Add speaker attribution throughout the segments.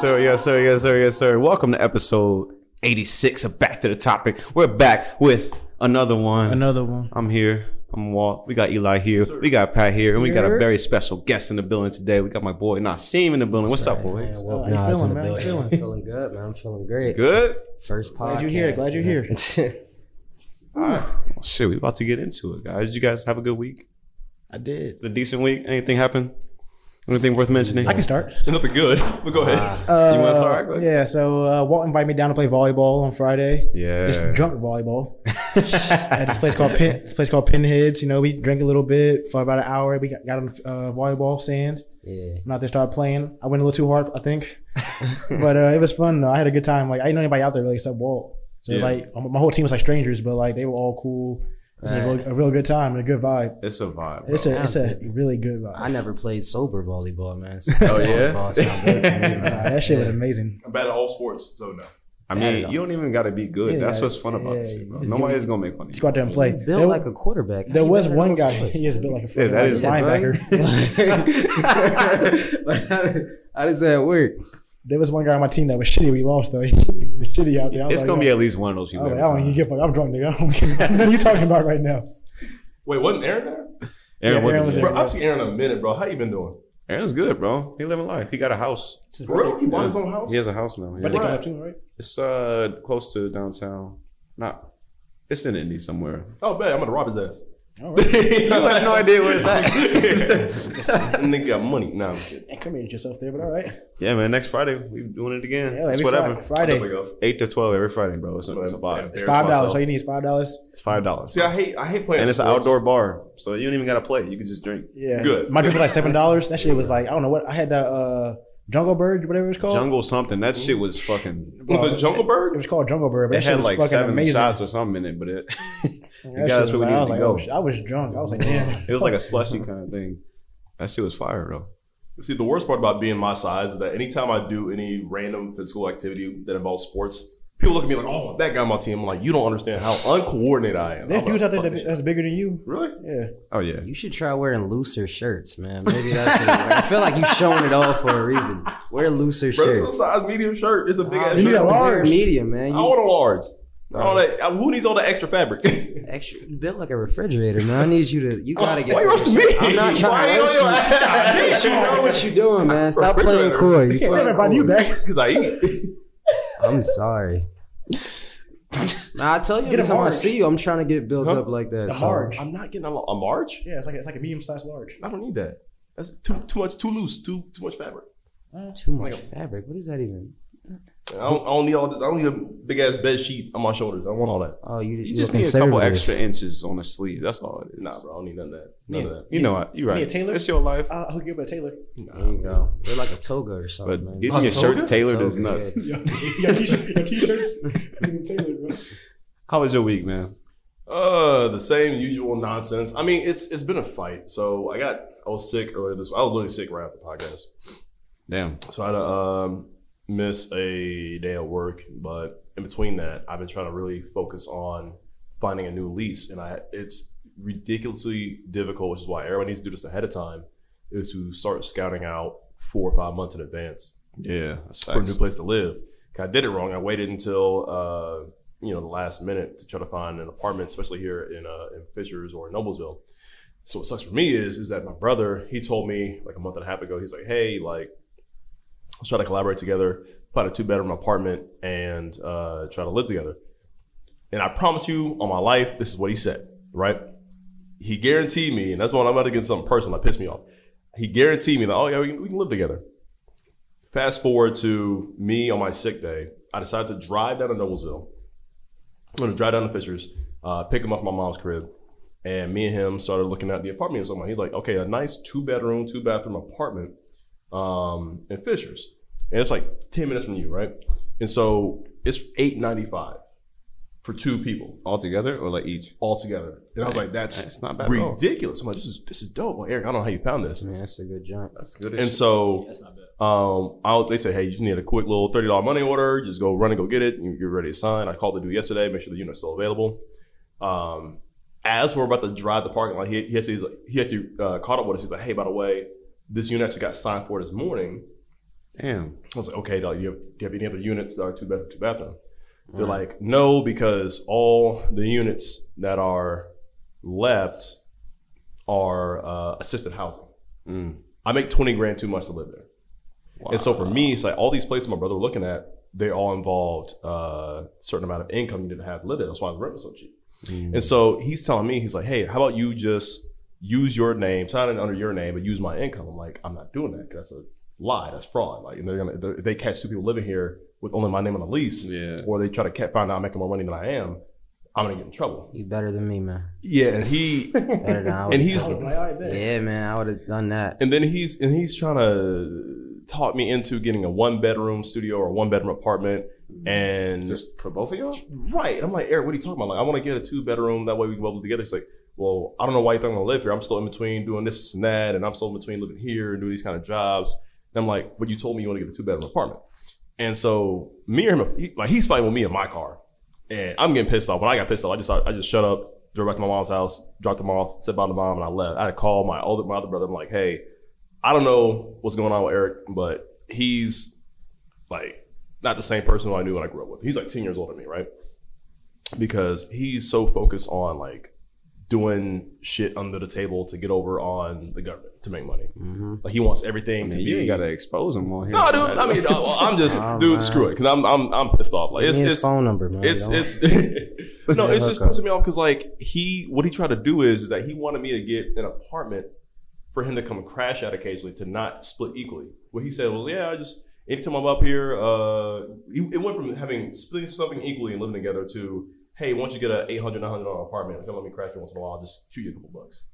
Speaker 1: Oh,
Speaker 2: sir. Yes, sir. Yes, sir. Yes, sir. Welcome to episode 86 of Back to the Topic. We're back with another one.
Speaker 3: Another one.
Speaker 2: I'm here. I'm Walt. We got Eli here. We got Pat here. And we got a
Speaker 3: Here.
Speaker 2: very special guest in the building today. We got my boy Nasim in the building. What's up, boy?
Speaker 1: Man, well,
Speaker 3: How you
Speaker 1: nah, it's
Speaker 3: feeling,
Speaker 1: in the
Speaker 3: man? How
Speaker 1: building.
Speaker 3: you feeling?
Speaker 1: I'm feeling good, man. I'm feeling great.
Speaker 2: Good?
Speaker 1: First podcast.
Speaker 3: Glad you're here. Glad you're here.
Speaker 1: here.
Speaker 2: All right. Well, shit, we about to get into it, guys. Did you guys have a good week?
Speaker 3: I did.
Speaker 2: A decent week? Anything happen? Anything worth mentioning?
Speaker 3: I can start.
Speaker 2: Nothing good. But go ahead. you want to start? Go
Speaker 3: Uh,
Speaker 2: ahead.
Speaker 3: Yeah. So uh, Walt invited me down to play volleyball on Friday. Just
Speaker 2: Yeah.
Speaker 3: drunk volleyball at this place called Pin, this place called Pinheads. You know, we drank a little bit for about an hour. We got, got on the uh, volleyball sand.
Speaker 1: yeah.
Speaker 3: And out there started playing. I went a little too hard, I think, but uh, it was fun. Though. I had a good time. Like I didn't know anybody out there really except Walt. So it
Speaker 2: Yeah.
Speaker 3: was like my whole team was like strangers, but like they were all cool. It was a,
Speaker 1: Right.
Speaker 3: real, a real good time and a good vibe.
Speaker 2: It's a vibe. Bro.
Speaker 3: It's a it's a really good vibe.
Speaker 1: I never played sober volleyball, man. So
Speaker 2: Oh, yeah?
Speaker 1: volleyball sound good to me,
Speaker 3: Nah,
Speaker 1: man.
Speaker 3: that shit was amazing.
Speaker 4: I'm bad at all sports, so no.
Speaker 2: I
Speaker 1: Add
Speaker 2: mean,
Speaker 1: it
Speaker 2: you don't even got to be good.
Speaker 3: Yeah,
Speaker 2: That's
Speaker 3: like,
Speaker 2: what's fun about
Speaker 3: yeah,
Speaker 2: this. shit,
Speaker 3: you
Speaker 2: bro.
Speaker 3: just-
Speaker 2: Nobody's gonna make fun of
Speaker 3: Let's
Speaker 2: you.
Speaker 3: go out there and play.
Speaker 1: You
Speaker 3: There,
Speaker 1: built like a quarterback. How
Speaker 3: there
Speaker 1: you
Speaker 3: was
Speaker 1: been at
Speaker 3: one
Speaker 1: all
Speaker 3: guy.
Speaker 1: sports?
Speaker 3: He just built like a
Speaker 2: Yeah, that
Speaker 3: fucking
Speaker 2: is
Speaker 1: Yeah, bro.
Speaker 3: linebacker.
Speaker 1: Like, how did- how does that work?
Speaker 3: there was one guy on my team that was shitty. We lost though. he was shitty out there. I was
Speaker 2: It's
Speaker 3: like,
Speaker 2: gonna
Speaker 3: yo.
Speaker 2: be at least one of those
Speaker 3: I
Speaker 2: people.
Speaker 3: was
Speaker 2: every
Speaker 3: like, I don't
Speaker 2: time.
Speaker 3: even give a fuck. I'm drunk, nigga. I don't give a fuck. What are you talking about right now?
Speaker 4: Wait, wasn't Aaron there?
Speaker 2: Aaron
Speaker 3: Yeah,
Speaker 2: wasn't
Speaker 3: Aaron was
Speaker 2: there.
Speaker 4: Bro, I've seen Aaron in a minute, bro. How you been doing?
Speaker 2: Aaron's good, bro. He living life. He got a house.
Speaker 4: Bro, he bought his own house?
Speaker 2: He has a house now.
Speaker 3: But
Speaker 2: yeah.
Speaker 3: they come up too, right?
Speaker 2: It's uh close to downtown. Not. It's in Indy somewhere.
Speaker 4: Oh, bad. I'm going to rob his ass.
Speaker 3: All right.
Speaker 2: you have no idea where it's
Speaker 4: That
Speaker 2: at.
Speaker 4: Nigga got money. Nah, I'm kidding.
Speaker 3: And committed yourself there, but all right.
Speaker 2: yeah, man. Next Friday we doing it again.
Speaker 3: Yeah,
Speaker 2: it's
Speaker 3: every
Speaker 2: whatever.
Speaker 3: Fri- Friday.
Speaker 4: There we go.
Speaker 2: Eight to twelve every Friday, bro. It's, it's a vibe.
Speaker 4: Yeah.
Speaker 3: It's five dollars. All you need is five dollars.
Speaker 2: It's five dollars.
Speaker 4: See, I hate, I hate playing
Speaker 2: And it's an
Speaker 4: sports.
Speaker 2: outdoor bar, so you don't even gotta play. You can just drink.
Speaker 3: Yeah.
Speaker 4: Good.
Speaker 3: My drink was like seven dollars. That shit was like I don't know what I had that uh Jungle Bird, whatever it's called.
Speaker 2: Jungle something. That shit was fucking.
Speaker 4: The Jungle
Speaker 3: It
Speaker 4: Bird?
Speaker 3: was called Jungle Bird, but
Speaker 2: It
Speaker 3: that shit
Speaker 2: had
Speaker 3: was
Speaker 2: like
Speaker 3: fucking
Speaker 2: seven
Speaker 3: amazing.
Speaker 2: shots or something in it, but it
Speaker 3: That
Speaker 2: You guys,
Speaker 3: shit was
Speaker 2: where we
Speaker 3: like-
Speaker 2: need
Speaker 3: I was
Speaker 2: to
Speaker 3: like,
Speaker 2: go.
Speaker 3: oh, shit. I was drunk. I was like, damn.
Speaker 2: it was like a slushy kind of thing. That shit was fire, bro.
Speaker 4: See, the worst part about being my size is that anytime I do any random physical activity that involves sports, people look at me like, oh, that guy on my team. I'm like, you don't understand how uncoordinated I am.
Speaker 3: There's
Speaker 4: I'm like,
Speaker 3: dudes out there
Speaker 4: "Fuck
Speaker 3: that,
Speaker 4: this shit."
Speaker 3: that's bigger than you.
Speaker 4: Really?
Speaker 3: Yeah.
Speaker 2: Oh yeah,
Speaker 1: You should try wearing looser shirts, man. Maybe that's. like, I feel like you've shown it all for a reason. Wear looser
Speaker 4: Bro, it's a
Speaker 1: shirts.
Speaker 4: size medium shirt. It's a big
Speaker 1: Nah,
Speaker 4: ass
Speaker 3: you
Speaker 4: shirt.
Speaker 3: got
Speaker 1: Wear
Speaker 3: large.
Speaker 1: medium, man.
Speaker 4: I
Speaker 1: You
Speaker 4: want a large. All that, uh, who needs all that extra fabric?
Speaker 1: Extra, you built like a refrigerator, man. I need you to. You gotta get.
Speaker 4: Why you roasting me?
Speaker 1: I'm not trying
Speaker 4: Why
Speaker 1: to
Speaker 4: you on
Speaker 1: roast
Speaker 4: your
Speaker 1: you.
Speaker 4: ass?
Speaker 1: Bitch, you know what you doing, man. Stop playing
Speaker 4: Refrigerator.
Speaker 1: coy.
Speaker 4: You
Speaker 1: You
Speaker 4: can't
Speaker 1: playing
Speaker 4: never
Speaker 3: Everybody,
Speaker 1: coy.
Speaker 3: you back.
Speaker 4: Because I eat.
Speaker 1: I'm sorry. Nah, I tell you,
Speaker 3: Get a
Speaker 1: every time I
Speaker 3: Marge.
Speaker 1: see you, I'm trying to get built
Speaker 4: Huh?
Speaker 1: up like that.
Speaker 3: A
Speaker 1: so-
Speaker 3: Marge.
Speaker 4: I'm not getting a, a Marge.
Speaker 3: Yeah, it's like it's like a medium sized large.
Speaker 4: I don't need that. That's too too much, too loose, too too much fabric.
Speaker 1: Oh, Too much fabric. What is that even?
Speaker 4: I don't, I don't need all this. I don't need a big ass bed sheet on my shoulders. I want all that.
Speaker 1: Oh, you,
Speaker 2: you
Speaker 1: you're
Speaker 2: just need a couple
Speaker 1: conservative.
Speaker 2: extra inches on the sleeve. That's all it is.
Speaker 4: Nah, bro, I don't need none of that. None of that.
Speaker 2: You know what? You're
Speaker 3: Me a
Speaker 2: right.
Speaker 3: tailor?
Speaker 2: It's your life.
Speaker 3: I'll hook you up with a tailor.
Speaker 1: There you go. They're like a toga or something.
Speaker 2: But
Speaker 1: man.
Speaker 2: getting your
Speaker 4: October?
Speaker 2: shirts tailored is
Speaker 1: October,
Speaker 2: nuts.
Speaker 1: yeah.
Speaker 3: Your t shirts. tailored, bro.
Speaker 2: How was your week, man?
Speaker 4: Uh, the same usual nonsense. I mean, it's it's been a fight. So I got I was sick earlier this. I was literally sick right after the podcast.
Speaker 2: Damn.
Speaker 4: So I had to um, miss a day at work, but in between that, I've been trying to really focus on finding a new lease, and I it's ridiculously difficult, which is why everyone needs to do this ahead of time, is to start scouting out four or five months in advance
Speaker 2: Yeah, that's
Speaker 4: for a new place to live. 'Cause I did it wrong. I waited until uh, you know the last minute to try to find an apartment, especially here in uh, in Fishers or in Noblesville. So what sucks for me is is that my brother he told me like a month and a half ago. He's like, hey, like let's try to collaborate together, find a two bedroom apartment, and uh, try to live together. And I promise you, on my life, this is what he said. Right? He guaranteed me, and that's when I'm about to get something personal that pissed me off. He guaranteed me that oh yeah, we can, we can live together. Fast forward to me on my sick day. I decided to drive down to Noblesville. I'm going to drive down to Fisher's, uh, pick him up at my mom's crib. And me and him started looking at the apartment. So he's like, okay, a nice two bedroom, two bathroom apartment um, in Fisher's. And it's like 10 minutes from you, right? And so it's 895 for two people
Speaker 2: All together or like each?
Speaker 4: all together. And I was like, that's,
Speaker 2: That's not bad at all.
Speaker 4: ridiculous. I'm like, this is, this is dope. Like, Eric, I don't know how you found this.
Speaker 1: Man, that's a good jump.
Speaker 2: That's good.
Speaker 4: And so um, I, they say, hey, you just need a quick little thirty dollar money order. Just go run and go get it. You- You're ready to sign. I called the dude yesterday. Make sure the unit's still available. Um, as we're about to drive the parking lot, he, he actually he's like, he actually uh, caught up with us. He's like, hey, by the way, this unit actually got signed for this morning.
Speaker 2: Damn.
Speaker 4: I was like, okay, dog, you have, do you have any other units that are two bedroom, two bathroom? They're like, no, because all the units that are left are uh, assisted housing.
Speaker 2: Mm.
Speaker 4: I make 20 grand too much to live there. And so for me, it's like all these places my brother were looking at, they all involved uh, a certain amount of income you didn't have to live there. That's why the rent was so cheap.
Speaker 1: Mm.
Speaker 4: And so he's telling me, he's like, hey, how about you just use your name, sign it under your name, but use my income? I'm like, I'm not doing that. 'cause that's a lie. That's fraud. Like, and they're gonna they're, if they catch two people living here with only my name on the lease,
Speaker 2: Yeah.
Speaker 4: or they try to ca- find out I'm making more money than I am, I'm gonna get in trouble.
Speaker 1: You better than me, man.
Speaker 4: Yeah, and he
Speaker 1: Better than I would.
Speaker 4: and he's
Speaker 1: yeah, man. I would have done that.
Speaker 4: and then he's and he's trying to talk me into getting a one bedroom studio or one bedroom apartment and
Speaker 2: Just for both of y'all?
Speaker 4: right. And I'm like, Eric, what are you talking about? Like, I want to get a two bedroom. That way we can both live together. He's like, well, I don't know why you think I'm gonna live here. I'm still in between doing this and that, and I'm still in between living here and doing these kind of jobs. And I'm like, but you told me you want to get a two bedroom apartment. And so me or him, he- like he's fighting with me in my car, and I'm getting pissed off. When I got pissed off, I just I just shut up, drove back to my mom's house, dropped him off, said bye to mom, and I left. I had to call my older my other brother. I'm like, hey, I don't know what's going on with Eric, but he's like not the same person who I knew when I grew up with. He's like 10 years older than me, right? Because he's so focused on like doing shit under the table to get over on the government to make money.
Speaker 1: Mm-hmm.
Speaker 4: Like he wants everything
Speaker 2: Man,
Speaker 4: to
Speaker 2: you
Speaker 4: be.
Speaker 2: ain't gotta expose them on here.
Speaker 4: no, dude. I mean, uh, well, I'm just,
Speaker 1: Oh,
Speaker 4: dude.
Speaker 1: man.
Speaker 4: Screw it, because I'm, I'm, I'm pissed off. Like
Speaker 1: Give
Speaker 4: it's,
Speaker 1: me his
Speaker 4: it's,
Speaker 1: phone number, man.
Speaker 4: it's
Speaker 1: Don't-
Speaker 4: it's no,
Speaker 1: Yeah,
Speaker 4: it's just
Speaker 1: hook up.
Speaker 4: pissing me off because like he, what he tried to do is, that he wanted me to get an apartment for him to come crash at occasionally to not split equally. What he said was, yeah, I just anytime I'm up here, uh, it it went from having splitting something equally and living together to hey, once you get a 800 900 dollar apartment, come let me crash here once in a while, I'll just shoot you a couple bucks.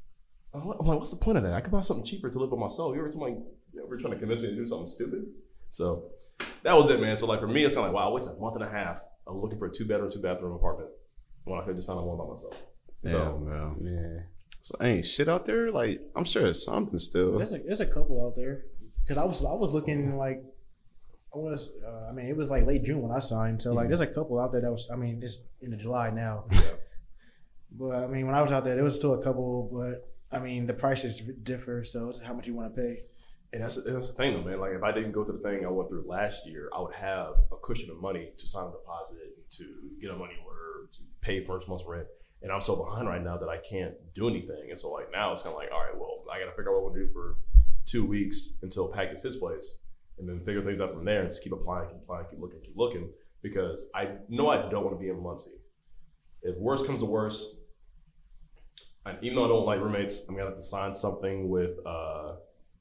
Speaker 4: I'm like, I'm like, what's the point of that? I could buy something cheaper to live by myself. You were like, you were trying to convince me to do something stupid. So that was it, man. So like for me, it's kind of like, wow, I wasted a month and a half of looking for a two bedroom, two bathroom apartment when I could just find one by myself.
Speaker 2: So,
Speaker 4: So
Speaker 1: yeah.
Speaker 2: so ain't shit out there. Like, I'm sure it's something still.
Speaker 3: There's a, there's a couple out there because I was I was looking like I was uh, I mean it was like late June when I signed so
Speaker 1: Mm-hmm.
Speaker 3: like there's a couple out there that was I mean it's into July now but I mean when I was out there there was still a couple but I mean the prices differ so it's how much you want to pay
Speaker 4: and that's and that's the thing though, man. Like if I didn't go through the thing I went through last year, I would have a cushion of money to sign a deposit, to get a money order, to pay first month's rent. And I'm so behind right now that I can't do anything. And so like now it's kind of like, all right, well, I got to figure out what I want to do for two weeks until Pack gets his place, and then figure things out from there, and just keep applying, keep applying, keep looking, keep looking, because I know I don't want to be in Muncie. If worst comes to worst, and even though I don't like roommates, I'm gonna have to sign something with uh,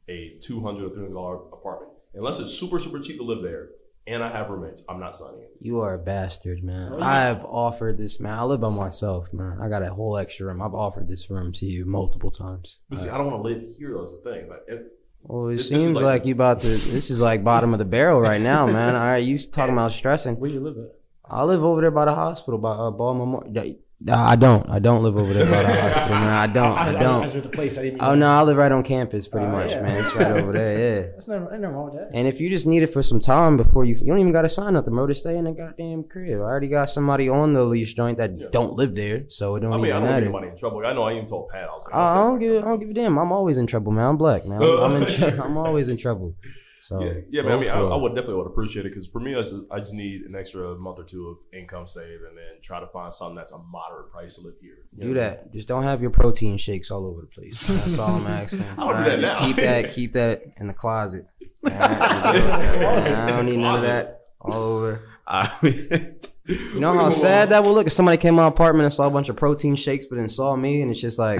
Speaker 4: a two hundred or three hundred dollar apartment, unless it's super super cheap to live there, and I have roommates. I'm not signing it.
Speaker 1: You are a bastard, man.
Speaker 3: Oh, yeah.
Speaker 1: I have offered this, man. I live by myself, man. I got a whole extra room. I've offered this room to you multiple times.
Speaker 4: But see, I don't want to live here. That's the thing. Like, if,
Speaker 1: Well, it
Speaker 4: This- this is
Speaker 1: seems
Speaker 4: like-
Speaker 1: like, you about to. This is like bottom of the barrel right now, man. All right, you talking about stressing?
Speaker 3: where you live at
Speaker 1: I live over there by the hospital, by uh, Ball Memorial. I don't. I don't live over there by the hospital, man. I don't. I
Speaker 3: I, was
Speaker 1: don't.
Speaker 3: with the place I didn't
Speaker 1: Oh
Speaker 3: even-
Speaker 1: no, I live right on campus, pretty
Speaker 3: Oh,
Speaker 1: much,
Speaker 3: yeah.
Speaker 1: man. It's right over there, yeah.
Speaker 3: that's never ain't nothing wrong with that
Speaker 1: And if you just need it for some time before you, you don't even got to sign nothing, bro. Just stay in the goddamn crib. I already got somebody on the lease joint that
Speaker 4: Yeah.
Speaker 1: don't live there, so it don't
Speaker 4: I mean,
Speaker 1: even
Speaker 4: I don't want
Speaker 1: matter.
Speaker 4: anybody in trouble. I know I even told Pat. I was like,
Speaker 1: I, I don't
Speaker 4: said-
Speaker 1: give, I don't give a damn. I'm always in trouble, man. I'm black, man. I'm, I'm in tr- I'm always in trouble. So
Speaker 4: Yeah, yeah, man. I
Speaker 1: go
Speaker 4: mean, I,
Speaker 1: for it.
Speaker 4: I would definitely would appreciate it because for me, I just, I just need an extra month or two of income saved, and then try to find something that's a moderate price to live here. You
Speaker 1: do
Speaker 4: know?
Speaker 1: that. Just don't have your protein shakes all over the place. That's all I'm asking.
Speaker 4: do
Speaker 1: All right,
Speaker 4: that
Speaker 1: just
Speaker 4: now.
Speaker 1: keep that, keep that in the closet. All right, I don't need none of that all over.
Speaker 2: I mean,
Speaker 1: You know how sad that would look if somebody came to my apartment and saw a bunch of protein shakes, but then saw me, and it's just like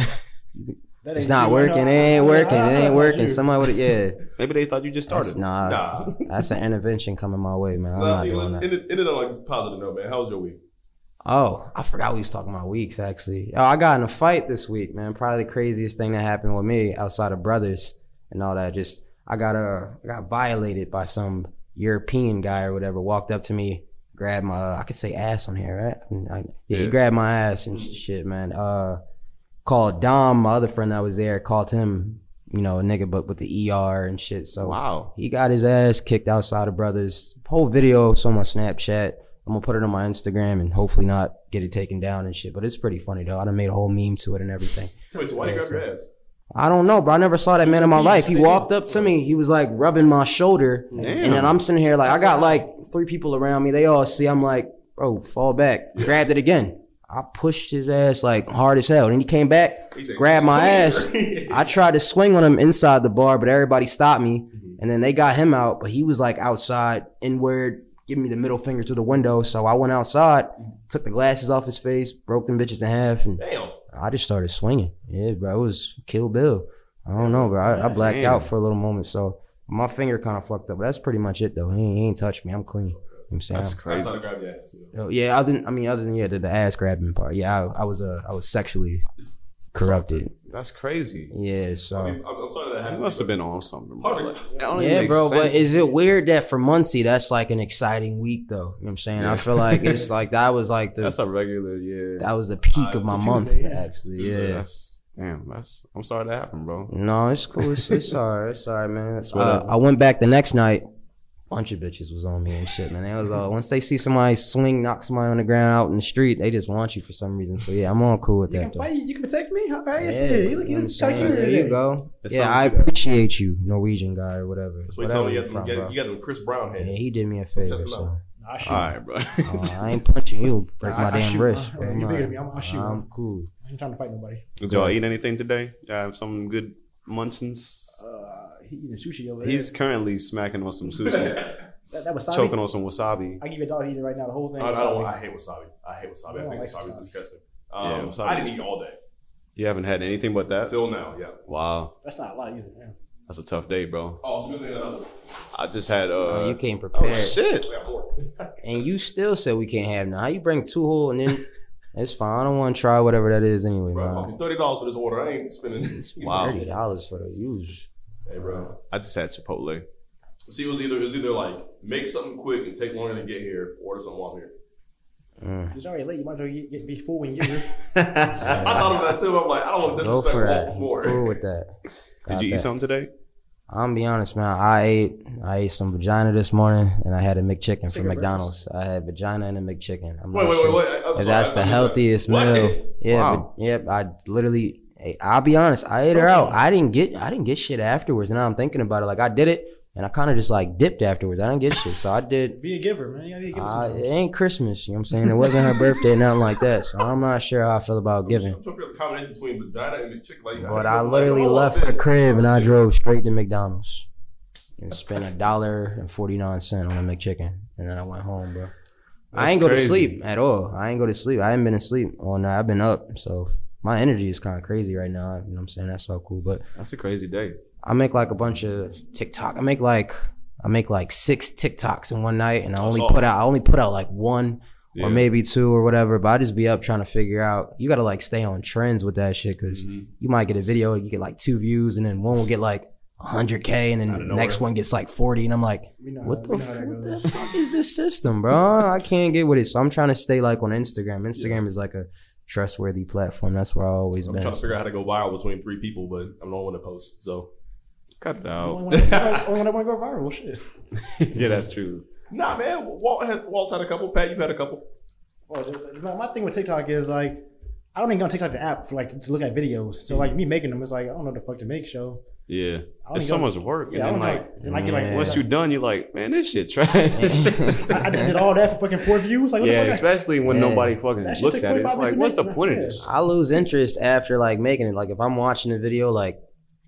Speaker 3: That
Speaker 1: it's not
Speaker 3: ain't you. I know-
Speaker 1: working. It
Speaker 3: I-
Speaker 1: ain't
Speaker 3: I- I-
Speaker 1: working.
Speaker 3: I- I-
Speaker 1: It
Speaker 3: that's
Speaker 1: ain't
Speaker 3: not
Speaker 1: working.
Speaker 3: you.
Speaker 1: Somebody would, yeah.
Speaker 2: maybe they thought you just
Speaker 1: That's
Speaker 2: started.
Speaker 1: not.
Speaker 4: Nah.
Speaker 1: That's an intervention coming my way, man. I'm
Speaker 4: Nah,
Speaker 1: not
Speaker 4: see, let's
Speaker 1: doing that.
Speaker 4: end it, end it on a positive note, man. How was your week?
Speaker 1: Oh, I forgot we was talking about weeks actually. Oh, I got in a fight this week, man. Probably the craziest thing that happened with me outside of brothers and all that. Just I got uh I got violated by some European guy or whatever. Walked up to me, grabbed my I could say ass on here, right? And I- yeah, he
Speaker 2: Yeah.
Speaker 1: grabbed my ass and shit, man. Uh, called Dom, my other friend that was there, called him, you know, a nigga, but with the ER and shit. So
Speaker 2: Wow.
Speaker 1: he got his ass kicked outside of brothers. Whole video it's on my Snapchat. I'm gonna put it on my Instagram and hopefully not get it taken down and shit. But it's pretty funny though. I done made a whole meme to it and everything.
Speaker 4: Wait, so why do you grab your ass?
Speaker 1: I don't know, bro. I never saw that man in my life. He walked up to me. He was like rubbing my shoulder, and then I'm sitting here like I got like three people around me. They all see. I'm like, bro, fall back. Grabbed it again. I pushed his ass like hard as hell, and he came back,
Speaker 4: He said,
Speaker 1: grabbed my ass.
Speaker 4: "Come here."
Speaker 1: I tried to swing on him inside the bar, but everybody stopped me,
Speaker 4: Mm-hmm.
Speaker 1: and then they got him out. But he was like outside, inward, giving me the middle finger through the window. So I went outside,
Speaker 4: Mm-hmm.
Speaker 1: took the glasses off his face, broke them bitches in half, and
Speaker 4: Damn.
Speaker 1: I just started swinging. Yeah, bro, it was Kill Bill. I don't know, bro. I, I blacked
Speaker 2: Damn.
Speaker 1: out for a little moment, so my finger kind of fucked up. That's pretty much it, though. He ain't, he ain't touched me. I'm clean. You know what I'm saying.
Speaker 2: That's
Speaker 4: That's
Speaker 2: crazy.
Speaker 4: how to grab your ass. you know.
Speaker 1: Oh, yeah, other than, I mean, other than yeah, the, the ass grabbing part. Yeah, I, I was uh, I was sexually corrupted.
Speaker 2: That's crazy.
Speaker 1: Yeah, so.
Speaker 4: I mean, I'm, I'm sorry that
Speaker 2: He
Speaker 4: happened.
Speaker 2: must have been on something.
Speaker 4: Part
Speaker 2: Bro.
Speaker 4: of Oh, it.
Speaker 2: That don't even
Speaker 1: Yeah,
Speaker 2: make
Speaker 1: bro, but
Speaker 2: sense.
Speaker 1: is it weird that for Muncie that's like an exciting week though? You know what I'm saying? I feel like it's like that was like the
Speaker 2: that's a regular? Yeah.
Speaker 1: that was the peak
Speaker 4: Uh,
Speaker 1: of my
Speaker 3: Tuesday,
Speaker 1: month
Speaker 3: yeah.
Speaker 1: actually.
Speaker 2: Dude,
Speaker 1: Yeah.
Speaker 2: That's damn. That's. I'm sorry that happened, bro.
Speaker 1: No, it's cool. It's, it's alright. It's alright, man.
Speaker 2: It's
Speaker 1: Uh,
Speaker 2: whatever.
Speaker 1: I went back the next night. Bunch of bitches was on me and shit, man. They was all once they see somebody swing, knock somebody on the ground out in the street, they just want you for some reason. So yeah, I'm all cool with
Speaker 3: You
Speaker 1: that
Speaker 3: can
Speaker 1: though.
Speaker 3: fight. You can protect me. All right.
Speaker 1: Yeah,
Speaker 3: Yeah. You look
Speaker 1: you know what I'm saying?
Speaker 3: you start you
Speaker 1: there you go.
Speaker 2: It's
Speaker 1: Yeah,
Speaker 2: something
Speaker 1: I
Speaker 2: to that.
Speaker 1: appreciate you, Norwegian guy or whatever.
Speaker 4: That's what he
Speaker 1: Whatever
Speaker 4: told me. You
Speaker 1: you're
Speaker 4: got,
Speaker 1: from,
Speaker 4: them, you, got,
Speaker 1: bro.
Speaker 4: you got them Chris Brown hands.
Speaker 1: Yeah, he did me a favor.
Speaker 4: him
Speaker 1: So.
Speaker 4: out.
Speaker 3: I shoot.
Speaker 2: All right, bro.
Speaker 1: Uh, I ain't punching you. Break
Speaker 3: Nah,
Speaker 1: my
Speaker 3: I- I
Speaker 1: damn
Speaker 3: shoot,
Speaker 1: wrist.
Speaker 3: uh,
Speaker 1: bro.
Speaker 3: yeah,
Speaker 1: I'm,
Speaker 3: you bigger than
Speaker 1: like,
Speaker 3: me, I'm- I'll shoot.
Speaker 1: I'm cool.
Speaker 3: I ain't trying to fight nobody.
Speaker 2: Did y'all eat anything today? Y'all have some good munchins.
Speaker 3: Uh, he eating sushi over there.
Speaker 2: He's currently smacking on some sushi,
Speaker 3: that, that was solid.
Speaker 2: choking on some wasabi.
Speaker 3: I give you a dollar either right now. The whole thing.
Speaker 4: I, I
Speaker 3: was
Speaker 4: don't.
Speaker 3: solid.
Speaker 4: I hate wasabi. I hate wasabi.
Speaker 3: I
Speaker 4: I,
Speaker 3: don't
Speaker 4: think
Speaker 3: like
Speaker 4: wasabi
Speaker 3: wasabi.
Speaker 4: is disgusting.
Speaker 2: Yeah,
Speaker 4: Um,
Speaker 2: wasabi
Speaker 4: I didn't
Speaker 2: is-
Speaker 4: eat all day
Speaker 2: You haven't had anything but that.
Speaker 4: until now. Yeah.
Speaker 2: Wow,
Speaker 3: That's not a lot either. Man.
Speaker 2: that's a tough day, bro.
Speaker 4: Oh, it's a good thing I know.
Speaker 2: I just had uh.
Speaker 1: Uh, you came
Speaker 2: oh
Speaker 1: prepared.
Speaker 2: shit!
Speaker 4: We got more.
Speaker 1: and you still said we can't have none. How you bring two whole and then it's fine. I don't want to try whatever that is anyway,
Speaker 4: Bro, it
Speaker 1: man.
Speaker 4: cost me thirty dollars for this order. I ain't spending.
Speaker 2: Wow.
Speaker 1: Thirty dollars for the use.
Speaker 4: Hey, bro.
Speaker 2: I just had Chipotle.
Speaker 4: See, it was either it was either like make something quick and take longer to get here, order something while I'm here.
Speaker 1: Mm.
Speaker 3: It's already late. You might as well get, get be full when you get here.
Speaker 4: I thought of that too. I'm like, I don't want to
Speaker 1: Go for
Speaker 4: disrespect
Speaker 1: that.
Speaker 4: Walt
Speaker 1: I'm
Speaker 4: more.
Speaker 1: Cool with that.
Speaker 2: Did
Speaker 1: Got
Speaker 2: you eat
Speaker 1: that.
Speaker 2: something today?
Speaker 1: I'm be honest, man. I ate I ate some vagina this morning, and I had a McChicken from
Speaker 3: Chicken breast?
Speaker 1: McDonald's. I had vagina and a McChicken. I'm
Speaker 4: Wait,
Speaker 1: not
Speaker 4: wait,
Speaker 1: sure.
Speaker 4: wait, wait. I'm sorry,
Speaker 1: If that's
Speaker 4: I-
Speaker 1: the
Speaker 4: I-
Speaker 1: healthiest
Speaker 4: What?
Speaker 1: meal. Yeah,
Speaker 2: Wow.
Speaker 1: but, yep. I literally, I'll be honest. I ate her out. I didn't get, I didn't get shit afterwards. And now I'm thinking about it. Like I did it, and I kind of just like dipped afterwards. I didn't get shit, so I did.
Speaker 3: Be a giver, man. You gotta be a giver.
Speaker 1: I,
Speaker 3: sometimes.
Speaker 1: it ain't Christmas, you know what I'm saying? It wasn't her birthday, nothing like that. So I'm not sure how I feel about
Speaker 4: I'm
Speaker 1: giving.
Speaker 4: trying to figure out the combination between vagina and chicken. Like,
Speaker 1: But
Speaker 4: I'm
Speaker 1: I
Speaker 4: like,
Speaker 1: literally
Speaker 4: oh,
Speaker 1: left
Speaker 4: this.
Speaker 1: the crib and I drove straight to McDonald's and spent a dollar and forty nine cent on a McChicken, and then I went home, bro. I
Speaker 2: That's
Speaker 1: ain't go
Speaker 2: crazy.
Speaker 1: to sleep at all. I ain't go to sleep. I haven't been asleep all night. I've been up, so my energy is kind of crazy right now. You know what I'm saying? That's so cool. But
Speaker 2: That's a crazy day.
Speaker 1: I make like a bunch of TikTok. I make like I make like six TikToks in one night, and I only
Speaker 4: all.
Speaker 1: put out I only put out like one
Speaker 2: Yeah.
Speaker 1: or maybe two or whatever. But I just be up trying to figure out. You gotta like stay on trends with that shit because
Speaker 2: Mhm.
Speaker 1: you might get a video, you get like two views, and then one will get like 100k, and then the
Speaker 4: Outta
Speaker 1: next
Speaker 4: nowhere.
Speaker 1: one gets like 40, and I'm like,
Speaker 3: we know
Speaker 1: what
Speaker 3: how,
Speaker 1: the,
Speaker 3: we know how
Speaker 1: f-
Speaker 3: that
Speaker 1: what
Speaker 3: goes.
Speaker 1: the fuck is this system, bro? I can't get with it. So I'm trying to stay like on Instagram. Instagram is like a trustworthy platform. That's where I always
Speaker 4: I'm
Speaker 1: been.
Speaker 4: trying to figure out how to go viral between three people, but I'm not one to post. So
Speaker 2: Cut it
Speaker 3: Only
Speaker 2: out.
Speaker 3: when I- only when I want to go viral, shit.
Speaker 2: yeah, that's true.
Speaker 4: nah, man. Walt has, Walt's had a couple. Pat, you've had a couple.
Speaker 3: Well, just- Oh, my, my thing with TikTok is like, I don't even go on TikTok the app for like to, to look at videos. So like me making them is like I don't know the fuck to make. So
Speaker 2: Yeah,
Speaker 3: I don't
Speaker 2: it's so
Speaker 3: even go-
Speaker 2: much work,
Speaker 3: Yeah, I
Speaker 2: and
Speaker 3: don't
Speaker 2: then like
Speaker 3: know. And I get like
Speaker 1: Yeah.
Speaker 2: once
Speaker 3: once
Speaker 2: you're
Speaker 3: you,
Speaker 2: done, you're like, man, this shit trash.
Speaker 3: I, I did all that for fucking four views. Like what
Speaker 2: yeah,
Speaker 3: the fuck?
Speaker 2: especially when
Speaker 1: Yeah.
Speaker 2: nobody fucking
Speaker 3: That shit
Speaker 2: looks
Speaker 3: took
Speaker 2: at it. It's
Speaker 3: 25
Speaker 2: like, what's the
Speaker 3: minutes,
Speaker 2: point of
Speaker 3: yeah.
Speaker 2: this?
Speaker 1: I lose interest after like making it. Like if I'm watching a video like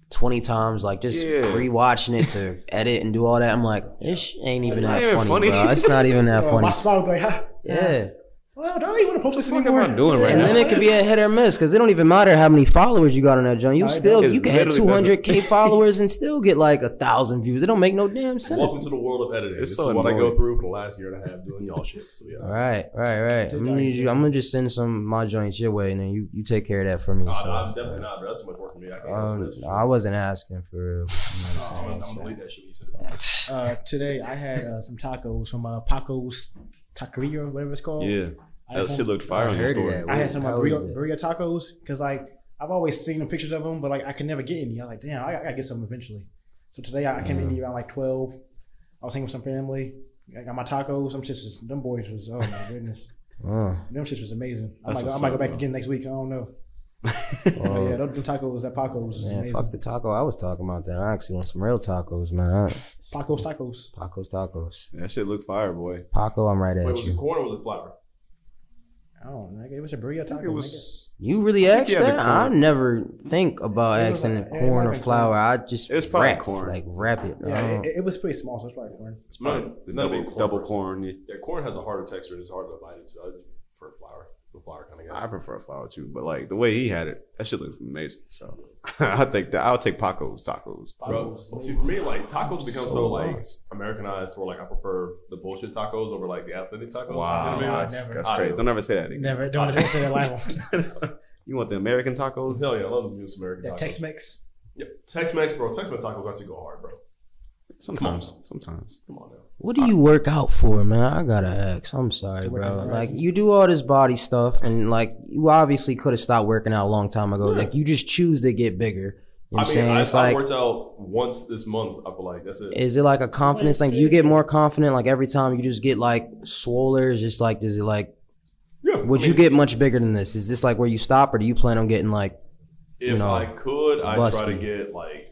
Speaker 1: 20 times, like just
Speaker 2: Yeah.
Speaker 1: rewatching it to edit and do all that, I'm like, this ain't even
Speaker 2: It's not
Speaker 1: that
Speaker 2: even
Speaker 1: funny,
Speaker 2: funny.
Speaker 1: bro. It's not even that
Speaker 3: Uh,
Speaker 1: funny.
Speaker 3: my smile would be like, ha,
Speaker 1: Yeah.
Speaker 3: Well, don't even want to post this
Speaker 2: What the
Speaker 3: anymore.
Speaker 2: fuck am I doing right
Speaker 1: And
Speaker 2: now?
Speaker 1: then it could be a hit or miss because it don't even matter how many followers you got on that joint. You
Speaker 3: I
Speaker 1: still
Speaker 2: know.
Speaker 1: you can have
Speaker 2: It
Speaker 1: two
Speaker 2: literally
Speaker 1: hundred k followers and still get like a thousand views. It don't make no damn sense.
Speaker 4: Welcome to the world of editing.
Speaker 2: It's
Speaker 4: this
Speaker 2: so
Speaker 4: is what I go
Speaker 2: annoying.
Speaker 4: through for the last year and a half doing y'all shit. So yeah.
Speaker 1: All right, right, right. I'm gonna, use you, I'm gonna just send some of my joints your way, and then you, you take care of that for me.
Speaker 4: I, I'm definitely
Speaker 1: So
Speaker 4: not. Bro. That's too much work for me. I can't.
Speaker 1: um,
Speaker 4: Um,
Speaker 1: I wasn't asking for real.
Speaker 4: I'm, I'm gonna delete that shit. when You said it.
Speaker 3: Uh, today I had uh, some tacos from uh, Paco's Taqueria or whatever it's called.
Speaker 2: Yeah,
Speaker 3: I had
Speaker 2: that shit
Speaker 3: some,
Speaker 2: looked fire on your
Speaker 1: heard of
Speaker 2: story.
Speaker 1: that.
Speaker 3: I had some uh,
Speaker 1: How is
Speaker 3: burrito,
Speaker 1: it?
Speaker 3: burrito tacos because like I've always seen the pictures of them, but like I could never get any. I was like, damn, I, I gotta get some eventually. So today I, I
Speaker 1: Mm.
Speaker 3: came in here around like twelve. I was hanging with some family. I got my tacos. Some shits was them boys was oh my goodness.
Speaker 1: Uh,
Speaker 3: Them shits was amazing. I
Speaker 2: That's
Speaker 3: might, go, I
Speaker 2: what's
Speaker 3: might
Speaker 2: up,
Speaker 3: go back
Speaker 2: bro.
Speaker 3: again next week. I don't know. Oh, yeah, those tacos at Paco's. is
Speaker 1: Man,
Speaker 3: amazing.
Speaker 1: fuck the taco I was talking about. Then I actually want some real tacos, man.
Speaker 3: Paco's tacos.
Speaker 1: Paco's tacos.
Speaker 2: That shit look fire, boy.
Speaker 1: Paco, I'm right at
Speaker 4: Wait, was it
Speaker 1: you.
Speaker 4: corn or was it flour?
Speaker 3: I don't know. nigga, It was a burrito
Speaker 2: I think
Speaker 3: taco.
Speaker 2: it
Speaker 3: nigga.
Speaker 2: was.
Speaker 1: You really asked
Speaker 2: yeah, the
Speaker 1: that? I
Speaker 2: corn.
Speaker 1: never think about
Speaker 3: It was
Speaker 1: asking
Speaker 3: like- it
Speaker 1: corn
Speaker 3: might
Speaker 1: or
Speaker 3: have been
Speaker 1: flour. I just
Speaker 2: It's probably
Speaker 1: wrap,
Speaker 2: corn.
Speaker 1: Like wrap it. I
Speaker 3: Yeah,
Speaker 1: don't-
Speaker 3: it, it was pretty small, so it's probably corn.
Speaker 2: It's probably
Speaker 4: No,
Speaker 2: the
Speaker 4: no,
Speaker 2: double,
Speaker 4: corn.
Speaker 2: double corn. Yeah.
Speaker 4: Yeah, corn has a harder texture and it's hard to bite into. So I just prefer flour. The flour kind of guy.
Speaker 2: I prefer flour too, but like the way he had it, that shit looked amazing. So I'll take that. I'll take Paco's tacos.
Speaker 4: Bro, see for me, like tacos become so,
Speaker 1: so
Speaker 4: like
Speaker 1: lost.
Speaker 4: Americanized, or like I prefer the bullshit tacos over like the authentic tacos.
Speaker 2: Wow,
Speaker 4: You know what I mean?
Speaker 2: that's,
Speaker 3: never.
Speaker 2: that's
Speaker 4: I
Speaker 2: crazy.
Speaker 4: know.
Speaker 2: Don't ever say that again.
Speaker 3: Never. Don't ever say that Lionel.
Speaker 2: you want the American tacos?
Speaker 4: Hell yeah, I love the new American
Speaker 3: That
Speaker 4: tacos.
Speaker 3: Tex Mex.
Speaker 4: Yep. Tex-Mex, bro. Tex-Mex tacos actually go hard, bro.
Speaker 2: Sometimes, sometimes.
Speaker 4: Come on now.
Speaker 1: What do you work out for, man? I gotta ask. I'm sorry,
Speaker 3: work
Speaker 1: bro.
Speaker 3: out for
Speaker 1: Like you do all this body stuff, and like you obviously could have stopped working out a long time ago.
Speaker 4: Yeah.
Speaker 1: Like you just choose to get bigger. You know what
Speaker 4: I
Speaker 1: I'm
Speaker 4: mean,
Speaker 1: saying?
Speaker 4: I,
Speaker 1: it's
Speaker 4: I
Speaker 1: like,
Speaker 4: worked out once this month. I feel like that's it.
Speaker 1: is it like a confidence thing? Do you get more confident like every time you just get like swoller? Is just like, is it like,
Speaker 4: yeah.
Speaker 1: would
Speaker 4: I
Speaker 1: you
Speaker 4: mean,
Speaker 1: get much bigger than this? Is this like where you stop, or do you plan on getting like?
Speaker 4: If
Speaker 1: you know,
Speaker 4: I could, I'd try to
Speaker 1: busty?
Speaker 4: get like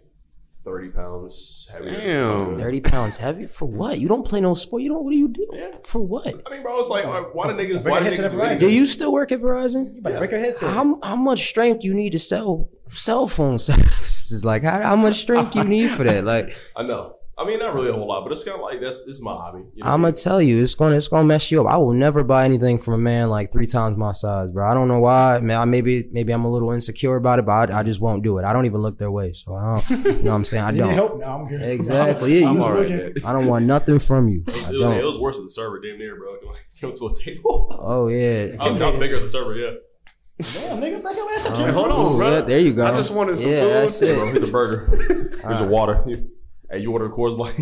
Speaker 4: thirty pounds heavier.
Speaker 2: Damn.
Speaker 1: 30 pounds heavy for what? You don't play no sport. You don't. What do you do?
Speaker 4: Yeah.
Speaker 1: For what?
Speaker 4: I mean, bro, it's like, all right, why do niggas?
Speaker 3: Bring
Speaker 4: Why
Speaker 3: your
Speaker 4: do
Speaker 3: head to the
Speaker 4: niggas? do
Speaker 3: horizon.
Speaker 4: anything?
Speaker 1: Do you still work at Verizon?
Speaker 3: You better
Speaker 4: Yeah.
Speaker 3: break your headset.
Speaker 1: How how much strength do you need to sell cell phone services? Like how how much strength do you need for that? Like
Speaker 4: I know. I mean, not really a whole lot, but it's kind of like that's this is my hobby. You know?
Speaker 1: I'ma tell you, it's gonna it's gonna mess you up. I will never buy anything from a man like three times my size, bro. I don't know why. Man, I- Maybe maybe I'm a little insecure about it, but I, I just won't do it. I don't even look their way, so I don't. You know what I'm saying? I
Speaker 3: You need
Speaker 1: don't.
Speaker 3: help? No, I'm good.
Speaker 1: Exactly. Yeah,
Speaker 3: I'm
Speaker 1: you
Speaker 3: all right.
Speaker 2: then.
Speaker 1: I don't want nothing from you.
Speaker 4: It was,
Speaker 1: I
Speaker 4: it was- it
Speaker 1: don't.
Speaker 4: was worse than the server, damn near, bro. Like, came to a table.
Speaker 1: Oh yeah.
Speaker 4: I'm, I'm bigger than the server, yeah.
Speaker 3: Damn, nigga, back your ass up.
Speaker 1: Um,
Speaker 2: hold on, bro.
Speaker 1: yeah, there you go.
Speaker 2: I just wanted some
Speaker 1: yeah,
Speaker 2: food.
Speaker 1: That's
Speaker 4: Bro,
Speaker 1: it.
Speaker 4: here's a burger. Here's a water. Hey, you order a Coors Light?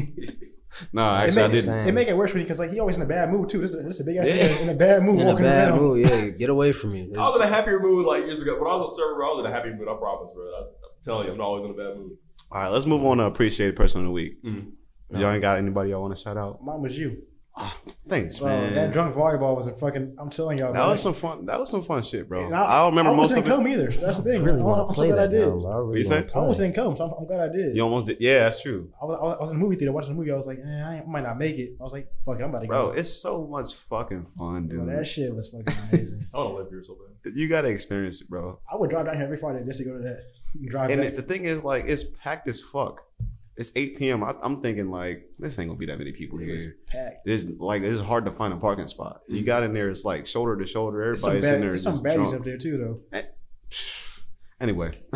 Speaker 2: Nah,
Speaker 3: It
Speaker 2: actually, I
Speaker 3: make,
Speaker 2: didn't.
Speaker 3: it, it make it worse for you because like he always in a bad mood too. This is, this is a big ass
Speaker 2: Yeah.
Speaker 3: nigga in a bad mood
Speaker 1: In a
Speaker 3: walking
Speaker 1: bad
Speaker 3: around.
Speaker 1: mood. Yeah, get away from me.
Speaker 4: I was in a happier mood like years ago. When I was a server, I was in a happy mood. I promise, bro. I was, I'm telling you, I'm not always in a bad mood.
Speaker 2: All right, let's move on to appreciated person of the week.
Speaker 4: Mm.
Speaker 2: Y'all ain't got anybody y'all want to shout out?
Speaker 3: Mine was you.
Speaker 2: Thanks,
Speaker 3: Bro,
Speaker 2: man.
Speaker 3: that drunk volleyball was a fucking. I'm telling y'all.
Speaker 2: That was some fun. That was some fun shit, bro.
Speaker 3: And
Speaker 2: I, don't remember
Speaker 3: I
Speaker 2: most
Speaker 3: almost
Speaker 2: of it.
Speaker 3: didn't come either. That's the
Speaker 1: I
Speaker 3: thing.
Speaker 1: really
Speaker 3: I'm-
Speaker 1: want
Speaker 3: I'm
Speaker 1: to
Speaker 3: so
Speaker 1: play
Speaker 3: glad I
Speaker 1: that
Speaker 3: did.
Speaker 1: now, bro. I really
Speaker 2: you say?
Speaker 1: wanna
Speaker 3: I almost
Speaker 1: play.
Speaker 3: didn't come, so I'm, I'm glad I did.
Speaker 2: You almost did. Yeah, that's true,
Speaker 3: I was, I was- I was in the movie theater watching the movie. I was like, eh, I ain't- might not make it. I was like, fuck it, I'm about to
Speaker 2: bro.
Speaker 3: go.
Speaker 2: It's so much fucking fun,
Speaker 3: Bro, that
Speaker 2: dude.
Speaker 3: shit was fucking amazing.
Speaker 4: I want to live here so bad.
Speaker 2: You gotta experience it, bro.
Speaker 3: I would drive down here every Friday just to go to that. Drive
Speaker 2: And
Speaker 3: back.
Speaker 2: it, the thing is, like, it's packed as fuck. It's 8 p.m. I, I'm thinking, like, this ain't gonna be that many people
Speaker 4: It was
Speaker 2: here.
Speaker 3: packed.
Speaker 2: It's like it's hard to find a parking spot. You got in there, it's like shoulder to shoulder.
Speaker 3: There's Mm-hmm.
Speaker 2: Everybody's
Speaker 3: some, bad-
Speaker 2: in there
Speaker 3: there's some
Speaker 2: just
Speaker 3: baddies
Speaker 2: drunk.
Speaker 3: up there too, though.
Speaker 2: Anyway,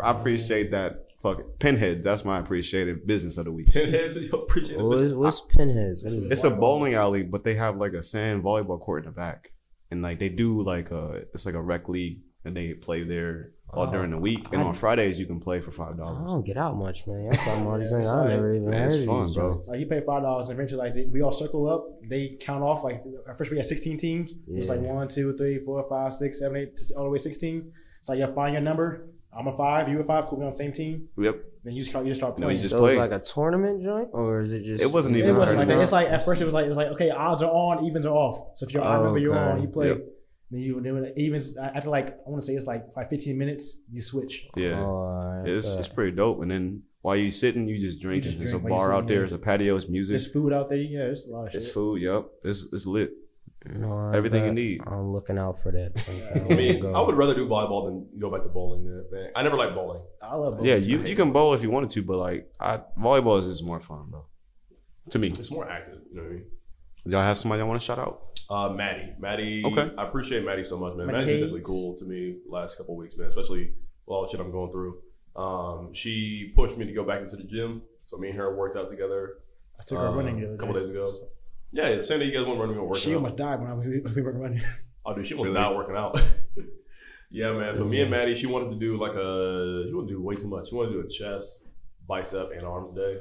Speaker 2: I appreciate that. Fuck it. pinheads. That's my appreciated business of the week.
Speaker 4: Pinheads, you appreciate
Speaker 1: What
Speaker 4: it.
Speaker 1: is, what's pinheads? What is it?
Speaker 2: It's a bowling alley, but they have like a sand volleyball court in the back, and like they do like a it's like a rec league, and they play there all
Speaker 1: Oh,
Speaker 2: during the week. And
Speaker 1: I-
Speaker 2: on Fridays, you can play for five
Speaker 1: I
Speaker 2: dollars.
Speaker 1: don't get out much, man. That's how much things I
Speaker 3: Sorry.
Speaker 1: never even
Speaker 2: Man,
Speaker 1: heard
Speaker 2: it's
Speaker 1: of
Speaker 2: fun,
Speaker 1: these
Speaker 2: bro.
Speaker 1: joints.
Speaker 3: Like you pay five dollars, and eventually, like they, we all circle up. They count off like at first we had sixteen teams. It was like
Speaker 1: Yeah.
Speaker 3: one, two, three, four, five, six, seven, eight, all the way sixteen. It's like you find your number. I'm a five, you a five, cool, we on the same team.
Speaker 2: Yep.
Speaker 3: Then you just start, you just start
Speaker 2: No, you
Speaker 3: playing.
Speaker 2: just
Speaker 1: So it's
Speaker 2: play.
Speaker 1: like a tournament joint, or is it just?
Speaker 2: It wasn't
Speaker 1: is
Speaker 2: even
Speaker 3: it
Speaker 2: a
Speaker 3: wasn't like
Speaker 2: tournament.
Speaker 3: that. It's like at first it was like it was like okay, odds are on, evens are off. So if your odd number you're
Speaker 1: Okay.
Speaker 3: on, you play.
Speaker 2: Oh, Yep.
Speaker 3: Then you then when it evens after like I want to say it's like five, 15 minutes, you switch.
Speaker 2: Yeah.
Speaker 1: Oh,
Speaker 2: It's,
Speaker 1: okay.
Speaker 2: it's pretty dope. And then while you sitting, you just drinking.
Speaker 3: just
Speaker 2: There's
Speaker 3: drink
Speaker 2: a
Speaker 3: while you
Speaker 2: bar out
Speaker 3: sitting
Speaker 2: there.
Speaker 3: there.
Speaker 2: There's a patio. It's music.
Speaker 3: There's food out there. Yeah, there's a lot of shit.
Speaker 2: It's food. Yep. It's it's lit.
Speaker 1: No, I
Speaker 2: Everything you
Speaker 1: bet.
Speaker 2: need.
Speaker 1: I'm looking out for that.
Speaker 4: I mean, I would rather do volleyball than go back to bowling. Man. I never liked bowling.
Speaker 3: I love.
Speaker 2: Yeah.
Speaker 3: bowling.
Speaker 2: You you can bowl if you wanted to, but like I, volleyball is just more fun, bro. To me,
Speaker 4: It's more active. You know what I mean?
Speaker 2: y'all have somebody y'all want to shout out?
Speaker 4: Uh, Maddie, Maddie.
Speaker 2: Okay.
Speaker 4: I appreciate Maddie so much, man.
Speaker 3: Maddie
Speaker 4: Maddie's been definitely
Speaker 3: Hayes.
Speaker 4: cool to me the last couple of weeks, man. Especially with all the shit I'm going through. Um, she pushed me to go back into the gym, so me and her worked out together.
Speaker 3: I took her
Speaker 4: uh,
Speaker 3: running the other
Speaker 4: a couple
Speaker 3: day.
Speaker 4: days ago. Yeah, yeah, same day you guys went running, we were working
Speaker 3: She
Speaker 4: out.
Speaker 3: almost died when I was, we were running.
Speaker 4: Oh, dude, she was
Speaker 2: Really?
Speaker 4: not working out. yeah, man. So me and Maddie, she wanted to do like a she wanted to do way too much. She wanted to do a chest, bicep, and arms day.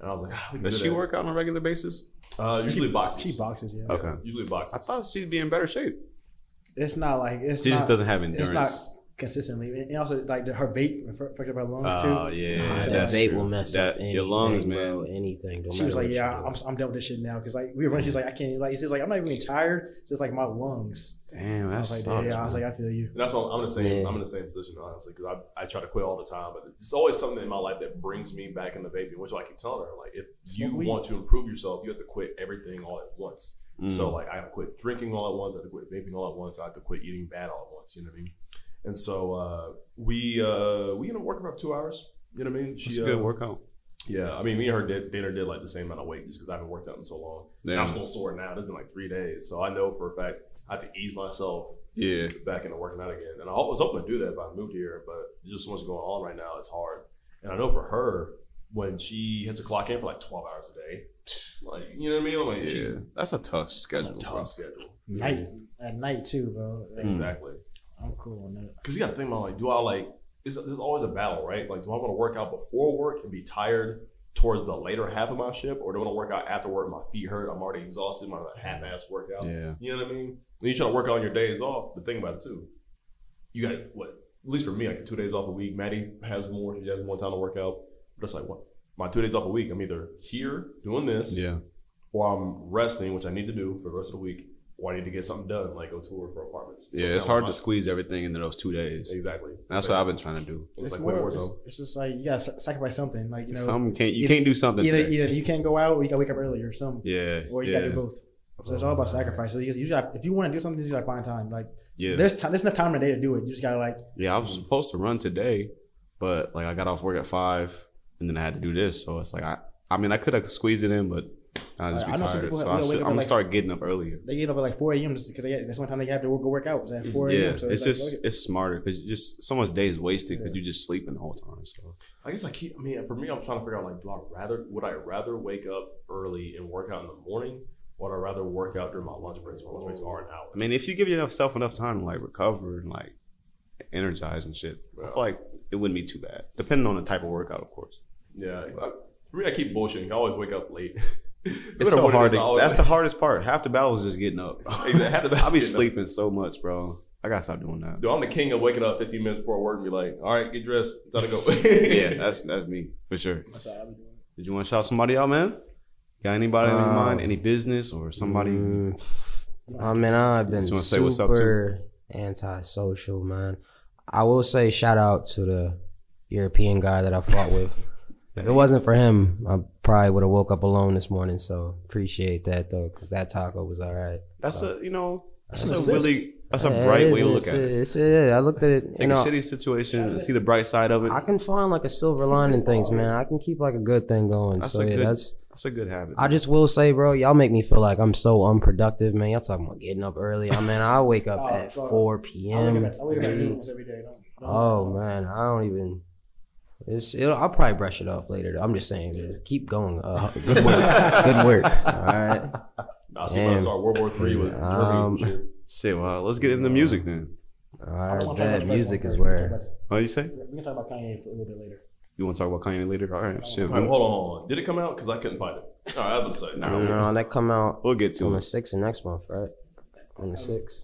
Speaker 4: And I was like, ah, we can
Speaker 2: Does
Speaker 4: do
Speaker 2: she
Speaker 4: that.
Speaker 2: work out on a regular basis?
Speaker 4: Uh, usually boxes.
Speaker 3: She boxes, yeah.
Speaker 2: Okay.
Speaker 4: Usually boxes.
Speaker 2: I thought she'd be in better shape.
Speaker 3: It's not like it's
Speaker 2: She
Speaker 3: not,
Speaker 2: just doesn't have
Speaker 3: It's not.
Speaker 2: endurance.
Speaker 3: consistently, and and also like the, her vape affected her lungs
Speaker 4: Uh,
Speaker 2: Oh
Speaker 3: too.
Speaker 2: yeah,
Speaker 1: Nah, that
Speaker 2: that's
Speaker 1: vape
Speaker 2: true.
Speaker 1: will mess
Speaker 2: that,
Speaker 1: up anything,
Speaker 2: your lungs, man.
Speaker 1: bro, anything. no
Speaker 3: She
Speaker 1: matter
Speaker 3: was like,
Speaker 1: what
Speaker 3: "Yeah,
Speaker 1: you
Speaker 3: I'm, I'm done with this shit now." Because like we were running, she's like, "I can't." Like it's just like I'm not even tired. Just like my lungs.
Speaker 2: Damn, that
Speaker 3: I was like,
Speaker 2: sucks.
Speaker 3: "Yeah," I was
Speaker 2: man.
Speaker 3: like, "I feel you."
Speaker 4: And that's what I'm in the same.
Speaker 1: Yeah.
Speaker 4: I'm in the same position honestly because I, I try to quit all the time, but it's always something in my life that brings me back into vaping, which I keep telling her like if you
Speaker 3: Smoke weed.
Speaker 4: want to improve yourself, you have to quit everything all at once.
Speaker 2: Mm.
Speaker 4: So like I had to quit drinking all at once, I had to quit vaping all at once, I had to quit eating bad all at once. You know what I mean? And so uh, we uh, we ended up working for two hours. You know what I mean?
Speaker 2: it's
Speaker 4: uh,
Speaker 2: a good workout.
Speaker 4: Yeah, I mean, me and her did, dinner did like the same amount of weight just because I haven't worked out in so long. And I'm
Speaker 2: Damn.
Speaker 4: still sore now. It's been like three days, so I know for a fact I had to ease myself
Speaker 2: Yeah,
Speaker 4: back into working out again. And I was hoping to do that if I moved here, but there's just so much going on right now. It's hard. And I know for her, when she hits a clock in for like 12 hours a day, like, you know what I mean? I'm like, she,
Speaker 2: yeah, that's a tough
Speaker 4: that's
Speaker 2: schedule.
Speaker 4: a
Speaker 2: bro.
Speaker 4: tough schedule.
Speaker 3: Night at night too, bro. Like,
Speaker 2: Mm.
Speaker 4: Exactly.
Speaker 3: I'm cool on that.
Speaker 4: Because you got to think about like, do I like? It's, there's always a battle, right? Like, do I want to work out before work and be tired towards the later half of my shift, or do I want to work out after work? My feet hurt. I'm already exhausted. My half-ass workout.
Speaker 2: Yeah,
Speaker 4: You know what I mean? When you try to work out on your days off, the thing about it too, you got what? At least for me, I get two days off a week. Maddie has more. She has more time to work out. But it's like what? My two days off a week, I'm either here doing this,
Speaker 2: yeah,
Speaker 4: or I'm resting, which I need to do for the rest of the week, or I need to get something done, like go tour for apartments. So
Speaker 2: yeah. It's
Speaker 4: kinda
Speaker 2: hard
Speaker 4: my-
Speaker 2: to squeeze everything into those two days.
Speaker 4: Exactly.
Speaker 2: That's
Speaker 4: It's
Speaker 2: what
Speaker 4: like-
Speaker 2: I've been trying to do.
Speaker 4: It's, like
Speaker 3: more-
Speaker 4: Winter
Speaker 3: it's,
Speaker 4: Warzone.
Speaker 3: it's just like you gotta sa- sacrifice something. Like you know,
Speaker 2: Some can't you
Speaker 3: either-
Speaker 2: can't do something.
Speaker 3: either
Speaker 2: today.
Speaker 3: either you can't go out or you gotta wake up early or something,
Speaker 2: yeah,
Speaker 3: or you
Speaker 2: yeah,
Speaker 3: gotta do both. So it's all about sacrifice. So you, just- you just gotta, if you want to do something, you just gotta find time. Like
Speaker 2: yeah.
Speaker 3: there's time, there's enough time in the day to do it. You just gotta like
Speaker 2: Yeah, I was supposed to run today, but like I got off work at five, and then I had to do this. So it's like I, I mean, I could have squeezed it in, but I just be
Speaker 3: I know some
Speaker 2: tired.
Speaker 3: people
Speaker 2: So
Speaker 3: have-
Speaker 2: I should,
Speaker 3: they'll wake
Speaker 2: I'm
Speaker 3: up at,
Speaker 2: gonna
Speaker 3: like,
Speaker 2: start getting up earlier.
Speaker 3: they get up at like 4 a.m. just because that's one time they have to go work out was at 4 a.m.
Speaker 2: Yeah,
Speaker 3: so
Speaker 2: it's
Speaker 3: like,
Speaker 2: just
Speaker 3: okay.
Speaker 2: it's smarter because just so much day is wasted because
Speaker 3: Yeah.
Speaker 2: you just sleeping the whole time. So
Speaker 4: I guess I keep. I mean, for me, I'm trying to figure out like, do I rather would I rather wake up early and work out in the morning, or would I rather work out during my lunch breaks? My lunch breaks are an hour.
Speaker 2: I mean, if you give yourself enough time to like recover and like energize and shit, I feel like it wouldn't be too bad. Depending on the type of workout, of course.
Speaker 4: yeah. I, for me, I keep bullshitting. I always wake up late.
Speaker 2: It's so hard. To, that's the hardest part. Half the battle is just getting up.
Speaker 4: Exactly, half the battle
Speaker 2: I be
Speaker 4: is getting up.
Speaker 2: sleeping so much, bro. I gotta stop doing that.
Speaker 4: Dude, I'm the king of waking up 15 minutes before work and be like, all right, get dressed, it's time to go.
Speaker 2: yeah, that's that's me for sure.
Speaker 3: That's how I be doing
Speaker 2: Did you want to shout somebody out, man? Got anybody in
Speaker 1: Um,
Speaker 2: mind? Any business or somebody?
Speaker 1: Mm, I mean, I've been
Speaker 2: Just wanna say
Speaker 1: super
Speaker 2: what's up to-
Speaker 1: antisocial, man. I will say shout out to the European guy that I fought with. if it wasn't for him, I probably would have woke up alone this morning. So appreciate that though, because that taco was all right.
Speaker 2: That's a you know that's,
Speaker 1: That's
Speaker 2: a
Speaker 1: an
Speaker 2: really that's a
Speaker 1: Yeah,
Speaker 2: bright
Speaker 1: it
Speaker 2: way to
Speaker 1: is,
Speaker 2: look at
Speaker 1: it's-
Speaker 2: it.
Speaker 1: It's, yeah, I looked at it. you
Speaker 2: Take
Speaker 1: know,
Speaker 2: a shitty situation and see the bright side of it.
Speaker 1: I can find like a silver lining things, man. I can keep like a good thing going.
Speaker 2: That's
Speaker 1: so
Speaker 2: a
Speaker 1: yeah,
Speaker 2: good-
Speaker 1: that's
Speaker 2: That's a good habit.
Speaker 1: I just will say, bro, y'all make me feel like I'm so unproductive, man. Y'all talking about getting up early. I mean, I wake up
Speaker 3: Oh,
Speaker 1: at
Speaker 3: bro.
Speaker 1: 4
Speaker 3: it. I wake
Speaker 1: p.m.
Speaker 3: up at- I wake up at noon almost every day. Don't- don't-
Speaker 1: Oh man, I don't even. It's. It'll, I'll probably brush it off later. Though. I'm just saying, man, keep going. Uh, good work. good work. All right.
Speaker 4: Nah, I see when I
Speaker 1: Damn.
Speaker 4: saw World War Three with Germany.
Speaker 1: Um,
Speaker 4: and shit.
Speaker 2: Shit, well, let's get into music then.
Speaker 1: All
Speaker 3: I don't
Speaker 1: right.
Speaker 3: wanna talk about
Speaker 1: That
Speaker 3: Fred
Speaker 1: music
Speaker 3: Fred.
Speaker 1: is
Speaker 3: We can talk
Speaker 1: where.
Speaker 3: about this-
Speaker 2: Oh, you say
Speaker 3: We can talk about Kanye for a little bit later.
Speaker 2: you want to talk about Kanye later? All right, shit.
Speaker 4: All right,
Speaker 2: We'll,
Speaker 4: hold on, hold on. Did it come out? Because I couldn't find it. All right, I was about to say.
Speaker 2: Nah.
Speaker 1: No, no, that come out
Speaker 2: we'll get
Speaker 1: on
Speaker 2: to
Speaker 1: the
Speaker 2: it.
Speaker 1: sixth of next month, right? On
Speaker 3: Um,
Speaker 1: the sixth.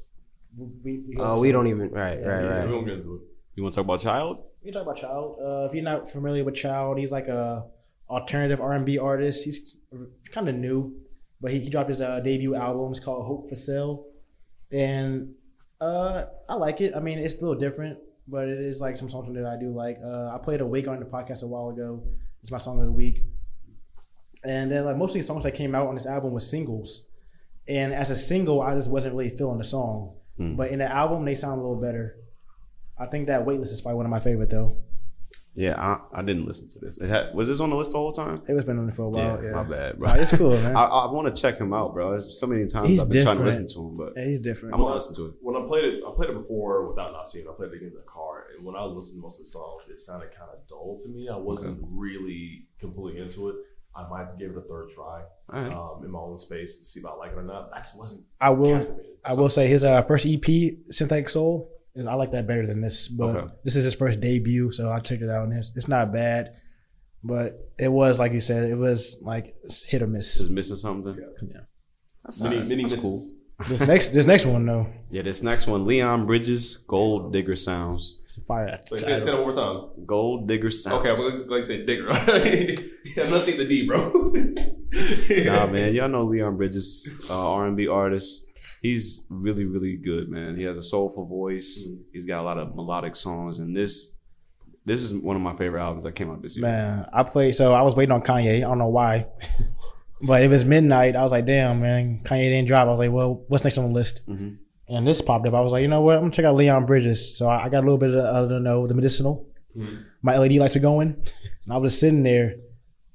Speaker 3: We, we, we
Speaker 1: Oh, we don't even. Right, right,
Speaker 4: Yeah, we
Speaker 1: right.
Speaker 4: won't get into it.
Speaker 2: You want to talk about child?
Speaker 3: We can talk about Child. Uh, if you're not familiar with Child, he's like a alternative R&B artist. He's kind of new, but he, he dropped his uh, debut album. It's called Hope for Sale, and uh, I like it. I mean, it's a little different, but it is like some something that I do like. Uh, I played Awake on the podcast a while ago. It's my song of the week, and then like most of these songs that came out on this album was singles, and as a single, I just wasn't really feeling the song.
Speaker 2: Hmm.
Speaker 3: But in the album, they sound a little better. I think that Weightless is probably one of my favorite though.
Speaker 2: Yeah, I, I didn't listen to this. It had, was this on the list the whole time?
Speaker 3: It was been on it for a while. Yeah,
Speaker 2: my bad, bro.
Speaker 3: Nah, it's cool, man.
Speaker 2: I, I want to check him out, bro. There's so many times
Speaker 3: He's
Speaker 2: I've been trying to
Speaker 3: different.
Speaker 2: listen to him, but
Speaker 3: yeah, he's different.
Speaker 2: I'm gonna listen to it.
Speaker 4: When I played it, I played it before without not seeing. it. I played it again in the car, and when I listened to most of the songs, it sounded kind of dull to me. I wasn't really completely into it. I might give it a third try
Speaker 2: All right.
Speaker 4: um, in my own space to see if I like it or not. I just wasn't
Speaker 3: I will.
Speaker 4: captivated.
Speaker 3: I will say his uh, first EP, Synthetic Soul, is I like that better than this. But
Speaker 2: Okay.
Speaker 3: this is his first debut, so I checked it out, and it's, it's not bad. But it was like you said, it was like hit or miss.
Speaker 2: Just missing something.
Speaker 4: Yeah.
Speaker 2: That's
Speaker 4: many,
Speaker 2: alright.
Speaker 4: many
Speaker 2: That's
Speaker 4: misses.
Speaker 3: This next, this next one though,
Speaker 2: Yeah, this next one, Leon Bridges, Gold Digger Sounds.
Speaker 3: it's a fire.
Speaker 4: So say, say that one more time.
Speaker 2: Gold Digger Sounds.
Speaker 4: Okay, I'm gonna like say digger. I'm not saying the D, bro.
Speaker 2: nah, man, y'all know Leon Bridges, uh, R&B artist. He's really, really good, man. He has a soulful voice. He's got a lot of melodic songs, and this, this is one of my favorite albums that came out this year.
Speaker 3: Man, I played. So I was waiting on Kanye. I don't know why, but it was midnight. I was like, damn, man, Kanye didn't drop. I was like, well, what's next on the list?
Speaker 2: Mhm.
Speaker 3: And this popped up. I was like, you know what? I'm gonna check out Leon Bridges. So I, I got a little bit of the, I don't know the medicinal.
Speaker 2: Mm-hmm.
Speaker 4: Mhm.
Speaker 3: My LED lights are going, and I was just sitting there,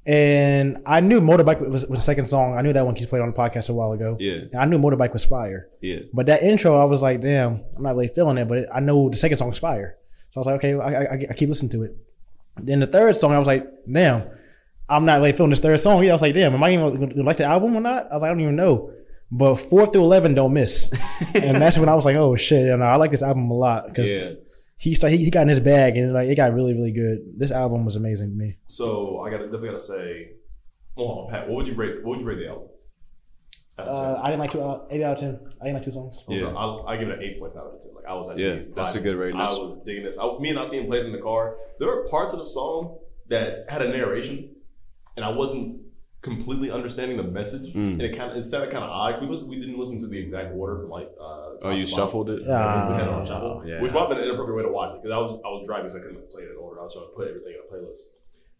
Speaker 3: and I knew Motorbike was, was the second song. I knew that one he played on the podcast a while ago.
Speaker 2: Yeah,
Speaker 3: And I knew Motorbike was fire.
Speaker 2: yeah.
Speaker 3: But that intro, I was like, damn, I'm not really feeling it. But I know the second song's fire, so I was like, okay, I, I, I keep listening to it. Then the third song, I was like, damn, I'm not really feeling this third song. Yeah, I was like, damn, am I even gonna like the album or not? I was like, I don't even know. But four through eleven don't miss, and that's when I was like, oh shit, you know, I like this album a lot because
Speaker 4: Yeah.
Speaker 3: he started, he, he got in his bag and like it got really really good. This album was amazing to me.
Speaker 4: So I got definitely gotta say, hold on, Pat. What would you rate? What would you rate the album? Out of
Speaker 3: Uh,
Speaker 4: 10?
Speaker 3: I didn't like two, uh, eight out of ten. I didn't like two songs.
Speaker 2: Yeah.
Speaker 4: So I'll, I give it an eight point five out of ten. Like I was actually
Speaker 2: Yeah, that's a good rating.
Speaker 4: I
Speaker 2: That's-
Speaker 4: was digging this. I, me and Asim played it in the car. There were parts of the song that had a narration, and I wasn't completely understanding the message.
Speaker 2: Mm.
Speaker 4: And it kind of it sounded kind of odd. We was, we didn't listen to the exact order from like. Uh,
Speaker 2: Oh, you shuffled it?
Speaker 3: Yeah.
Speaker 4: Uh, we had it
Speaker 3: Ah,
Speaker 4: on shuffle,
Speaker 2: yeah.
Speaker 4: which might have been an inappropriate way to watch it because I was I was driving, so I couldn't play it in order. I was trying to put everything in a playlist.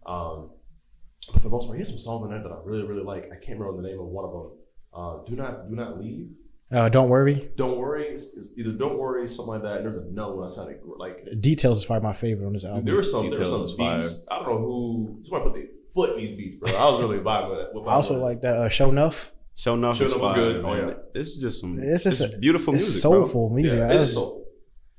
Speaker 4: Um, but for the most part, he has some songs on there that I really really like. I can't remember the name of one of them. Uh, do not do not leave.
Speaker 3: Uh, don't worry.
Speaker 4: Don't worry, it's, it's either don't worry, something like that. And there's another one I sounded gr- like
Speaker 3: Details is probably my favorite on this album.
Speaker 4: there were some there were some
Speaker 2: Details
Speaker 4: beats.
Speaker 2: is fire.
Speaker 4: I don't know who somebody put the foot in these beats, bro. I was really vibing with it.
Speaker 3: I also like that uh, Show Enough.
Speaker 2: Show enough
Speaker 4: Show
Speaker 2: is
Speaker 4: Enough was
Speaker 2: fire,
Speaker 4: good. Oh,
Speaker 2: man.
Speaker 4: yeah.
Speaker 2: This is just some
Speaker 3: It's
Speaker 2: it's
Speaker 3: just
Speaker 2: just
Speaker 3: a-
Speaker 2: beautiful
Speaker 3: It's
Speaker 2: music, bro.
Speaker 3: soulful music.
Speaker 4: yeah,
Speaker 3: I
Speaker 4: it
Speaker 3: was-
Speaker 4: is so.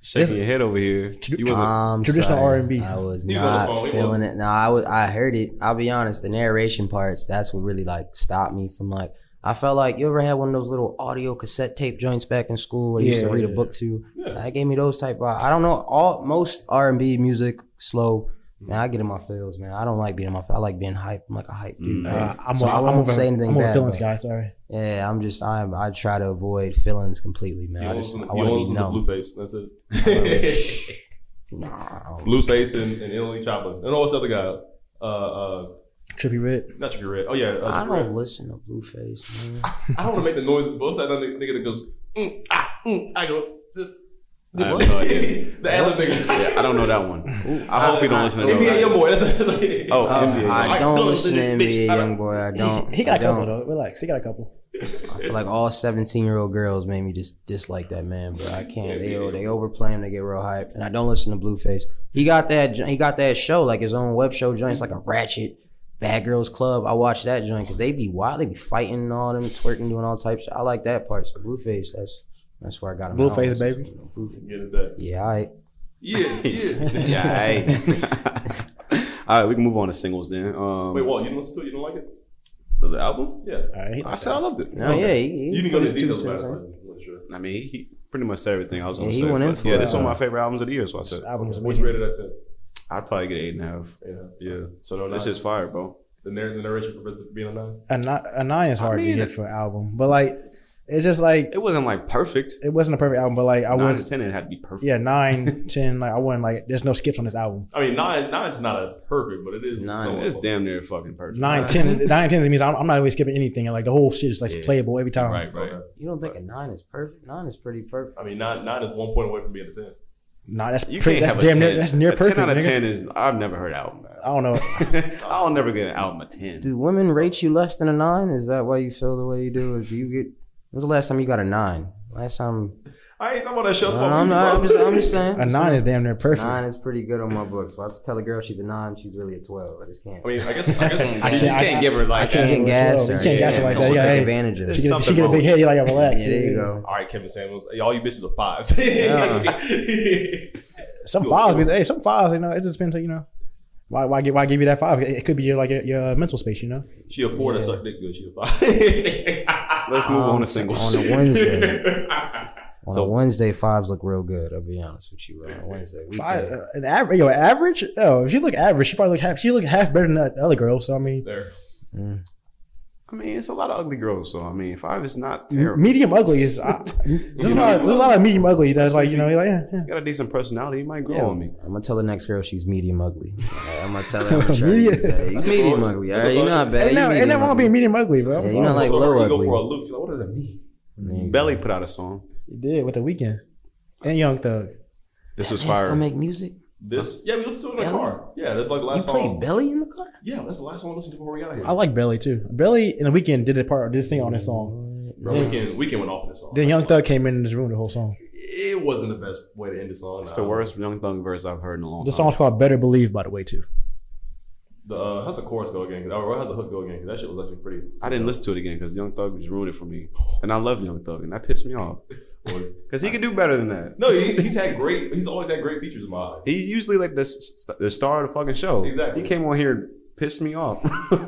Speaker 2: Shaking
Speaker 3: it's-
Speaker 2: your head over here. You was a,
Speaker 1: Um,
Speaker 3: Traditional
Speaker 1: sorry.
Speaker 3: R&B.
Speaker 1: I was
Speaker 4: These are the songs
Speaker 1: not
Speaker 4: we
Speaker 1: feeling
Speaker 4: love.
Speaker 1: it. No, I was. I heard it. I'll be honest. The narration parts. That's what really like stopped me from like. I felt like you ever had one of those little audio cassette tape joints back in school where you used to
Speaker 3: Yeah,
Speaker 1: read a
Speaker 3: yeah,
Speaker 1: book to.
Speaker 4: Yeah.
Speaker 1: That gave me those type. Of, I don't know. All most R and B music slow. Man, I get in my feels, man. I don't like being in my. I like being hype. I'm like a hype dude.
Speaker 2: Mm.
Speaker 4: Mm-hmm.
Speaker 1: man.
Speaker 3: Uh, I'm,
Speaker 1: So
Speaker 3: a,
Speaker 1: I
Speaker 3: I'm
Speaker 1: won't
Speaker 3: a-
Speaker 1: say anything
Speaker 3: I'm a
Speaker 1: bad,
Speaker 3: feelings
Speaker 1: but-
Speaker 3: guy. Sorry.
Speaker 1: Yeah, I'm just. I I try to avoid feelings completely, man.
Speaker 4: You
Speaker 1: I
Speaker 4: only
Speaker 1: just.
Speaker 4: listen-
Speaker 1: I
Speaker 4: you
Speaker 1: want
Speaker 4: only
Speaker 1: to be
Speaker 4: listen to
Speaker 1: numb.
Speaker 4: Blueface. That's it.
Speaker 1: Nah, I don't-
Speaker 4: Blueface and, and Italy Chopper. And what's the other guy? Uh, uh,
Speaker 3: Trippy Red.
Speaker 4: not Trippie Red. Oh yeah, uh,
Speaker 1: I
Speaker 4: Trippie
Speaker 1: don't
Speaker 4: Redd.
Speaker 1: listen to Blueface. Man.
Speaker 4: I don't want to make the noises, but what's that other nigga that goes? Mm, ah, mm, I go. "Ugh,
Speaker 2: I have
Speaker 4: what?"
Speaker 2: no idea.
Speaker 4: the other nigga.
Speaker 2: yeah, I don't know that one. I hope you don't listen to
Speaker 4: NBA
Speaker 2: those.
Speaker 4: Youngboy. That's, that's
Speaker 2: Oh,
Speaker 1: Um,
Speaker 2: NBA.
Speaker 1: I don't
Speaker 4: Like,
Speaker 1: listen to
Speaker 4: don't listen to
Speaker 1: NBA
Speaker 4: bitch. I
Speaker 1: young
Speaker 4: don't-
Speaker 1: boy. I don't.
Speaker 3: He, he got
Speaker 1: I
Speaker 3: a couple
Speaker 1: don't.
Speaker 3: though. Relax. He got a couple.
Speaker 1: I feel like all seventeen-year-old girls made me just dislike that man, bro. I can't. They they overplay him. They get real hype, and I don't listen to Blueface. He got that. jo- He got that show like his own web show joint. It's like a ratchet. Bad Girls Club. I watch that joint because they be wild. They be fighting and all them, twerking, doing all types. I like that part. So Blueface. That's that's where I got him.
Speaker 3: Blueface,
Speaker 1: I don't listen
Speaker 3: baby.
Speaker 1: to no Blueface.
Speaker 4: Get it back.
Speaker 1: Yeah, I.
Speaker 4: Yeah, yeah.
Speaker 2: yeah. aight. All right, we can move on to singles then. Um,
Speaker 4: Wait, Walt, you didn't listen to it? You didn't like it?
Speaker 2: the, the album?
Speaker 4: Yeah.
Speaker 3: All right.
Speaker 2: I said I loved it.
Speaker 3: Oh,
Speaker 1: No, yeah. He, he
Speaker 4: You didn't go
Speaker 1: put his
Speaker 4: into
Speaker 1: two
Speaker 4: details about
Speaker 1: cents
Speaker 4: it.
Speaker 1: in.
Speaker 4: but I wasn't sure.
Speaker 2: I mean, he, he pretty much said everything I was going
Speaker 1: Yeah,
Speaker 2: to
Speaker 1: he
Speaker 2: say.
Speaker 1: went in
Speaker 2: but
Speaker 1: for
Speaker 2: yeah,
Speaker 1: it.
Speaker 2: this is one of my favorite albums of the year, so I said
Speaker 3: This album was
Speaker 4: What's
Speaker 3: amazing.
Speaker 4: rated at 10?
Speaker 2: I'd probably get eight and a half.
Speaker 4: Yeah.
Speaker 2: Yeah,
Speaker 4: So no,
Speaker 2: this
Speaker 4: nines?
Speaker 2: is fire, bro.
Speaker 4: The, narr- the narration prevents it from being a nine?
Speaker 3: A, ni- a nine is
Speaker 2: I
Speaker 3: hard
Speaker 2: mean
Speaker 3: to
Speaker 2: it.
Speaker 3: get for an album, but like it's just like
Speaker 2: It wasn't like perfect.
Speaker 3: it wasn't a perfect album, but like I
Speaker 2: I
Speaker 3: was
Speaker 2: ten. It had to be perfect.
Speaker 3: yeah nine ten like I wasn't like there's no skips on this album.
Speaker 4: I mean, nine, nine's not a perfect, but it is.
Speaker 1: Nine.
Speaker 4: somewhat
Speaker 2: it's
Speaker 4: close.
Speaker 2: damn near fucking perfect.
Speaker 3: Nine ten nine ten means I'm, I'm not even skipping anything. and, Like the whole shit is like
Speaker 2: Yeah.
Speaker 3: playable every time.
Speaker 2: Right, right.
Speaker 4: Okay.
Speaker 1: You don't think a nine is perfect? Nine is pretty perfect.
Speaker 4: I mean, nine, nine is one point away from being a 10.
Speaker 3: Nah, that's
Speaker 2: You
Speaker 3: pretty,
Speaker 2: can't
Speaker 3: that's
Speaker 2: have a
Speaker 3: damn
Speaker 2: ten.
Speaker 3: near that's near
Speaker 2: a
Speaker 3: perfect.
Speaker 2: Ten out of
Speaker 3: nigga.
Speaker 2: ten is. I've never heard album.
Speaker 3: I don't know.
Speaker 2: Man. I'll never get an album a ten.
Speaker 1: Do women rate you less than a nine? Is that why you feel the way you do? Is do you get? When's the last time you got a nine? Last time.
Speaker 4: I ain't talking about that shit.
Speaker 1: No,
Speaker 4: I'm
Speaker 1: no,
Speaker 4: talking
Speaker 1: I'm,
Speaker 4: about
Speaker 1: not, I'm,
Speaker 4: music,
Speaker 1: just,
Speaker 4: bro.
Speaker 1: I'm just saying.
Speaker 3: A nine is damn near perfect.
Speaker 1: Nine is pretty good on my books. If I just tell a girl she's a nine, she's really a twelve. I just can't.
Speaker 4: I mean, I guess. I guess
Speaker 2: I
Speaker 3: I
Speaker 2: just
Speaker 3: can't-
Speaker 2: can't,
Speaker 3: I-
Speaker 2: give her
Speaker 1: I
Speaker 2: like.
Speaker 1: can't get
Speaker 2: that.
Speaker 3: Yeah,
Speaker 1: gas.
Speaker 3: you
Speaker 1: or-
Speaker 3: can't gas
Speaker 1: yeah,
Speaker 3: her like
Speaker 1: no
Speaker 3: that.
Speaker 1: one
Speaker 3: Yeah,
Speaker 1: take
Speaker 3: hey.
Speaker 1: advantage of.
Speaker 2: There's
Speaker 3: she get, she
Speaker 2: something
Speaker 3: get a
Speaker 2: wrong
Speaker 3: big
Speaker 2: with
Speaker 3: head. You like relax.
Speaker 1: Yeah, there you
Speaker 3: nigga.
Speaker 1: go.
Speaker 4: All right, Kevin Samuels. Hey, all you bitches are fives.
Speaker 3: Some files, be, hey, some files. You know, it just depends. You know, why why give why give you that five? It it could be your like your, your mental space. You know,
Speaker 4: She a four that
Speaker 1: Yeah.
Speaker 4: suck dick good. She a five.
Speaker 2: Let's move on
Speaker 1: Um,
Speaker 2: to singles.
Speaker 1: on a Wednesday. On
Speaker 2: So-
Speaker 1: a Wednesday, fives look real good. I'll be honest with you. On a Wednesday,
Speaker 3: five,
Speaker 1: weekday.
Speaker 3: uh, an average. Yo, average. Oh, if you look average, she probably look half. She look half better than the other girl. So I mean,
Speaker 4: there.
Speaker 1: Mm.
Speaker 2: I mean, it's a lot of ugly girls. So I mean, five is not terrible.
Speaker 3: Medium ugly is. I, there's, a
Speaker 2: know,
Speaker 3: lot of,
Speaker 2: you-
Speaker 3: there's a lot of medium ugly that's like you know you're like yeah, yeah.
Speaker 2: You got a decent personality. You might grow on me.
Speaker 1: I'm gonna tell the next girl she's medium ugly. Alright, I'm gonna tell her I'm trying to
Speaker 3: Medium-
Speaker 1: use that. You medium ugly. All right, you're not bad.
Speaker 3: Ain't
Speaker 1: you
Speaker 3: that- ain't that
Speaker 1: medium
Speaker 3: wrong
Speaker 1: ugly.
Speaker 3: being medium ugly, bro?
Speaker 1: Yeah, you know, like
Speaker 4: So
Speaker 1: low
Speaker 4: you go
Speaker 1: ugly.
Speaker 4: for a loop. She's like, what does that mean?
Speaker 1: There you go.
Speaker 2: Belly put out a song.
Speaker 3: You did with the weekend and Young Thug.
Speaker 2: This was
Speaker 1: Man, still
Speaker 2: fire.
Speaker 1: make music.
Speaker 4: This, yeah, we listened to it in the
Speaker 1: Belly?
Speaker 4: car. Yeah, that's like the
Speaker 1: You
Speaker 4: last
Speaker 1: play
Speaker 4: song.
Speaker 1: belly in the car?
Speaker 4: yeah, that's the last song I listened to before we got here.
Speaker 3: I like Belly too. Belly and the weekend did a part did a thing on this song.
Speaker 4: Bro, weekend, weekend went off in this song.
Speaker 3: Then Young Thug came in and just ruined the whole song.
Speaker 4: It wasn't the best way to end the song.
Speaker 2: It's the
Speaker 4: Nah.
Speaker 2: worst Young Thug verse I've heard in a long
Speaker 3: The
Speaker 2: time.
Speaker 3: song's called Better Believe, by the way, too.
Speaker 4: The, uh, how's the chorus go again? 'Cause- Or how's the hook go again? 'Cause that shit was actually pretty.
Speaker 2: I didn't listen to it again because Young Thug just ruined it for me, and I love Young Thug, and that pissed me off
Speaker 4: Or-
Speaker 2: because he could do better than that.
Speaker 4: no, he, he's had great. He's always had great features in my eyes.
Speaker 2: He's usually like the, s- the star of the fucking show.
Speaker 4: Exactly.
Speaker 2: He came on here and pissed me off.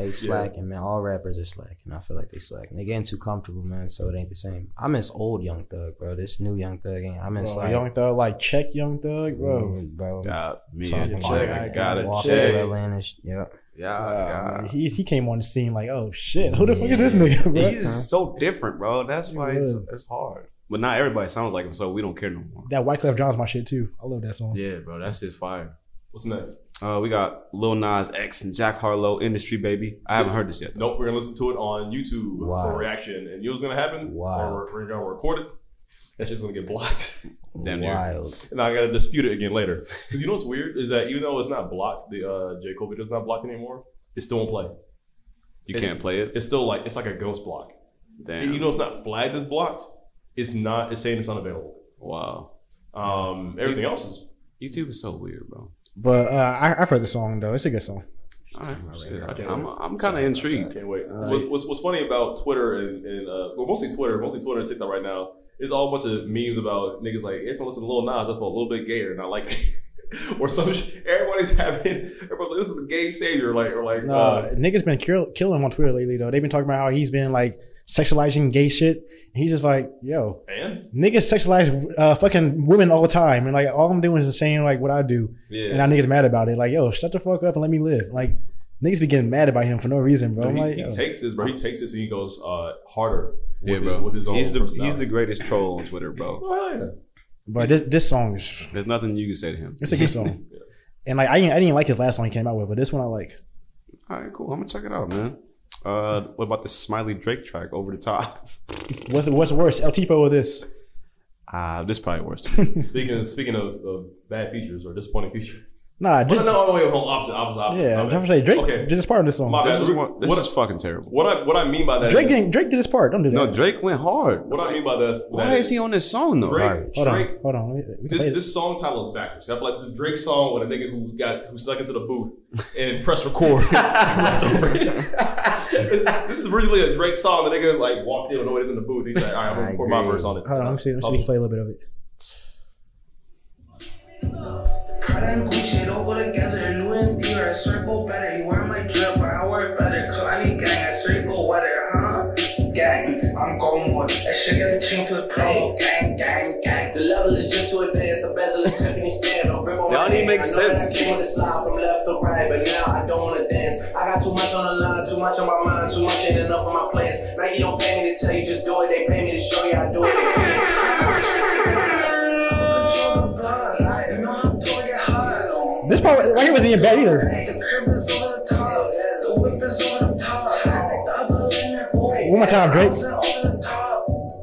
Speaker 1: They slacking, man. All rappers are slacking. I feel like they slacking. They getting too comfortable, man. So it ain't the same. I miss old Young Thug, bro. This new Young Thug ain't. I miss
Speaker 3: Bro,
Speaker 1: like,
Speaker 3: Young Thug, like check Young Thug, bro.
Speaker 1: Mm, bro.
Speaker 2: Got me
Speaker 1: Talking
Speaker 2: a
Speaker 1: about
Speaker 2: check.
Speaker 3: it,
Speaker 2: I
Speaker 3: I
Speaker 2: got a
Speaker 1: Walk
Speaker 2: check.
Speaker 1: through Atlanta. sh- Yep.
Speaker 2: Yeah,
Speaker 3: Wow,
Speaker 2: yeah.
Speaker 3: man. he he came on the scene like, oh shit, who the fuck
Speaker 1: Yeah.
Speaker 3: is this nigga, bro?
Speaker 2: He's so different, bro. That's why it's, it's hard. But not everybody sounds like him, so we don't care no more.
Speaker 3: that Wyclef John's my shit too. I love that song.
Speaker 2: Yeah, bro, that's his fire.
Speaker 4: What's next?
Speaker 2: Uh, we got Lil Nas X and Jack Harlow, Industry Baby. I haven't heard this yet. though.
Speaker 4: Nope, we're gonna listen to it on YouTube
Speaker 1: Wow.
Speaker 4: for reaction, and you know what's gonna happen?
Speaker 1: Wow.
Speaker 4: Or we're, we're gonna record it. That shit's gonna get blocked,
Speaker 2: Damn near.
Speaker 1: Wild.
Speaker 4: and I gotta dispute it again later. Because you know what's weird is that even though it's not blocked, the uh, J Cole video is not blocked anymore. It still won't play.
Speaker 2: You
Speaker 4: It's-
Speaker 2: can't play it.
Speaker 4: It's still like it's like a ghost block.
Speaker 2: Damn.
Speaker 4: You know, it's not flagged as blocked. It's not. It's saying it's unavailable.
Speaker 2: wow.
Speaker 4: Um, everything else is
Speaker 2: YouTube is so weird, bro.
Speaker 3: But uh, I, I've heard the song though. It's a good song.
Speaker 2: All right, shit.
Speaker 4: right.
Speaker 2: I'm, I'm kind of intrigued.
Speaker 4: Can't wait. what's, what's, what's funny about Twitter and, and uh, well, mostly Twitter, mostly Twitter and TikTok right now is all a bunch of memes about niggas like, every time I listen to Lil Nas, I feel a little bit gayer and I like it. or some sh- everybody's having, everybody's like, this is the gay savior, like, or like,
Speaker 3: No,
Speaker 4: uh,
Speaker 3: niggas been kill, killing him on Twitter lately though. They've been talking about how he's been like sexualizing gay shit. And he's just like, yo,
Speaker 4: and?
Speaker 3: niggas sexualize uh, fucking women all the time, and like all I'm doing is saying like what I do,
Speaker 2: Yeah.
Speaker 3: and now niggas mad about it. Like, yo, shut the fuck up and let me live. Like, niggas be getting mad about him for no reason, bro. I'm
Speaker 4: he,
Speaker 3: like,
Speaker 4: he
Speaker 3: yo.
Speaker 4: takes this, bro. He takes this and he goes uh, harder.
Speaker 2: Yeah,
Speaker 4: with
Speaker 2: bro.
Speaker 4: His, with his own
Speaker 2: he's the he's
Speaker 4: personality.
Speaker 2: the greatest troll on Twitter, bro.
Speaker 4: Oh, hell yeah.
Speaker 3: but this, this song is
Speaker 2: There's nothing you can say to him.
Speaker 3: it's a good song, and like I didn't, I didn't like his last song he came out with, but this one I like.
Speaker 2: All right, cool. I'm gonna check it out, man. Uh, what about this Smiley Drake track, Over the Top?
Speaker 3: What's what's worse, El Tipo or this?
Speaker 2: Ah, this probably worse.
Speaker 4: Speaking of, speaking of, of bad features or disappointing features.
Speaker 3: Nah,
Speaker 4: Well,
Speaker 3: just,
Speaker 4: no, no, wait, hold on, opposite, opposite, opposite.
Speaker 3: yeah,
Speaker 4: My
Speaker 3: I'm
Speaker 4: bad.
Speaker 3: trying to say Drake
Speaker 4: Okay.
Speaker 3: did his part of this song.
Speaker 4: My
Speaker 2: this
Speaker 4: bad.
Speaker 2: is one, this
Speaker 4: What-
Speaker 2: is fucking terrible.
Speaker 4: What I what I mean by that
Speaker 3: Drake
Speaker 4: is-
Speaker 3: didn't, Drake did his part. Don't do that.
Speaker 2: No, Drake went hard.
Speaker 4: what I mean by that, that
Speaker 2: Why is he on this song though?
Speaker 4: Drake?
Speaker 3: hold
Speaker 4: Drake.
Speaker 3: on, hold on. Let me- we can play
Speaker 4: This,
Speaker 3: it.
Speaker 4: this song title is backwards. I feel like this is Drake's song with a nigga who got who snuck into the booth and pressed record. Left over it. this is originally a Drake song. The nigga like walked in with nobody's in the booth. He's like, all right, I'm gonna
Speaker 1: I
Speaker 4: record my
Speaker 1: agree.
Speaker 4: verse on it.
Speaker 3: Hold on, let me see. Let me see if we
Speaker 4: Oh.
Speaker 3: can play a little bit of it.
Speaker 5: I done Gucci it all together, new and dear. I circle better. You wear my drip, but I wear better. Kalani gang, I circle weather, huh? Gang, I'm going more. That shit got a chain for the promo. Gang, gang, gang. The level is just so advanced. The bezel is Tiffany stand. Don't rip on
Speaker 2: Y'all
Speaker 5: my
Speaker 2: need
Speaker 5: hand.
Speaker 2: make
Speaker 5: I know
Speaker 2: sense.
Speaker 5: that I came with a slide from left to right, but now I don't wanna dance. I got too much on the line, too much on my mind, too much ain't enough of my plans. Nike don't pay me to tell you, just do it. They pay me to show you I do it. They pay me. You know I'm doing it hard.
Speaker 3: This part right here wasn't even bad either.
Speaker 5: The crib is over the top. The whip is over the top. Double in that boy.
Speaker 3: One more time, Drake.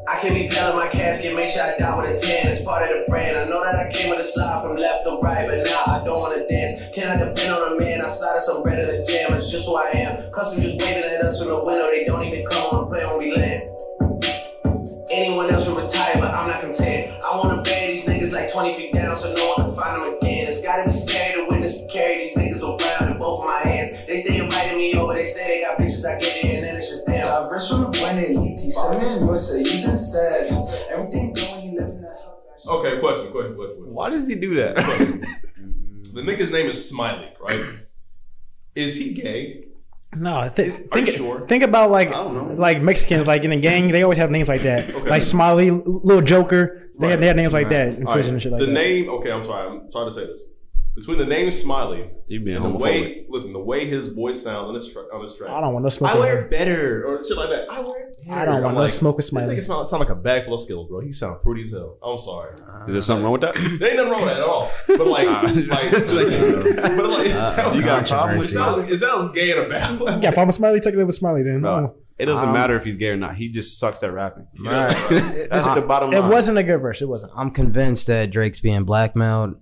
Speaker 5: I can be proud of my casket, make sure I die with a 10. It's part of the brand. I know that I came with a slide from left to right, but now I don't wanna dance. Can I depend on a man? I started some bread at the jam, it's just who I am. Custom just waving at us from the window, they don't even come on the play when we land. Anyone else would retire, but I'm not content. I wanna bury these niggas like 20 feet down so no one can find them again. It's gotta be scary to witness me carry these niggas around in both of my hands. They stay inviting me over, they say they got pictures, I get it, and then it's just them. I verse from the one that ET, sending Mercedes instead. Everything going, you live in the house.
Speaker 4: Okay, question, question, question. question.
Speaker 2: Why does he do that?
Speaker 4: The nigga's name is Smiley, right? Is he gay?
Speaker 3: No, th-
Speaker 4: Are you
Speaker 3: think,
Speaker 4: sure?
Speaker 3: think about like
Speaker 2: don't know.
Speaker 3: like Mexicans like in a gang they always have names like that
Speaker 4: Okay.
Speaker 3: like Smiley, Little Joker they have
Speaker 4: Right.
Speaker 3: they have names like that in
Speaker 4: All right,
Speaker 3: prison and shit like
Speaker 4: the
Speaker 3: that.
Speaker 4: name. Okay, I'm sorry. I'm sorry to say this. between the name Smiley
Speaker 2: You being
Speaker 4: and the
Speaker 2: homophobic.
Speaker 4: way, listen, the way his voice sounds on this track, on this track.
Speaker 3: I don't want no smoke.
Speaker 4: I
Speaker 3: in
Speaker 4: wear
Speaker 3: here.
Speaker 4: better or shit like that. I wear.
Speaker 3: I don't
Speaker 4: hair.
Speaker 3: want
Speaker 4: I'm
Speaker 3: no
Speaker 4: like,
Speaker 3: smoke with
Speaker 4: This
Speaker 3: Smiley.
Speaker 4: nigga sound, sound like a bag full of skittles, bro. He sound fruity as hell. I'm sorry.
Speaker 2: Is there something wrong with that?
Speaker 4: There ain't nothing wrong with that at all. But like,
Speaker 2: Nah.
Speaker 4: like, but like, it
Speaker 1: Uh,
Speaker 4: sounds,
Speaker 2: you got a problem
Speaker 4: it
Speaker 2: with Smiley?
Speaker 4: sounds, it sounds gay in a bad way.
Speaker 3: Yeah, if I'm a Smiley, take it over Smiley then.
Speaker 2: No. It doesn't
Speaker 1: Um,
Speaker 2: matter if he's gay or not. He just sucks at rapping.
Speaker 4: You know, it's-
Speaker 2: That's the bottom
Speaker 3: It
Speaker 2: line.
Speaker 3: wasn't a good verse. It wasn't.
Speaker 1: I'm convinced that Drake's being blackmailed.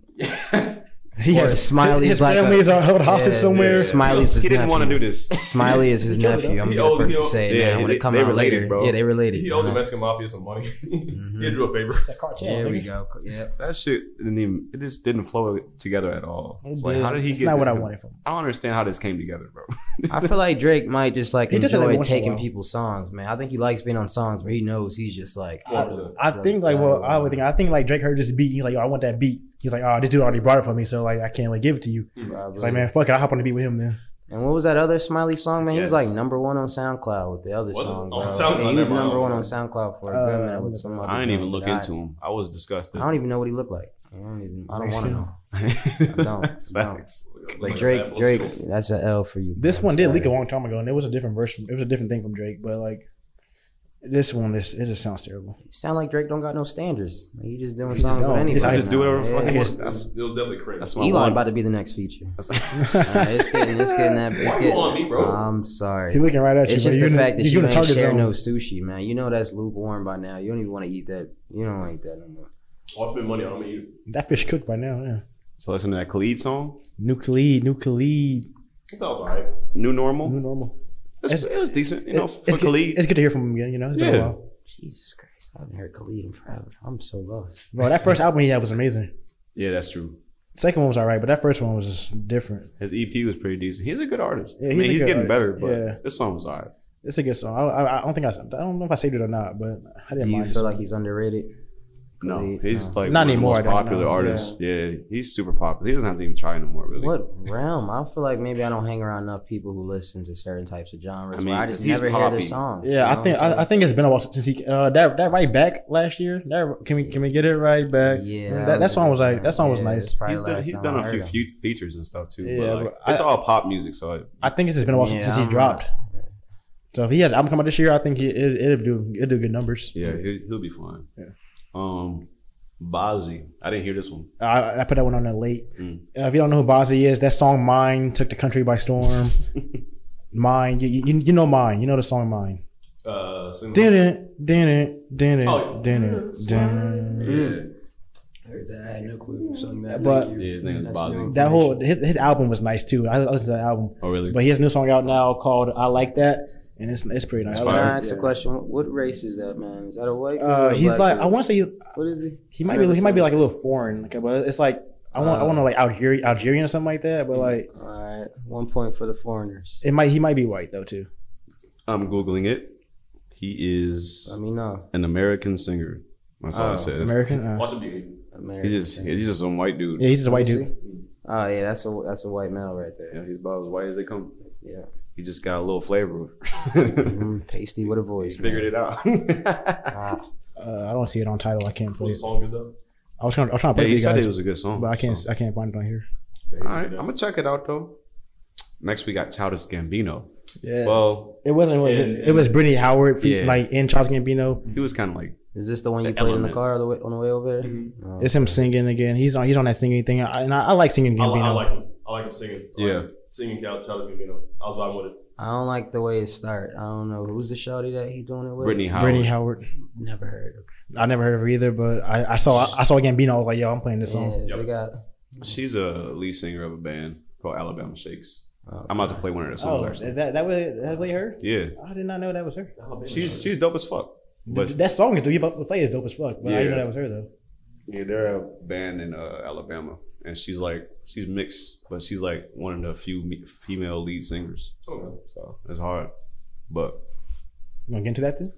Speaker 1: Or Smiley's
Speaker 3: his
Speaker 1: like a-
Speaker 3: families are held hostage
Speaker 1: Yeah,
Speaker 3: somewhere.
Speaker 4: yeah.
Speaker 1: Smiley's
Speaker 2: he
Speaker 1: his
Speaker 2: didn't want to
Speaker 1: nephew.
Speaker 2: do this.
Speaker 1: Smiley is his
Speaker 3: He killed
Speaker 1: nephew. I'm gonna
Speaker 4: He
Speaker 1: be
Speaker 4: owed-
Speaker 1: the first
Speaker 4: he
Speaker 1: to
Speaker 4: owed-
Speaker 1: say it,
Speaker 2: yeah,
Speaker 1: man.
Speaker 2: he
Speaker 1: When it
Speaker 2: did-
Speaker 1: come
Speaker 2: they
Speaker 1: out
Speaker 2: related,
Speaker 1: later,
Speaker 2: bro.
Speaker 1: yeah, they related.
Speaker 4: He owed the
Speaker 1: man.
Speaker 4: Mexican mafia some money. He did you a favor.
Speaker 3: It's a cartel.
Speaker 1: There we
Speaker 3: nigga.
Speaker 1: go. Yeah.
Speaker 2: That shit didn't even. It just didn't flow together at all.
Speaker 3: It
Speaker 2: It's like,
Speaker 3: did.
Speaker 2: how did he
Speaker 3: it's
Speaker 2: get?
Speaker 3: not what I
Speaker 2: this-
Speaker 3: wanted from him.
Speaker 2: I don't understand how this came together, bro.
Speaker 1: I feel like Drake might just like
Speaker 3: He does that
Speaker 1: enjoy
Speaker 3: once in a
Speaker 1: taking
Speaker 3: while.
Speaker 1: people's songs, man. I think he likes being on songs where he knows he's just like
Speaker 3: Ah, I think like well, I would think I think like Drake heard this beat. He's like, yo, I want that beat. He's like, oh, this dude already brought it for me, so like I can't like give it to you. It's like, man, fuck it, I will hop on the beat with him then.
Speaker 1: And what was that other Smiley song, man? He was
Speaker 4: Yes.
Speaker 1: like number one on SoundCloud with the other
Speaker 4: Was it?
Speaker 1: song.
Speaker 4: On
Speaker 1: bro.
Speaker 4: SoundCloud,
Speaker 1: Yeah, he was
Speaker 4: never mind.
Speaker 1: number one on SoundCloud for a good
Speaker 3: Uh,
Speaker 1: minute with some other
Speaker 2: I didn't even
Speaker 1: dude.
Speaker 2: look
Speaker 1: I-
Speaker 2: into him. I was disgusted.
Speaker 1: I don't even know what he looked like. I don't even. I don't want to know. don't.
Speaker 2: That's facts.
Speaker 1: But Drake, Drake, that's an L for you. bro.
Speaker 3: This one
Speaker 1: I'm
Speaker 3: did leak a
Speaker 1: sorry.
Speaker 3: long time ago, and it was a different verse. From, it was a different thing from Drake, but like this one, this it just sounds terrible.
Speaker 1: Sound like Drake don't got no standards. Like, he just doing
Speaker 3: He just
Speaker 1: songs with
Speaker 3: don't. He
Speaker 1: anybody.
Speaker 3: just-
Speaker 2: I just do
Speaker 1: now.
Speaker 2: whatever the fuck I
Speaker 1: Yeah.
Speaker 2: want.
Speaker 4: It was it was definitely crazy.
Speaker 2: That's my
Speaker 1: Elon
Speaker 2: one.
Speaker 1: about to be the next feature.
Speaker 2: That's-
Speaker 1: Uh, it's getting, it's getting that. It's
Speaker 4: Why you on me,
Speaker 1: getting,
Speaker 4: bro?
Speaker 1: I'm sorry.
Speaker 3: He looking right at you.
Speaker 1: It's
Speaker 3: bro.
Speaker 1: just
Speaker 3: You
Speaker 1: the
Speaker 3: in
Speaker 1: fact that
Speaker 3: you
Speaker 1: you
Speaker 3: in the
Speaker 1: ain't
Speaker 3: target
Speaker 1: share
Speaker 3: zone.
Speaker 1: no sushi, man. You know that's lukewarm by now. You don't even want to eat that. You don't want to eat that no more.
Speaker 4: I'll spend money on me.
Speaker 3: That fish cooked by now. Yeah.
Speaker 2: so listen to that Khalid song,
Speaker 3: New Khalid, new Khalid,
Speaker 4: That was alright.
Speaker 2: New
Speaker 3: new
Speaker 2: Normal.
Speaker 3: normal.
Speaker 2: It's, it was decent, you know,
Speaker 3: It-
Speaker 2: for
Speaker 3: it's
Speaker 2: Khalid.
Speaker 3: Good, it's good to hear from him again. You know, it's been a
Speaker 2: Yeah.
Speaker 3: while.
Speaker 1: Jesus Christ, I haven't heard Khalid in forever. I'm so lost.
Speaker 3: Bro, that first album he had was amazing.
Speaker 2: yeah, that's true.
Speaker 3: Second one was all right, but that first one was just different.
Speaker 2: His EP was pretty decent. He's a good artist.
Speaker 3: Yeah,
Speaker 2: I
Speaker 3: he's
Speaker 2: mean,
Speaker 3: a
Speaker 2: he's
Speaker 3: good
Speaker 2: getting
Speaker 3: artist.
Speaker 2: better, but
Speaker 3: Yeah.
Speaker 2: this song was alright.
Speaker 3: It's a good song. I, I, I don't think I, I don't know if I saved it or not, but I
Speaker 1: Do
Speaker 3: didn't
Speaker 1: you
Speaker 3: mind.
Speaker 1: feel like he's underrated?
Speaker 2: No,
Speaker 1: Khalid,
Speaker 2: he's
Speaker 1: no.
Speaker 2: like
Speaker 3: Not
Speaker 2: one Of
Speaker 3: anymore, I
Speaker 2: the
Speaker 3: don't
Speaker 2: most popular
Speaker 3: know.
Speaker 2: artist. Yeah. he's super popular. He doesn't have to even try anymore, really.
Speaker 1: What realm? I feel like maybe I don't hang around enough people who listen to certain types of genres.
Speaker 2: I
Speaker 1: I
Speaker 2: mean,
Speaker 1: I just
Speaker 2: he's
Speaker 1: never hear
Speaker 2: poppy.
Speaker 1: their songs. you
Speaker 3: yeah,
Speaker 1: know
Speaker 3: I think
Speaker 1: what I'm
Speaker 3: I, I think it's been a while since he uh, that that right back last year. That can we can we get it right back?
Speaker 1: saying? Yeah,
Speaker 3: that, that
Speaker 1: was
Speaker 3: song was like
Speaker 1: good.
Speaker 3: that song was
Speaker 1: Yeah,
Speaker 3: nice.
Speaker 1: it's probably
Speaker 2: He's done,
Speaker 1: last
Speaker 2: he's
Speaker 1: time
Speaker 2: done
Speaker 1: I
Speaker 2: a few
Speaker 1: heard him.
Speaker 2: fe- features and stuff too.
Speaker 3: Yeah,
Speaker 2: but like,
Speaker 3: but I-
Speaker 2: it's all pop music, so it-
Speaker 3: I think it's just been a while since-
Speaker 1: Yeah,
Speaker 3: since
Speaker 1: I
Speaker 3: he
Speaker 1: don't
Speaker 3: dropped.
Speaker 1: know.
Speaker 3: So if he has an album coming out this year, I think he, it, it'll do it'll do good numbers.
Speaker 2: yeah, he, he'll be fine.
Speaker 3: Yeah.
Speaker 2: Um, Bazzi, I didn't hear this one.
Speaker 3: I, I put that one on there late.
Speaker 2: Mm.
Speaker 3: Uh, if you don't know who Bozzy is, that song "Mine" took the country by storm. Mine, you, you, you know mine. You know the song "Mine."
Speaker 4: Uh, sing
Speaker 3: Did it, did it, did
Speaker 4: Oh,
Speaker 3: it, did it,
Speaker 4: yeah.
Speaker 3: did it.
Speaker 1: Heard that. I had no clue. Something that.
Speaker 3: But-
Speaker 1: thank you.
Speaker 2: Yeah, his name is
Speaker 1: That's
Speaker 2: Bozzy.
Speaker 1: new
Speaker 3: That whole
Speaker 1: information.
Speaker 3: his, his album was nice too. I listened to that album,
Speaker 2: Oh, really?
Speaker 3: but he has a new song out now called "I Like That," and it's it's pretty nice.
Speaker 2: It's
Speaker 1: Can
Speaker 2: fire.
Speaker 1: I ask a question? What, what race is that man? Is that a white?
Speaker 3: Uh,
Speaker 1: or a
Speaker 3: he's
Speaker 1: black
Speaker 3: like
Speaker 1: dude?
Speaker 3: I want to say he,
Speaker 1: What is he?
Speaker 3: he might be he might be like a little foreign, like, but it's like I want I want to like Algeri- Algerian or something like that. But like
Speaker 1: All right, one point for the foreigners.
Speaker 3: it might he might be white though too.
Speaker 2: I'm googling it. He is
Speaker 1: Let me know.
Speaker 2: an American singer. That's all
Speaker 1: Oh,
Speaker 2: it says.
Speaker 3: American. Uh,
Speaker 4: Watch him be.
Speaker 1: American.
Speaker 2: He's just he's just some white dude.
Speaker 3: yeah,
Speaker 2: Yeah,
Speaker 3: he's just a white dude.
Speaker 1: Oh yeah, that's a that's a white male right there.
Speaker 2: he's about as white as they come.
Speaker 1: Yeah,
Speaker 2: He just got a little flavor.
Speaker 1: Mhm, pasty with a voice. Ah.
Speaker 2: He's figured it out. yeah,
Speaker 1: Wow.
Speaker 3: Uh, I don't see it on title. I can't play
Speaker 4: Was the
Speaker 3: it.
Speaker 4: song good though?
Speaker 3: I was trying. I was trying to play
Speaker 2: he
Speaker 3: it for
Speaker 2: said it
Speaker 3: you guys,
Speaker 2: was a good song.
Speaker 3: but I can't.
Speaker 2: So.
Speaker 3: I can't find it on here.
Speaker 4: Yeah, he
Speaker 2: All
Speaker 4: took
Speaker 2: right,
Speaker 4: it
Speaker 2: I'm
Speaker 4: down.
Speaker 2: gonna check it out though. Next we got Childish Gambino.
Speaker 3: Yeah.
Speaker 2: Well,
Speaker 3: it wasn't. Really,
Speaker 4: And-
Speaker 3: it was Brittany Howard, fe-
Speaker 2: Yeah.
Speaker 3: like in Charles Gambino.
Speaker 2: he was kind of like
Speaker 1: Is this the one you
Speaker 2: The
Speaker 1: played in the
Speaker 2: element. Mm-hmm.
Speaker 1: car on the way, on the way over there?
Speaker 4: Mhm.
Speaker 1: Oh.
Speaker 3: It's him singing again. He's on. He's on that singing thing. I, and I, I like singing
Speaker 4: I, li-
Speaker 3: Gambino.
Speaker 4: I like him. I like him singing. I like
Speaker 2: Yeah.
Speaker 4: him singing Cal- Childish Gambino. I was vibing with it.
Speaker 1: I don't like the way it start. I don't know who's the shawty that he doing it with.
Speaker 2: Brittany Howard.
Speaker 3: Brittany Howard.
Speaker 1: Never heard of.
Speaker 3: I never heard of her either, but I, I saw. I, saw Gambino. I was like, yo, I'm playing this song.
Speaker 1: Yeah,
Speaker 4: Yep.
Speaker 1: we got.
Speaker 2: She's a lead singer of a band called Alabama Shakes.
Speaker 1: oh,
Speaker 2: I'm about to play one of their songs. actually.
Speaker 3: that that was that was her?
Speaker 2: Yeah,
Speaker 3: I did not know that was her.
Speaker 2: she's she's dope as fuck. But
Speaker 3: that song is do you play is dope as fuck, but I didn't know
Speaker 2: Yeah.
Speaker 3: that was her though.
Speaker 2: Yeah, they're a band in uh, Alabama, and she's like she's mixed, but she's like one of the few me- female lead singers.
Speaker 4: Okay.
Speaker 2: So it's hard. But
Speaker 3: You gonna get into that then?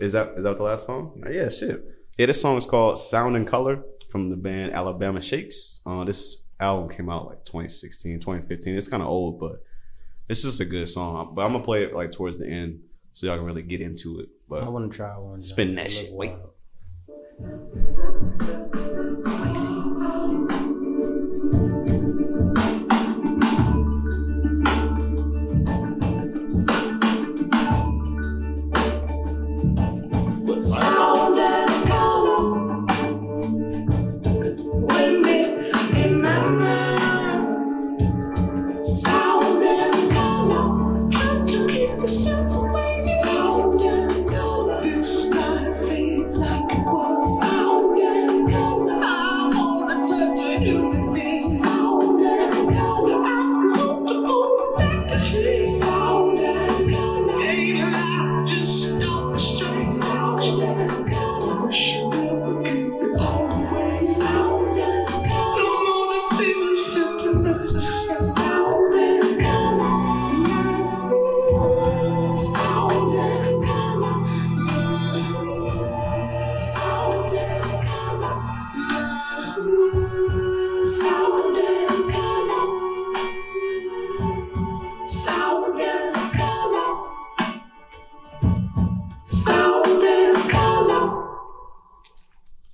Speaker 2: is that is that the last song? Uh, yeah, shit. Yeah, this song is called "Sound and Color" from the band Alabama Shakes. Uh, this album came out like 2016, 2015. It's kind of old, but it's just a good song. But I'm gonna play it like towards the end, so y'all can really get into it.
Speaker 1: I
Speaker 2: But
Speaker 1: want to try one. though.
Speaker 2: Spin that
Speaker 1: Oh, It
Speaker 2: shit,
Speaker 1: look
Speaker 2: wait.
Speaker 1: wild.
Speaker 6: Crazy.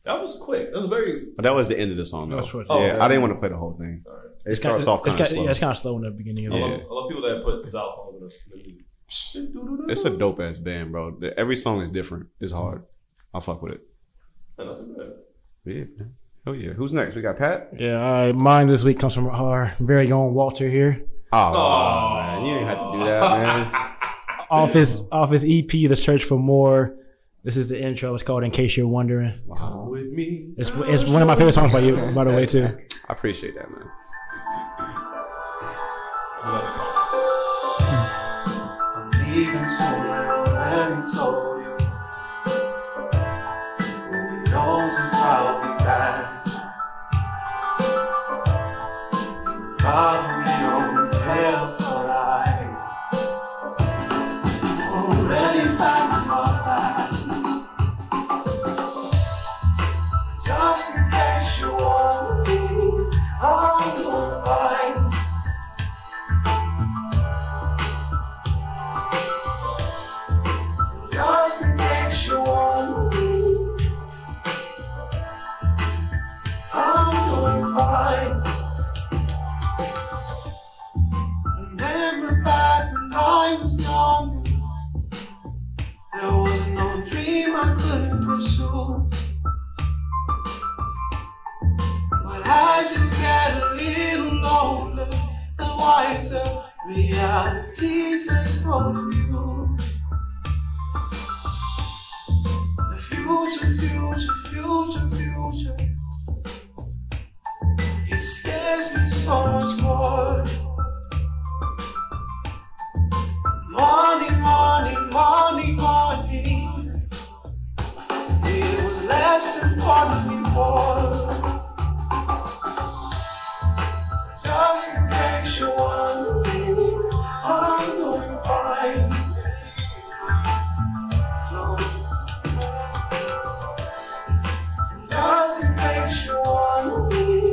Speaker 4: That was quick. That was very.
Speaker 2: But that was the end of the song, though.
Speaker 3: That's what-
Speaker 2: yeah,
Speaker 4: Oh,
Speaker 2: I didn't want to play the whole thing.
Speaker 4: All right.
Speaker 2: It starts off kind of
Speaker 3: it's
Speaker 2: slow.
Speaker 3: Yeah, it's kind of slow in the beginning. Of
Speaker 4: I,
Speaker 2: Yeah.
Speaker 4: love, I love people that put xylophones in their- in their.
Speaker 2: It's a dope ass band, bro. The- Every song is different. It's hard. I fuck with it.
Speaker 4: Not too bad.
Speaker 2: Yeah. man. Oh yeah. Who's next? We got Pat.
Speaker 3: it. Yeah, all right. Mine this week comes from our very own Walter here.
Speaker 2: Oh,
Speaker 4: Aw.
Speaker 2: man, you didn't have to do that, man.
Speaker 3: Off his off his EP, The Search for More. This is the intro. It's called In Case You're Wondering.
Speaker 2: Wow.
Speaker 4: With me.
Speaker 3: It's it's one of my favorite songs by you, by the way, too.
Speaker 2: I appreciate that, man.
Speaker 5: leaving soon. I already told you. Who knows if I'll be back? You probably don't care, but I already packed my bags. Just in case you want me, I'm doing fine. Just in case you want me. I'm doing fine. Remember back when I was young. There was no dream I couldn't pursue. But as you get a little older, the wiser reality takes hold of you. The future, future, future, future. It scares me so much more. Money, money, money, money. It was less important before. Just in case you want me, I'm doing fine. So just in case you wanna be.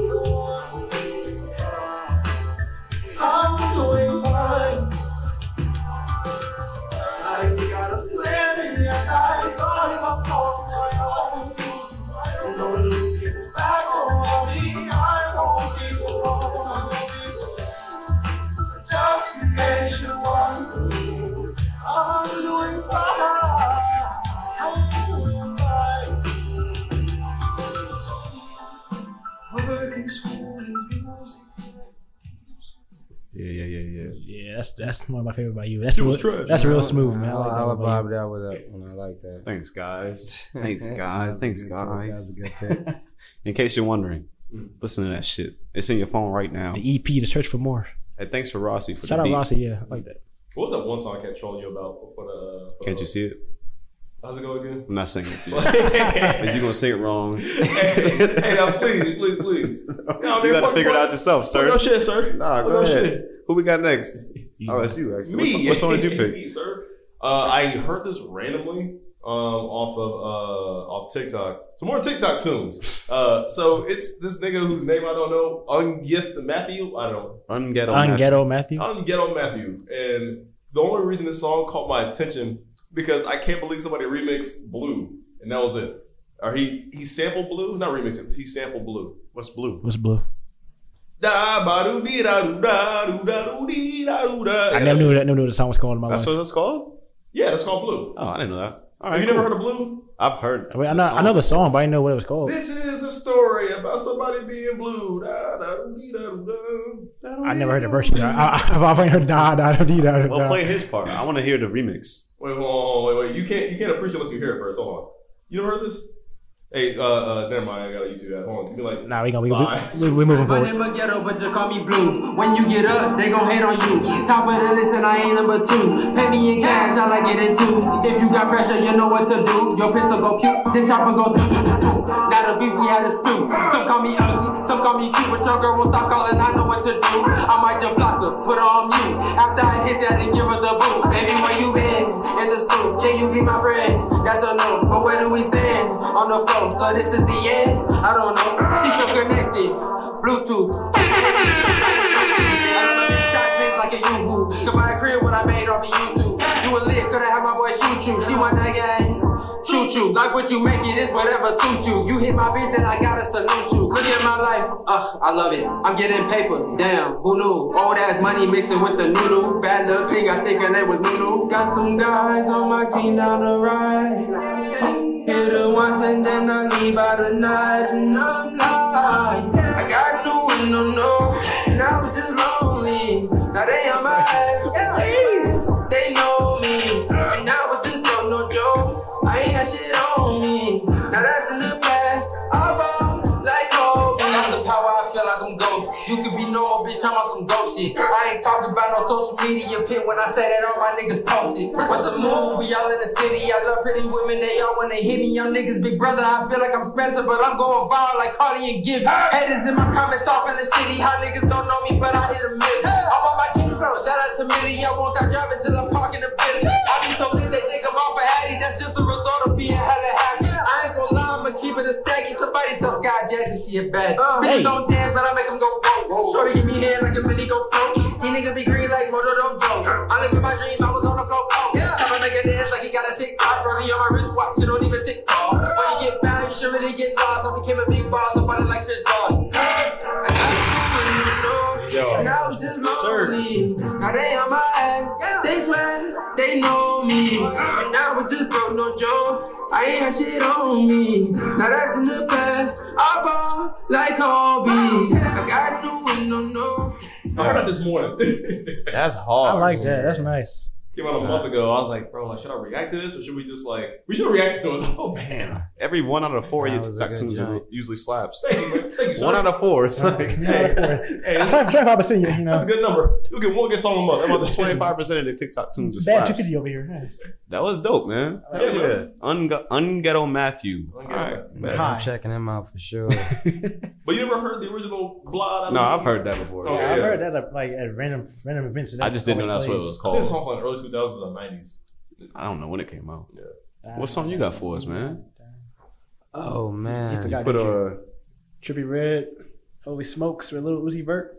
Speaker 5: I'm doing fine. I got a plan, and yes, I got it up on my own. No looking back on me, I won't be alone. Just in case you want me, I'm doing fine. I'm doing fine. Working, school, and music.
Speaker 2: Yeah, yeah, yeah, yeah.
Speaker 3: Yeah, that's that's one of my favorite by you. That's
Speaker 4: It
Speaker 3: real,
Speaker 4: was trash.
Speaker 3: that's real smooth, man. I
Speaker 1: I,
Speaker 3: like
Speaker 1: I,
Speaker 3: that
Speaker 1: would
Speaker 3: one by
Speaker 1: bob
Speaker 3: you.
Speaker 1: that was up when I like that.
Speaker 2: Thanks, guys. Thanks, guys. Thanks,
Speaker 1: That
Speaker 2: guys.
Speaker 1: was a good pick.
Speaker 2: In case you're wondering,
Speaker 4: Mm.
Speaker 2: listen to that shit. It's in your phone right now.
Speaker 3: The EP, The Search for More.
Speaker 2: And thanks for Rossi for
Speaker 3: Shout
Speaker 2: the
Speaker 3: out
Speaker 2: beat.
Speaker 3: Rossi, yeah, I like that.
Speaker 4: What was that one song I kept trolling you about? What, uh, for-
Speaker 2: Can't you see it?
Speaker 4: How's it go again?
Speaker 2: I'm not singing it. For you.
Speaker 4: hey,
Speaker 2: If you're gonna sing it wrong,
Speaker 4: hey, now please, please, please. No,
Speaker 2: you
Speaker 4: man,
Speaker 2: gotta
Speaker 4: fuck-
Speaker 2: figure it
Speaker 4: fuck-
Speaker 2: out yourself,
Speaker 4: Fuck
Speaker 2: sir.
Speaker 4: your shit, sir.
Speaker 2: Nah, go
Speaker 4: Fuck your
Speaker 2: ahead.
Speaker 4: shit.
Speaker 2: Who we got next? Oh, that's you actually. What song- What song did you pick?
Speaker 4: Me, sir. Uh, I heard this randomly um, off of uh, off TikTok. Some more TikTok tunes. Uh, so it's this nigga whose name I don't know, Ungeth Matthew. I don't
Speaker 2: Unghetto.
Speaker 3: On
Speaker 2: Matthew.
Speaker 3: Ghetto Matthew.
Speaker 4: know. Unghetto Matthew. And the only reason this song caught my attention because I can't believe somebody remixed Blue, and that was it. Or he he sampled Blue, not remixed it. He sampled Blue.
Speaker 2: What's blue?
Speaker 3: What's blue?
Speaker 4: Da ba do dee da do da do da do dee da do da.
Speaker 3: I never knew that. Never knew what the song was called in my
Speaker 2: That's
Speaker 3: life.
Speaker 2: what it's called.
Speaker 4: Yeah, that's called Blue.
Speaker 2: Oh, I didn't know that. All
Speaker 4: Have
Speaker 2: right.
Speaker 4: you
Speaker 2: cool.
Speaker 4: never heard of Blue?
Speaker 2: I've heard.
Speaker 3: I, mean, I know I know the song, but I didn't know what it was called.
Speaker 4: This is a story about somebody being blue. Da, da, dee, da, da, da, da,
Speaker 3: I never heard the
Speaker 4: da,
Speaker 3: version.
Speaker 4: da.
Speaker 3: I, I, I've only heard da da da dee, da da.
Speaker 2: Well,
Speaker 3: da.
Speaker 2: play his part. I want to hear the remix.
Speaker 4: Wait, hold on, hold on, wait, wait. You can't, you can't appreciate unless you hear it first. Hold on. You never heard this? Hey, uh, uh, never mind. I got a YouTube ad. Hold on. Be like,
Speaker 3: Nah, we gonna we
Speaker 4: Bye.
Speaker 3: we, we, we moving
Speaker 5: My
Speaker 3: forward.
Speaker 5: name is ghetto, but you call me blue. When you get up, they gon' hate on you. Top of the list, and I ain't number two. Pay me in cash, I like it in two. If you got pressure, you know what to do. Your pistol go cute, this chopper go. That'll be we had a spoon. Some call me ugly, some call me cute, but your girl won't stop calling. I know what to do. I might just block her, put her on mute. After I hit that and give her the boot. Baby, where you been? In the stool, can you be my friend? That's a no, but where do we stand? On the phone, so this is the end. I don't know. She feel connected, Bluetooth. Shot drip like a Yoo-hoo. Could buy a crib what I made off of YouTube. You a lick, could I have my boy shoot you? She want that gang. Choo
Speaker 6: you. Like what you make it is whatever suits you. You hit my beat, then I gotta salute you. Look at my life, ugh, I love it. I'm getting paper, damn, who knew? Old ass money mixing with the new new. Bad luck thing, I think her name was Nunu. Got some guys on my team down the ride. Hit her once and then I leave by the night, and I'm not. I got new and no no, and I was just lonely. Now they on my ass, yeah. They know me, and I was just broke, no joke. I ain't had shit on me. Now that's in the past. I ball like Kobe. I'm the power, I feel like I'm ghost. You could be normal, bitch, I'm on some ghost shit. I ain't talking about no social media pin when I say that all my niggas posted. What's the move? We all in the city. I love pretty women, they all wanna hit me. Young niggas, big brother, I feel like I'm Spencer, but I'm going viral like Cardi and Gibbs. Haters in my comments off in the city. How niggas don't know me, but I hit a miss. I'm on my king flow, shout out to Millie. I won't stop driving till I'm parking the business. I be so lit, they think I'm off a Addy. That's just the result of being hella happy. I ain't gonna lie, I'ma keep it a stacky. Somebody tell Sky Jackson she a bad. Bitches don't dance, but I make them go whoa. whoa. Uh, Shorty give me hands like a mini go pro. These niggas be green like Mojo Don't Go. I live in my dream, I was on the floor. Oh. Yeah. Time I make a dance like he got a TikTok. Running on my wristwatch, you don't even tick tock. When you get bad, you should really get lost. I became a big boss, I'm fighting like Chris Boss. And I was just lonely. Now they on my ass. They sweat, they know me. And I was just broke, no joke. I ain't had shit on me. Now that's in the past. I ball like Kobe. I got new and no no.
Speaker 4: I heard that this morning.
Speaker 7: That's hard.
Speaker 3: I like that. That's nice.
Speaker 4: Came out a month ago. I was like, bro, like, should I react to this or should we just like we should react to it? Oh man,
Speaker 2: Every one out of four of your
Speaker 1: That was a
Speaker 2: TikTok
Speaker 1: good
Speaker 2: tunes
Speaker 1: joint.
Speaker 2: usually slaps.
Speaker 4: thank you, thank you,
Speaker 2: One
Speaker 4: sir.
Speaker 2: out of four. It's like
Speaker 4: Hey, hey,
Speaker 3: I'm
Speaker 4: that's,
Speaker 3: trying, trying to see you. You
Speaker 4: that's
Speaker 3: know,
Speaker 4: a good number. You'll get one good song a month. How About the twenty
Speaker 2: 25
Speaker 4: five.
Speaker 2: percent of the TikTok tunes are
Speaker 3: bad
Speaker 2: slaps.
Speaker 3: fifty over here.
Speaker 2: That was dope, man.
Speaker 4: Yeah,
Speaker 2: Hell
Speaker 4: man.
Speaker 2: yeah. Unge- Unghetto Matthew. All right.
Speaker 1: Man,
Speaker 3: Hi.
Speaker 1: I'm checking him out for sure.
Speaker 4: But you never heard the original Blood?
Speaker 2: No, I've heard that before.
Speaker 4: Oh,
Speaker 3: Yeah,
Speaker 2: yeah.
Speaker 3: I've
Speaker 4: yeah.
Speaker 3: heard that at, like at random random events. and
Speaker 2: I just didn't know that's what
Speaker 3: always
Speaker 2: it was
Speaker 4: I think it's
Speaker 2: called.
Speaker 4: off like early two thousands or nineties.
Speaker 2: I don't know when it came out.
Speaker 3: plays.
Speaker 2: What song you got for us, man?
Speaker 1: oh man.
Speaker 3: forgot.
Speaker 2: Put
Speaker 3: did you?
Speaker 2: a
Speaker 3: Trippy Red, Holy Smokes, with Little Uzi Vert.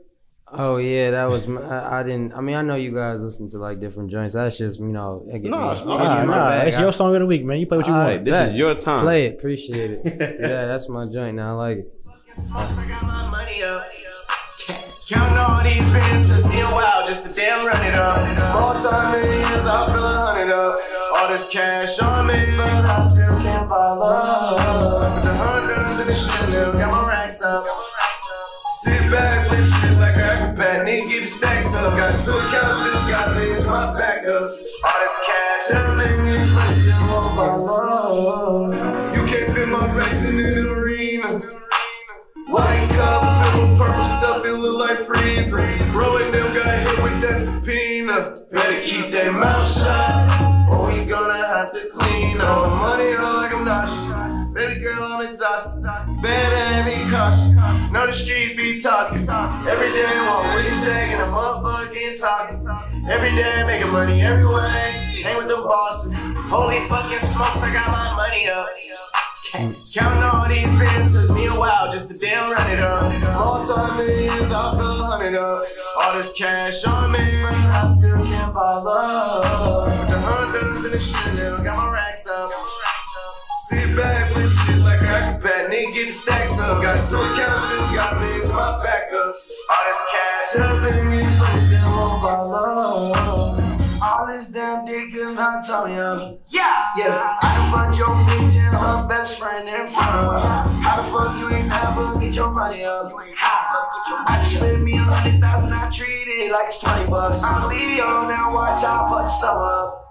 Speaker 1: Oh yeah, that was. My, I, I didn't. I mean, I know you guys listen to like different joints. That's just you know. that get me-
Speaker 2: Nah, nah,
Speaker 1: get me
Speaker 3: Nah,
Speaker 1: in my
Speaker 3: nah,
Speaker 1: bag.
Speaker 3: it's your song of the week, man. You play what you
Speaker 1: Alright,
Speaker 3: want.
Speaker 2: this
Speaker 1: bet.
Speaker 2: is your time.
Speaker 1: Play it. Appreciate it. yeah, that's my joint. Now I like it.
Speaker 8: Smokes, I got my money up. Counting all these bands took me a while just to damn run it up. Multi-millions, I feel a hundred up. All this cash on me, but I still can't buy love. With the Hondas and the Chanel, got my racks up. Sit back, flip shit like an acrobat. Need to get the stacks up. Got two accounts, still got things, my backup. All this cash, everything is but I still won't buy love. You can't fit my racing in an arena. White cup filled with purple stuff, it look like freezer. Rolling them got hit with that subpoena. Better keep that mouth shut, or we gonna have to clean all the money up like I'm nauseous. Baby girl, I'm exhausted. Baby, be cautious. Know the streets be talking. Every day I walk with a shaking, I'm motherfucking talking. Every day making money every way. Hang with them bosses. Holy fucking smokes, I got my money up. Counting all these pins took me a while just to damn run it up. Multi millions, I feel a hundred up. All this cash on me, I still can't buy love. With the Hondas and the Chanel, got my racks up. Sit back, flip shit like an acrobat. Nigga, get the stacks up. Got two accounts, still got things, my backup. All this cash, everything is, but it still won't buy love. All this damn dick and Antonio. Yeah, I done fucked your bitch and her best friend in front of her. How the fuck you ain't never get your money up? I just spent me a hundred thousand, I treat it like it's twenty bucks. I'll leave y'all now, watch out for the summer up.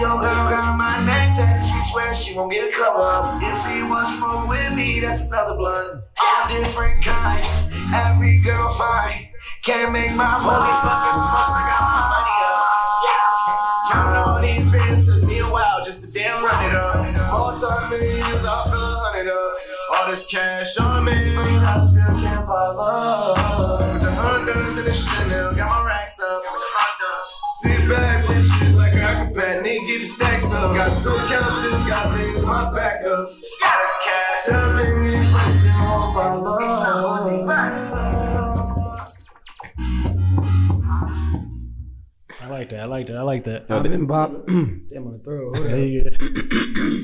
Speaker 8: Yo, girl got my neck tatted, she swears she won't get a cover up. If he wants smoke with me, that's another blunt. All different kinds, every girl fine. Can't make my money, fucking smokes, I got my money up. Counting all these pins took me a while just to damn run it up. Multi-millions, I feel a hundred up. All this cash on me, I still can't buy love. With the Hondas and the Chanel, got my racks up. Sit back, flip shit like an acrobat. Need to get the stacks up. Got two accounts, still got things in my backup. Got this cash. Something is wasted on my love.
Speaker 3: I like that. I like that. I like that.
Speaker 1: I've been bop. Damn my throat.
Speaker 3: There you go.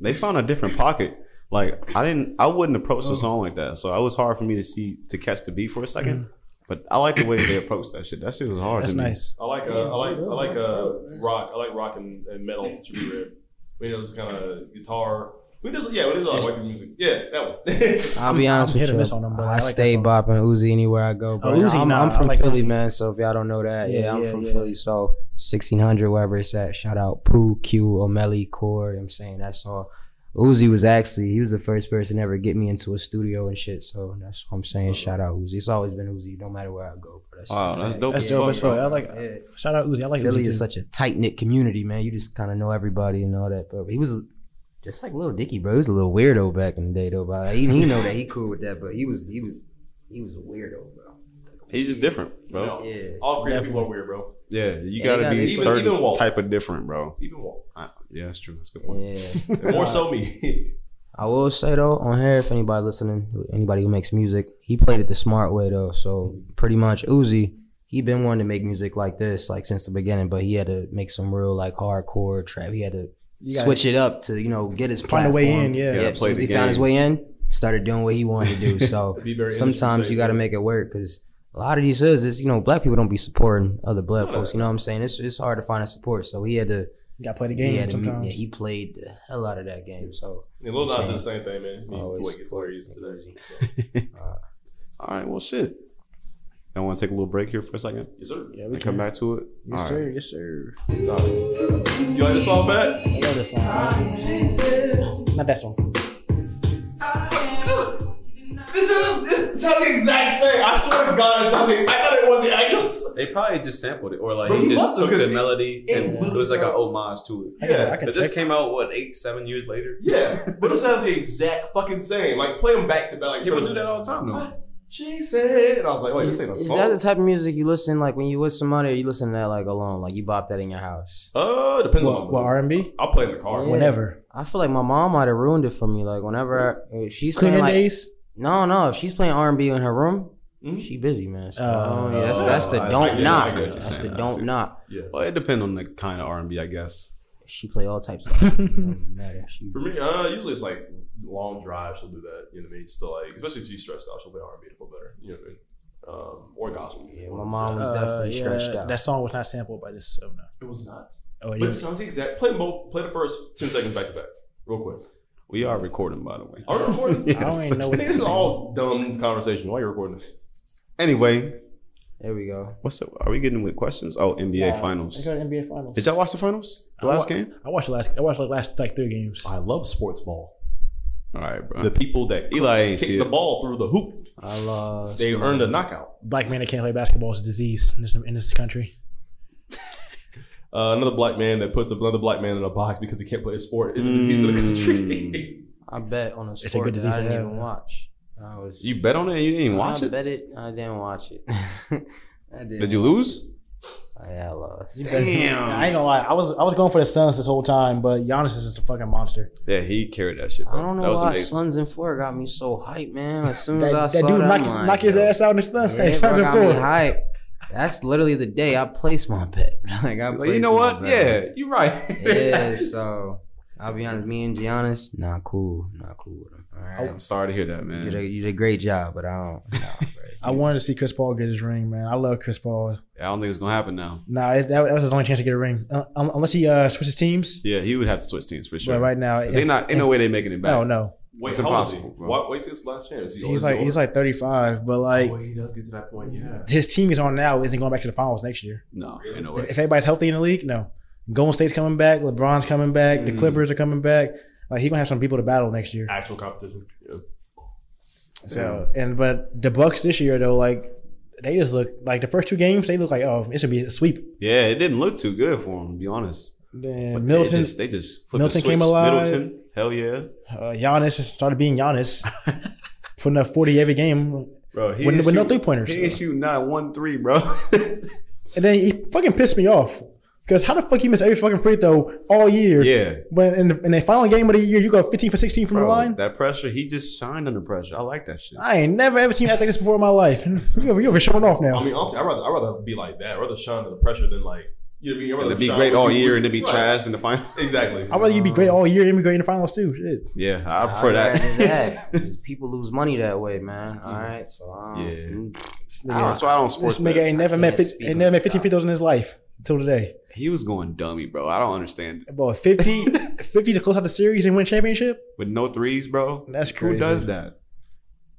Speaker 2: They found a different pocket. Like I didn't, I wouldn't approach the song like that. So it was hard for me to see to catch the beat for a 2nd But I like the way they approached that shit. That shit was hard.
Speaker 3: That's
Speaker 2: to me.
Speaker 3: nice.
Speaker 4: I like uh, I like I like uh, rock. I like rock and, and metal to be read. We know this kind of guitar. We just yeah, we just like white people music. Yeah, that one.
Speaker 1: I'll be honest with
Speaker 3: I'm hit or
Speaker 1: you.
Speaker 3: miss on them, but
Speaker 1: I,
Speaker 3: I like that
Speaker 1: stay
Speaker 3: song.
Speaker 1: bopping Uzi anywhere I go, bro.
Speaker 3: Oh, Uzi,
Speaker 1: I'm,
Speaker 3: nah,
Speaker 1: I'm
Speaker 3: I
Speaker 1: from
Speaker 3: like
Speaker 1: Philly,
Speaker 3: Uzi.
Speaker 1: man. So if y'all don't know that, yeah,
Speaker 3: Yeah,
Speaker 1: I'm
Speaker 3: yeah,
Speaker 1: from
Speaker 3: yeah.
Speaker 1: Philly. So 1600, wherever it's at. Shout out Pooh, Q, O'Malley, Core. You know what I'm saying that's all. Uzi was actually he was the first person to ever get me into a studio and shit. So that's what I'm saying. Shout out Uzi. It's always been Uzi, no matter where I go. Bro. That's just
Speaker 2: Wow,
Speaker 1: a
Speaker 2: that's
Speaker 1: fact.
Speaker 2: dope
Speaker 3: That's
Speaker 2: as
Speaker 3: dope
Speaker 2: fuck,
Speaker 3: as fuck.
Speaker 2: bro.
Speaker 3: I like.
Speaker 1: Yeah.
Speaker 3: Shout out Uzi. I like
Speaker 1: Philly
Speaker 3: Uzi
Speaker 1: is
Speaker 3: too.
Speaker 1: such a tight knit community, man. You just kind of know everybody and all that. But he was just like little Dicky, bro. He was a little weirdo back in the day, though. But he, he know that he cool with that, but he was he was he was a weirdo, bro.
Speaker 2: He's just different, bro.
Speaker 4: No.
Speaker 1: Yeah.
Speaker 4: All creative people are weird, bro.
Speaker 2: Yeah,
Speaker 1: Yeah,
Speaker 2: you gotta
Speaker 1: you
Speaker 2: be
Speaker 1: gotta-
Speaker 2: a
Speaker 4: Even-
Speaker 2: certain
Speaker 4: even Walt.
Speaker 2: type of different, bro.
Speaker 4: Even Walt.
Speaker 2: I, yeah, that's true. That's a good point.
Speaker 1: Yeah.
Speaker 4: And More so me.
Speaker 1: I will say though, on here, if anybody listening, anybody who makes music, he played it the smart way though. So pretty much Uzi, he been wanting to make music like this, like since the beginning, but he had to make some real like hardcore trap. He had to
Speaker 3: You gotta-
Speaker 1: switch it up to, you know, get his
Speaker 3: Find a way
Speaker 1: platform.
Speaker 3: in, yeah.
Speaker 2: Yeah,
Speaker 1: Yep, so
Speaker 2: play the
Speaker 1: he found his
Speaker 2: game.
Speaker 1: way in, started doing what he wanted to do. So
Speaker 4: It'd be very interesting to
Speaker 1: sometimes
Speaker 4: say,
Speaker 1: you got to
Speaker 4: yeah.
Speaker 1: make it work because a lot of these hoods, is you know, black people don't be supporting other black
Speaker 4: No,
Speaker 1: folks. You know what I'm saying? It's it's hard to find a support. So he had to,
Speaker 3: You gotta play the
Speaker 1: he
Speaker 3: game
Speaker 1: had to, yeah,
Speaker 3: sometimes.
Speaker 1: he played the hell out of that game. So
Speaker 4: And Lil Nas
Speaker 1: Same.
Speaker 4: did the same thing, man. Me,
Speaker 1: Always
Speaker 4: Dwight, get
Speaker 1: support
Speaker 4: where he is today.
Speaker 1: Uzi.
Speaker 4: So.
Speaker 2: All right, well, shit. I want to take a little break here for a second
Speaker 4: Yes, sir.
Speaker 3: yeah, we
Speaker 2: and come
Speaker 3: can.
Speaker 2: back to it.
Speaker 3: Yes,
Speaker 2: All right.
Speaker 3: sir. Yes, sir.
Speaker 4: You like the song, Pat?
Speaker 3: I love this song. man. Not that song.
Speaker 4: This is this sounds the exact same. I swear to God, it sounds. I thought it was the actual. song.
Speaker 2: They probably just sampled it, or like
Speaker 4: Bro,
Speaker 2: he
Speaker 4: you
Speaker 2: just
Speaker 4: must have,
Speaker 2: took the
Speaker 4: 'cause it-
Speaker 2: melody
Speaker 4: it
Speaker 2: and it
Speaker 4: literally
Speaker 2: was like an
Speaker 4: sounds-
Speaker 2: homage to it.
Speaker 3: I can,
Speaker 4: Yeah,
Speaker 3: I can
Speaker 2: But this came out what eight, seven years later.
Speaker 4: Yeah, but it sounds the exact fucking same. Like play them back to back. Like
Speaker 2: People do that all the time, though.
Speaker 4: She said, and I was like, wait, this ain't a
Speaker 1: Is that the
Speaker 4: song.
Speaker 1: type of music you listen like when you with somebody or you listen to that like alone? Like you bop that in your house?
Speaker 4: Uh, depends on.
Speaker 3: What,
Speaker 4: the
Speaker 3: what
Speaker 4: mood.
Speaker 3: R and B?
Speaker 4: I'll play in the car.
Speaker 1: Yeah.
Speaker 3: Whenever.
Speaker 1: I feel like my mom might have ruined it for me. Like whenever I, if she's
Speaker 3: Cleaning
Speaker 1: playing like
Speaker 3: days.
Speaker 1: no no if she's playing R and B in her room,
Speaker 4: Mhm.
Speaker 1: she busy man. So,
Speaker 3: Oh.
Speaker 1: oh, yeah, that's that's the
Speaker 2: Oh, I
Speaker 1: don't
Speaker 2: see. I
Speaker 1: knock.
Speaker 2: see what you're
Speaker 1: That's
Speaker 2: saying.
Speaker 1: the
Speaker 2: I
Speaker 1: don't
Speaker 2: see.
Speaker 1: knock.
Speaker 4: Yeah.
Speaker 2: Well, it depends on the kind of R and B, I guess.
Speaker 1: She play all types. of it don't matter. She,
Speaker 4: For me, uh, usually it's like long drives. She'll do that. You know what I mean? Still like, especially if she's stressed out, she'll play R and B to feel better. You know what I mean? Um, or gospel.
Speaker 1: yeah, my
Speaker 4: Or it's-
Speaker 1: mom was
Speaker 3: Uh,
Speaker 1: definitely
Speaker 3: yeah,
Speaker 1: stretched out.
Speaker 3: That song was not sampled by this. Oh no.
Speaker 4: It was not.
Speaker 3: Oh, it
Speaker 4: But it
Speaker 3: is.
Speaker 4: sounds the exact. Play them both. Play the first ten seconds back to back, real quick.
Speaker 2: We are recording, by the way.
Speaker 4: Are you recording?
Speaker 3: I don't even know what
Speaker 4: This is all dumb conversation. Why are you recording this?
Speaker 2: Anyway,
Speaker 1: There we go.
Speaker 2: what's up? Are we getting with questions? Oh, NBA
Speaker 3: Uh,
Speaker 2: Finals.
Speaker 3: It's our NBA finals.
Speaker 2: Did y'all watch the finals? The
Speaker 3: I
Speaker 2: last
Speaker 3: wa-
Speaker 2: game?
Speaker 3: I watched the last. I watched the last like three games.
Speaker 4: I love sports ball.
Speaker 2: All right, bro.
Speaker 4: The people that
Speaker 2: Eli ain't
Speaker 4: kick
Speaker 2: see
Speaker 4: the
Speaker 2: it.
Speaker 4: ball through the hoop,
Speaker 1: I love.
Speaker 4: they earned a knockout.
Speaker 3: Black man that can't play basketball is a disease in this, in this country.
Speaker 4: Uh, another black man that puts another black man in a box because he can't play a sport is a disease of the
Speaker 2: Mm.
Speaker 4: country.
Speaker 1: I bet on a
Speaker 3: a
Speaker 1: sport
Speaker 3: good
Speaker 1: that I
Speaker 3: disease to
Speaker 1: didn't
Speaker 3: have,
Speaker 1: even
Speaker 3: man.
Speaker 1: watch. I was
Speaker 2: you bet on it and you didn't even watch
Speaker 1: I
Speaker 2: it?
Speaker 1: bet it. I didn't watch it. I didn't
Speaker 2: Did you
Speaker 1: watch
Speaker 2: lose?
Speaker 1: it. Yeah, I lost.
Speaker 3: I ain't gonna lie. I was I was going for the Suns this whole time, but Giannis is just a fucking monster.
Speaker 2: Yeah, he carried that shit, bro.
Speaker 1: I don't
Speaker 2: that
Speaker 1: know
Speaker 2: was
Speaker 1: why
Speaker 2: amazing.
Speaker 1: Sons and Four got me so hyped, man. As soon
Speaker 3: That,
Speaker 1: as I
Speaker 3: that
Speaker 1: saw
Speaker 3: dude
Speaker 1: that,
Speaker 3: knock,
Speaker 1: I'm like,
Speaker 3: knock his
Speaker 1: yo,
Speaker 3: ass out in the
Speaker 1: Yeah,
Speaker 3: Suns.
Speaker 1: that
Speaker 3: Hey, Suns
Speaker 1: bro
Speaker 3: and
Speaker 1: got me
Speaker 3: four.
Speaker 1: hyped. That's literally the day I placed my bet. Like I
Speaker 2: Like, you
Speaker 1: placed
Speaker 2: know
Speaker 1: my
Speaker 2: what?
Speaker 1: bet.
Speaker 2: Yeah, you're right.
Speaker 1: Yeah. So I'll be honest, me and Giannis, not cool, not cool with him. All right.
Speaker 2: I'm sorry to hear that,
Speaker 1: You did, a,
Speaker 2: man.
Speaker 1: you did a great job, but I don't. Nah, bro.
Speaker 3: I wanted to see Chris Paul get his ring, man. I love Chris Paul.
Speaker 2: I don't think it's gonna happen now.
Speaker 3: Nah, it, that, that was his only chance to get a ring, uh, um, unless he uh, switches teams.
Speaker 2: Yeah, he would have to switch teams for sure.
Speaker 3: But right now,
Speaker 2: they
Speaker 3: it's-
Speaker 2: not ain't no way they making it back.
Speaker 3: No, no.
Speaker 4: Wait,
Speaker 2: It's
Speaker 4: how
Speaker 2: impossible,
Speaker 4: old is he?
Speaker 2: bro.
Speaker 4: Why, wait, his last chance.
Speaker 3: He's like he's like 35, but like
Speaker 4: he does get to that point. Yeah.
Speaker 3: his team he's on now isn't going back to the finals next year.
Speaker 2: no,
Speaker 4: Really?
Speaker 2: ain't no
Speaker 3: If,
Speaker 2: way.
Speaker 3: if everybody's healthy in the league, no. Golden State's coming back. LeBron's coming back. The
Speaker 4: Mm.
Speaker 3: Clippers are coming back. Like he's gonna have some people to battle next year.
Speaker 4: Actual competition. Yeah.
Speaker 3: So and but the Bucks this year though, like they just look like the first two games they look like oh it should be a sweep.
Speaker 2: Yeah, it didn't look too good for him, to be honest.
Speaker 3: Then
Speaker 2: But
Speaker 3: Middleton,
Speaker 2: they just, they just flipped
Speaker 3: Middleton
Speaker 2: the switch.
Speaker 3: came alive.
Speaker 2: Middleton, hell yeah,
Speaker 3: uh, Giannis just started being Giannis, putting up forty every game,
Speaker 2: bro. He
Speaker 3: With-
Speaker 2: didn't
Speaker 3: with no
Speaker 2: shoot-
Speaker 3: three-pointers.
Speaker 2: He didn't shoot not one three, bro.
Speaker 3: and then he fucking pissed me off because how the fuck you miss every fucking free throw all year?
Speaker 2: yeah,
Speaker 3: But in the, in the final game of the year, you go fifteen for sixteen from
Speaker 2: bro.
Speaker 3: the line.
Speaker 2: That pressure, he just shined under pressure. I like that shit.
Speaker 3: I ain't never ever seen act like this before in my life. you over, you over showing off now.
Speaker 4: I mean, honestly, I rather I rather be like that. I rather shine under the pressure than like You know, what I mean? I'd rather
Speaker 2: It'd be
Speaker 4: shine
Speaker 2: great
Speaker 4: with
Speaker 2: all
Speaker 4: you-
Speaker 2: year and it'd be
Speaker 4: Right.
Speaker 2: trash in the final.
Speaker 4: Exactly.
Speaker 3: I'd rather you be great all year and be great in the finals too. Shit.
Speaker 2: Yeah, I
Speaker 1: I'd
Speaker 2: prefer
Speaker 1: rather
Speaker 2: that.
Speaker 1: that, 'cause People lose money that way, man. All right, so um,
Speaker 2: Yeah.
Speaker 1: I
Speaker 2: I don't-
Speaker 1: don't-
Speaker 2: That's why I don't
Speaker 3: This
Speaker 2: sports
Speaker 3: nigga
Speaker 2: bet.
Speaker 3: ain't never
Speaker 1: I can't
Speaker 3: met fif-
Speaker 1: speak
Speaker 3: ain't
Speaker 1: on
Speaker 3: never met
Speaker 1: this
Speaker 3: 15 free throws in his life until today.
Speaker 2: He was going dummy, bro. I don't understand.
Speaker 3: About 50, 50 to close out the series and win championship.
Speaker 2: With no threes, bro.
Speaker 3: That's
Speaker 2: Who
Speaker 3: crazy.
Speaker 2: does that?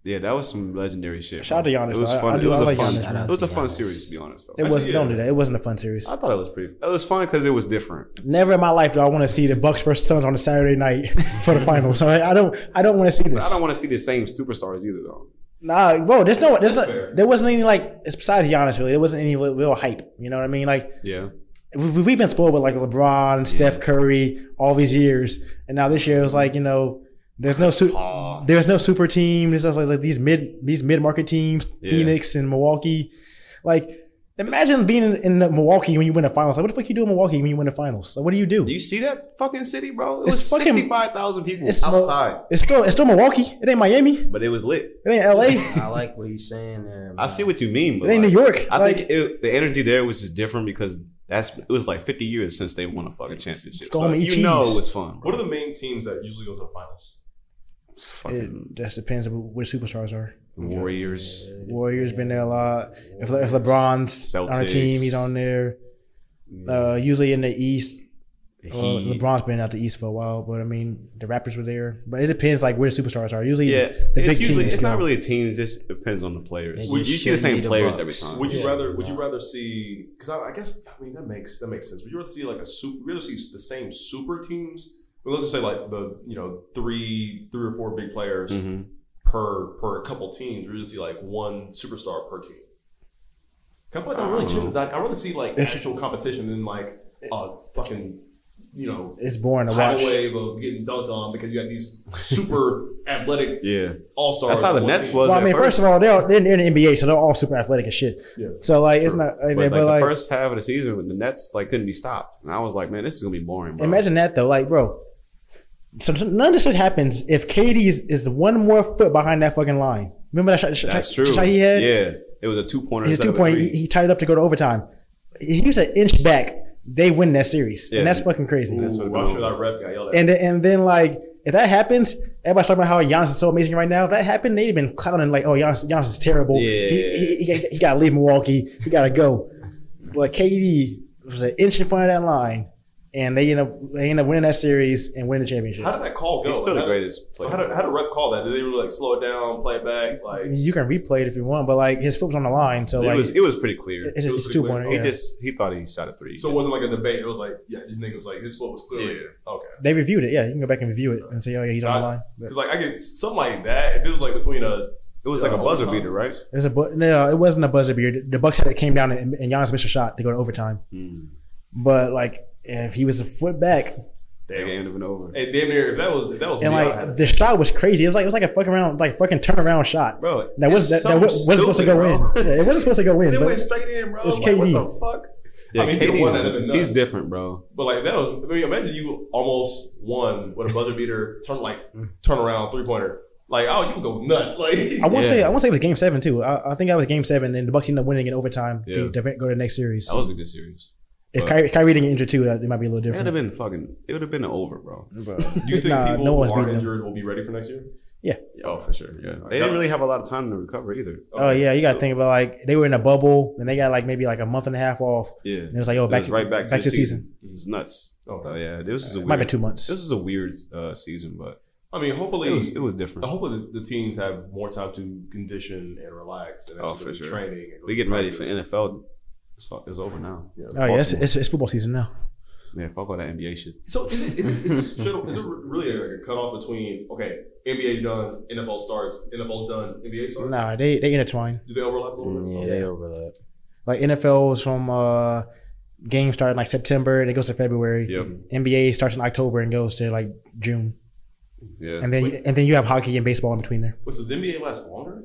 Speaker 2: Yeah, that was some legendary shit.
Speaker 3: Shout out to
Speaker 2: bro.
Speaker 3: Giannis.
Speaker 2: It was
Speaker 3: I-
Speaker 2: fun.
Speaker 3: I
Speaker 2: it
Speaker 3: do-
Speaker 2: was
Speaker 3: I
Speaker 2: a
Speaker 3: like
Speaker 2: fun.
Speaker 3: Giannis,
Speaker 2: It was a
Speaker 1: bro.
Speaker 2: fun series, to be honest. Though
Speaker 3: It
Speaker 2: Actually,
Speaker 3: wasn't
Speaker 4: yeah.
Speaker 3: don't do that. It wasn't a fun series.
Speaker 2: I thought it was pretty. It was fun because it was different.
Speaker 3: Never in my life do I want to see the Bucks versus Suns on a Saturday night for the finals. So I, I don't I don't want to see
Speaker 2: But I
Speaker 3: this.
Speaker 2: don't want to see the same superstars either, though.
Speaker 3: Nah, bro, there's no there's
Speaker 4: fair.
Speaker 3: no, there wasn't any like it's besides Giannis really. There wasn't any real, real hype. You know what I mean? Like
Speaker 2: Yeah,
Speaker 3: we, we- we've been spoiled with like LeBron, Steph Curry, all these years, and now this year it was like you know there's no su-
Speaker 2: Paul.
Speaker 3: there's no super team. There's also, like these mid these mid market teams,
Speaker 2: Yeah.
Speaker 3: Phoenix and Milwaukee. Like imagine being in, in Milwaukee when you win the finals. Like what the fuck you do in Milwaukee when you win the finals? Like what do you do?
Speaker 2: do you see that fucking city, bro? It
Speaker 3: It's
Speaker 2: was
Speaker 3: fucking-
Speaker 2: sixty-five thousand people
Speaker 3: it's mo-
Speaker 2: outside,
Speaker 3: It's still it's still Milwaukee. It ain't Miami. It
Speaker 2: but it was lit.
Speaker 3: ain't L.A.
Speaker 1: I like what he's saying there.
Speaker 2: I
Speaker 1: man.
Speaker 2: see what you mean, but
Speaker 3: It ain't New
Speaker 2: like,
Speaker 3: York.
Speaker 2: I
Speaker 3: like,
Speaker 2: think it, the energy there was just different because that's it was like fifty years since they won a fucking championship.
Speaker 3: go
Speaker 2: So
Speaker 3: home and
Speaker 2: you
Speaker 3: eat
Speaker 2: know
Speaker 3: cheese.
Speaker 2: it was fun.
Speaker 4: What are the main teams that usually go to the finals?
Speaker 2: fucking
Speaker 3: it just depends on where the superstars are.
Speaker 2: Warriors?
Speaker 3: Warriors been there a lot. If, Le- if LeBron's on a team,
Speaker 2: Celtics.
Speaker 3: he's on there. Uh, usually in the East.
Speaker 2: Heat.
Speaker 3: Well, LeBron's been out the East for a while, but I mean the Raptors were there. But it depends like where the superstars are. Usually,
Speaker 2: yeah,
Speaker 3: it's the
Speaker 2: it's
Speaker 3: big
Speaker 2: usually
Speaker 3: teams.
Speaker 2: it's not
Speaker 3: go.
Speaker 2: really a team. It just depends on the players.
Speaker 1: It
Speaker 2: You
Speaker 1: just
Speaker 2: see the
Speaker 1: shouldn't
Speaker 2: same
Speaker 1: be the
Speaker 2: players
Speaker 1: Bucks.
Speaker 2: every time.
Speaker 4: Would you
Speaker 1: Yeah.
Speaker 4: rather? Would you
Speaker 1: No.
Speaker 4: rather see? Because I, I guess I mean that makes that makes sense. Would you rather see like a super? Would you rather see the same super teams? Well, let's just say like the you know three three or four big players
Speaker 2: Mhm.
Speaker 4: per per couple teams. Would you rather see like one superstar per team? I feel like I really
Speaker 2: I don't
Speaker 4: should- I rather see like
Speaker 3: It's-
Speaker 4: actual competition than like a fucking you know
Speaker 3: It's boring to watch.
Speaker 4: tidal wave of getting dunked on because you got these super athletic
Speaker 2: Yeah,
Speaker 4: all stars.
Speaker 2: that's how the Nets was.
Speaker 3: Well, I
Speaker 2: at
Speaker 3: mean, first, of all, they're, they're in the NBA, so they're all super athletic and shit.
Speaker 4: Yeah.
Speaker 3: So like, it's
Speaker 2: True.
Speaker 3: not. I
Speaker 2: but,
Speaker 3: mean,
Speaker 2: like,
Speaker 3: but,
Speaker 2: the
Speaker 3: like,
Speaker 2: first half of the season, with the Nets like couldn't be stopped, and I was like, man, this is gonna be boring. Bro.
Speaker 3: imagine that though. Like, bro, so so none of this shit happens if KD is, is one more foot behind that fucking line. Remember that shot?
Speaker 2: that's
Speaker 3: shot,
Speaker 2: true.
Speaker 3: shot he had.
Speaker 2: Yeah, it was a two pointer.
Speaker 3: His two point. He, he tied it up to go to overtime. He was an inch back. They win that series,
Speaker 2: Yeah.
Speaker 3: and that's fucking crazy.
Speaker 2: That's what
Speaker 4: Ooh,
Speaker 2: it
Speaker 4: I'm
Speaker 2: was.
Speaker 4: sure that rep got yelled at.
Speaker 3: And then, and then like if that happens, everybody's talking about how Giannis is so amazing right now. If that happened, they'd have been clowning like, "Oh, Giannis, Giannis is terrible.
Speaker 2: Yeah.
Speaker 3: He, he, he, he got to leave Milwaukee. He got to go." But KD was an inch in front of that line, and they end up they end up winning that series and winning the championship.
Speaker 4: How did that call go?
Speaker 2: He's still the
Speaker 4: Like, how-
Speaker 2: greatest
Speaker 4: So
Speaker 2: player.
Speaker 4: how did, how did ref call that? Did they really like slow it down, play it back?
Speaker 3: I
Speaker 4: Like
Speaker 3: mean, you can replay it if you want, but like his foot was on the line, so
Speaker 2: it
Speaker 3: like
Speaker 2: was it was pretty clear.
Speaker 3: it's,
Speaker 4: it was
Speaker 3: it's two
Speaker 4: pretty
Speaker 3: pointer.
Speaker 2: He
Speaker 3: yeah.
Speaker 2: just he thought he shot a three.
Speaker 4: so it wasn't like a debate. It was like yeah, you think it was like his foot was clearly okay.
Speaker 3: They reviewed it. Yeah, you can go back and review it and say, "Oh yeah, he's on
Speaker 2: Uh,
Speaker 3: the line." But
Speaker 4: Because like I get something like that. If it was like between a
Speaker 2: it was
Speaker 4: Yeah,
Speaker 2: like a
Speaker 4: all the
Speaker 2: buzzer
Speaker 4: time.
Speaker 2: beater, right?
Speaker 3: there's a bu- no, it wasn't a buzzer beater. The Bucks had it came down and, and Giannis missed a shot to go to overtime.
Speaker 4: Hmm.
Speaker 3: But like, if he was a foot back,
Speaker 2: The
Speaker 4: damn,
Speaker 2: game even over.
Speaker 4: and damn near if that was if that
Speaker 2: Oh,
Speaker 4: was me,
Speaker 3: and
Speaker 4: I'd
Speaker 3: like
Speaker 4: have-
Speaker 3: the shot was crazy. It was like it was like a fucking around, like fucking turnaround shot.
Speaker 2: Bro,
Speaker 3: That
Speaker 2: it's
Speaker 3: was that, that
Speaker 2: something
Speaker 3: wa- wasn't supposed to
Speaker 2: stupid,
Speaker 3: go
Speaker 2: bro.
Speaker 3: in. Yeah, it wasn't supposed to go in.
Speaker 4: it went
Speaker 3: But
Speaker 4: straight in, bro.
Speaker 3: it's
Speaker 4: like,
Speaker 3: KD.
Speaker 4: What the fuck?
Speaker 2: Yeah,
Speaker 4: I mean, if
Speaker 2: KD
Speaker 4: he won,
Speaker 2: is-
Speaker 4: that'd have been
Speaker 2: he's
Speaker 4: nuts.
Speaker 2: different, bro.
Speaker 4: But like that was. I mean, imagine you almost won with a buzzer beater turn like
Speaker 2: Mm.
Speaker 4: turn around three pointer. Like oh, you would go nuts. Like
Speaker 3: I want to say
Speaker 2: Yeah.
Speaker 3: I want to say it was game seven too. I, I think that was game seven, and the Bucks ended up winning in overtime
Speaker 2: Yeah.
Speaker 3: to, to go to the next series.
Speaker 2: That was a good series.
Speaker 3: if Kyrie, Kyrie didn't get injured too, that it might be a little
Speaker 2: It would have
Speaker 3: different.
Speaker 2: been fucking. It would have been over, bro.
Speaker 4: do you think
Speaker 3: Nah,
Speaker 4: people
Speaker 3: no one's
Speaker 4: who are
Speaker 3: beating them.
Speaker 4: injured will be ready for next year?
Speaker 2: Oh, for sure. Yeah,
Speaker 4: Alright,
Speaker 2: they didn't
Speaker 4: that-
Speaker 2: really have a lot of time to recover either.
Speaker 3: Oh yeah, you got to think about like they were in a bubble, and they got like maybe like a month and a half off.
Speaker 2: Yeah,
Speaker 3: And it was like, oh,
Speaker 2: It
Speaker 3: back
Speaker 2: was right back, to,
Speaker 3: the
Speaker 2: the
Speaker 3: season.
Speaker 2: season. It's nuts.
Speaker 4: Oh,
Speaker 2: So yeah, this is a
Speaker 3: It
Speaker 2: weird,
Speaker 3: might have been two months.
Speaker 2: This is a weird uh, season, but
Speaker 4: I mean, hopefully
Speaker 2: it was it was
Speaker 4: Now,
Speaker 2: different.
Speaker 4: Hopefully, the, the teams have more time to condition and relax and
Speaker 2: Oh,
Speaker 4: actually
Speaker 2: for
Speaker 4: do
Speaker 2: sure.
Speaker 4: training. And go
Speaker 2: We
Speaker 4: to
Speaker 2: getting ready for
Speaker 4: practice.
Speaker 2: NFL. It's, all- it's over now.
Speaker 3: Oh yeah, it's,
Speaker 2: Baltimore.
Speaker 3: it's, it's football season now.
Speaker 2: Yeah, fuck all that NBA shit.
Speaker 4: So, is it, is it, is, it, should, is it really like a cutoff between okay, NBA done, NFL starts, NFL done, NBA starts?
Speaker 3: Nah, they they intertwine.
Speaker 4: Do they overlap a little bit?
Speaker 1: Mm, Yeah, they overlap.
Speaker 3: Like NFL is from uh, game start in like September and it goes to February.
Speaker 2: Yep.
Speaker 3: NBA starts in October and goes to like June,
Speaker 2: Yeah.
Speaker 3: and then and then you have hockey and baseball in between there.
Speaker 4: Wait, so does the NBA last longer?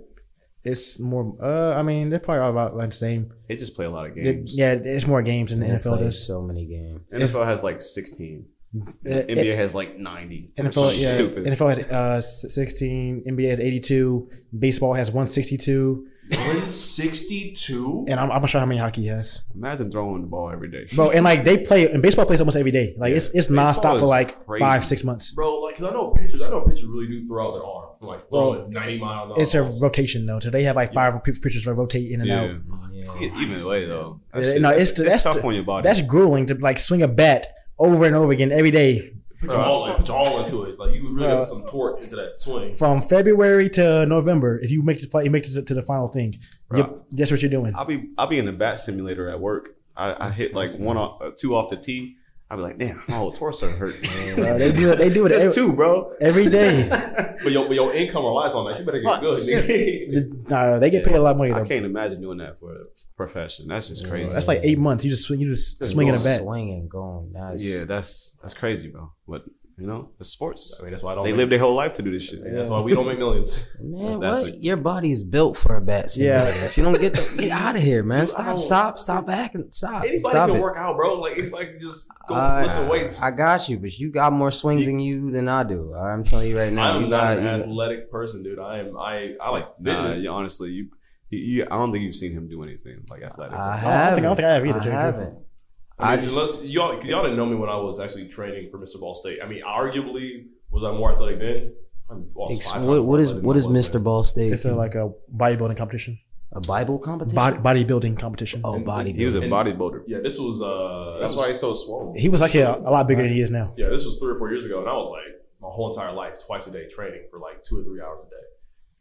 Speaker 3: It's more. Uh, I mean, they're probably all about like the same.
Speaker 2: they just play a lot of
Speaker 3: It-
Speaker 2: games.
Speaker 3: yeah, it's more games than the
Speaker 1: They
Speaker 3: NFL
Speaker 1: played
Speaker 3: does.
Speaker 1: so many games.
Speaker 2: NFL has like 16. The NBA has like 90. or
Speaker 3: NFL,
Speaker 2: something
Speaker 3: yeah,
Speaker 2: stupid.
Speaker 3: NFL has uh, s- 16, NBA has 82, baseball has 162,
Speaker 9: 162?
Speaker 3: and I'm, I'm not sure how many hockey has.
Speaker 2: Imagine throwing the ball every day.
Speaker 3: Bro, and like they play, and baseball plays almost every day. Like it's it's
Speaker 2: Baseball
Speaker 3: nonstop
Speaker 2: is
Speaker 3: for like
Speaker 2: crazy.
Speaker 3: five, six months.
Speaker 4: Bro, like, 'cause I know pitchers, I know pitchers really do throw out their arm. Like, throw it 90 miles an hour.
Speaker 3: It's a rotation though. So they have like five pitchers pitchers that rotate in and out.
Speaker 2: Yeah.
Speaker 1: Oh, yeah.
Speaker 2: E- Even way though,
Speaker 3: Yeah,
Speaker 2: That shit-
Speaker 3: no,
Speaker 2: that's-
Speaker 3: it's the-
Speaker 2: it's
Speaker 3: that's
Speaker 2: tough
Speaker 3: the-
Speaker 2: on your body.
Speaker 3: That's grueling to like swing a bat over and over again every day
Speaker 4: Put
Speaker 2: Bro,
Speaker 4: your,
Speaker 2: I
Speaker 4: all,
Speaker 2: saw-
Speaker 4: like, put your all into it. Like, you really
Speaker 3: Bro.
Speaker 4: put some torque into that swing.
Speaker 3: from February to November. If you make this play, you make it to, to the final thing.
Speaker 2: Bro.
Speaker 3: Yep, that's what you're doing.
Speaker 2: I'll be I'll be in the bat simulator at work. I, I hit like one off, uh, two off the tee. I'll be like, damn, my whole torso hurt.
Speaker 3: Bro, they do it. They do it
Speaker 2: That's
Speaker 3: every,
Speaker 2: two, bro.
Speaker 3: every day.
Speaker 4: But your, but your income relies on that. You better get
Speaker 2: Fuck.
Speaker 4: good. nigga.
Speaker 3: Nah, they get paid a lot of money
Speaker 2: I
Speaker 3: though.
Speaker 2: can't imagine doing that for a profession. That's just crazy.
Speaker 3: That's like eight months. You just swing. You just
Speaker 2: That's
Speaker 3: swinging a
Speaker 2: awesome.
Speaker 3: bat.
Speaker 1: Swinging, going. That's,
Speaker 2: yeah, that's that's crazy, bro. But you know, it's sports.
Speaker 4: I mean, that's why I don't.
Speaker 2: They
Speaker 4: make-
Speaker 2: live their whole life to do this shit.
Speaker 4: Yeah, That's why we don't make millions.
Speaker 1: Man,
Speaker 2: That's- that's
Speaker 1: what? Your body is built for a bat.
Speaker 3: Yeah.
Speaker 1: Yeah. If you don't get the, get out of here, man.
Speaker 4: Dude, I
Speaker 1: Stop,
Speaker 4: don't-
Speaker 1: stop, stop acting. Stop.
Speaker 4: Anybody
Speaker 1: stop
Speaker 4: can
Speaker 1: it.
Speaker 4: work out, bro. Like anybody can just go
Speaker 1: I-
Speaker 4: lift some weights.
Speaker 1: I got you, but you got more swings in you than I do. I'm telling you right now.
Speaker 4: I'm
Speaker 1: you
Speaker 4: not
Speaker 1: got,
Speaker 4: an
Speaker 1: you,
Speaker 4: athletic person, dude. I am. I I like
Speaker 2: Nah,
Speaker 4: fitness.
Speaker 2: you, honestly, you, you, you, I don't think you've seen him do anything like athletic.
Speaker 1: I
Speaker 3: I don't
Speaker 1: haven't.
Speaker 3: think- I don't think I have either, Jerry Judy.
Speaker 1: haven't.
Speaker 4: I
Speaker 1: I-
Speaker 4: mean, unless y'all, 'cause y'all didn't know me when I was actually training for Mr. Ball State. I mean, arguably, was I more athletic then? I'm well, I was
Speaker 1: Ex- what,
Speaker 4: five times
Speaker 1: what
Speaker 4: more
Speaker 1: is
Speaker 4: athletic
Speaker 1: what
Speaker 4: than
Speaker 1: is
Speaker 4: I was
Speaker 1: Mr.
Speaker 4: then.
Speaker 1: Ball State?
Speaker 3: It's a, like a bodybuilding competition,
Speaker 1: a Bible competition?
Speaker 3: Body, bodybuilding competition.
Speaker 1: oh, body.
Speaker 2: he was a
Speaker 4: And-
Speaker 2: bodybuilder.
Speaker 4: Yeah, this was. uh
Speaker 2: That's
Speaker 4: this
Speaker 2: why
Speaker 4: was-
Speaker 2: he's so swollen.
Speaker 3: He was actually a, a lot bigger than he is now.
Speaker 4: Yeah, this was three or four years ago, and I was like my whole entire life, twice a day training for like two or three hours a day,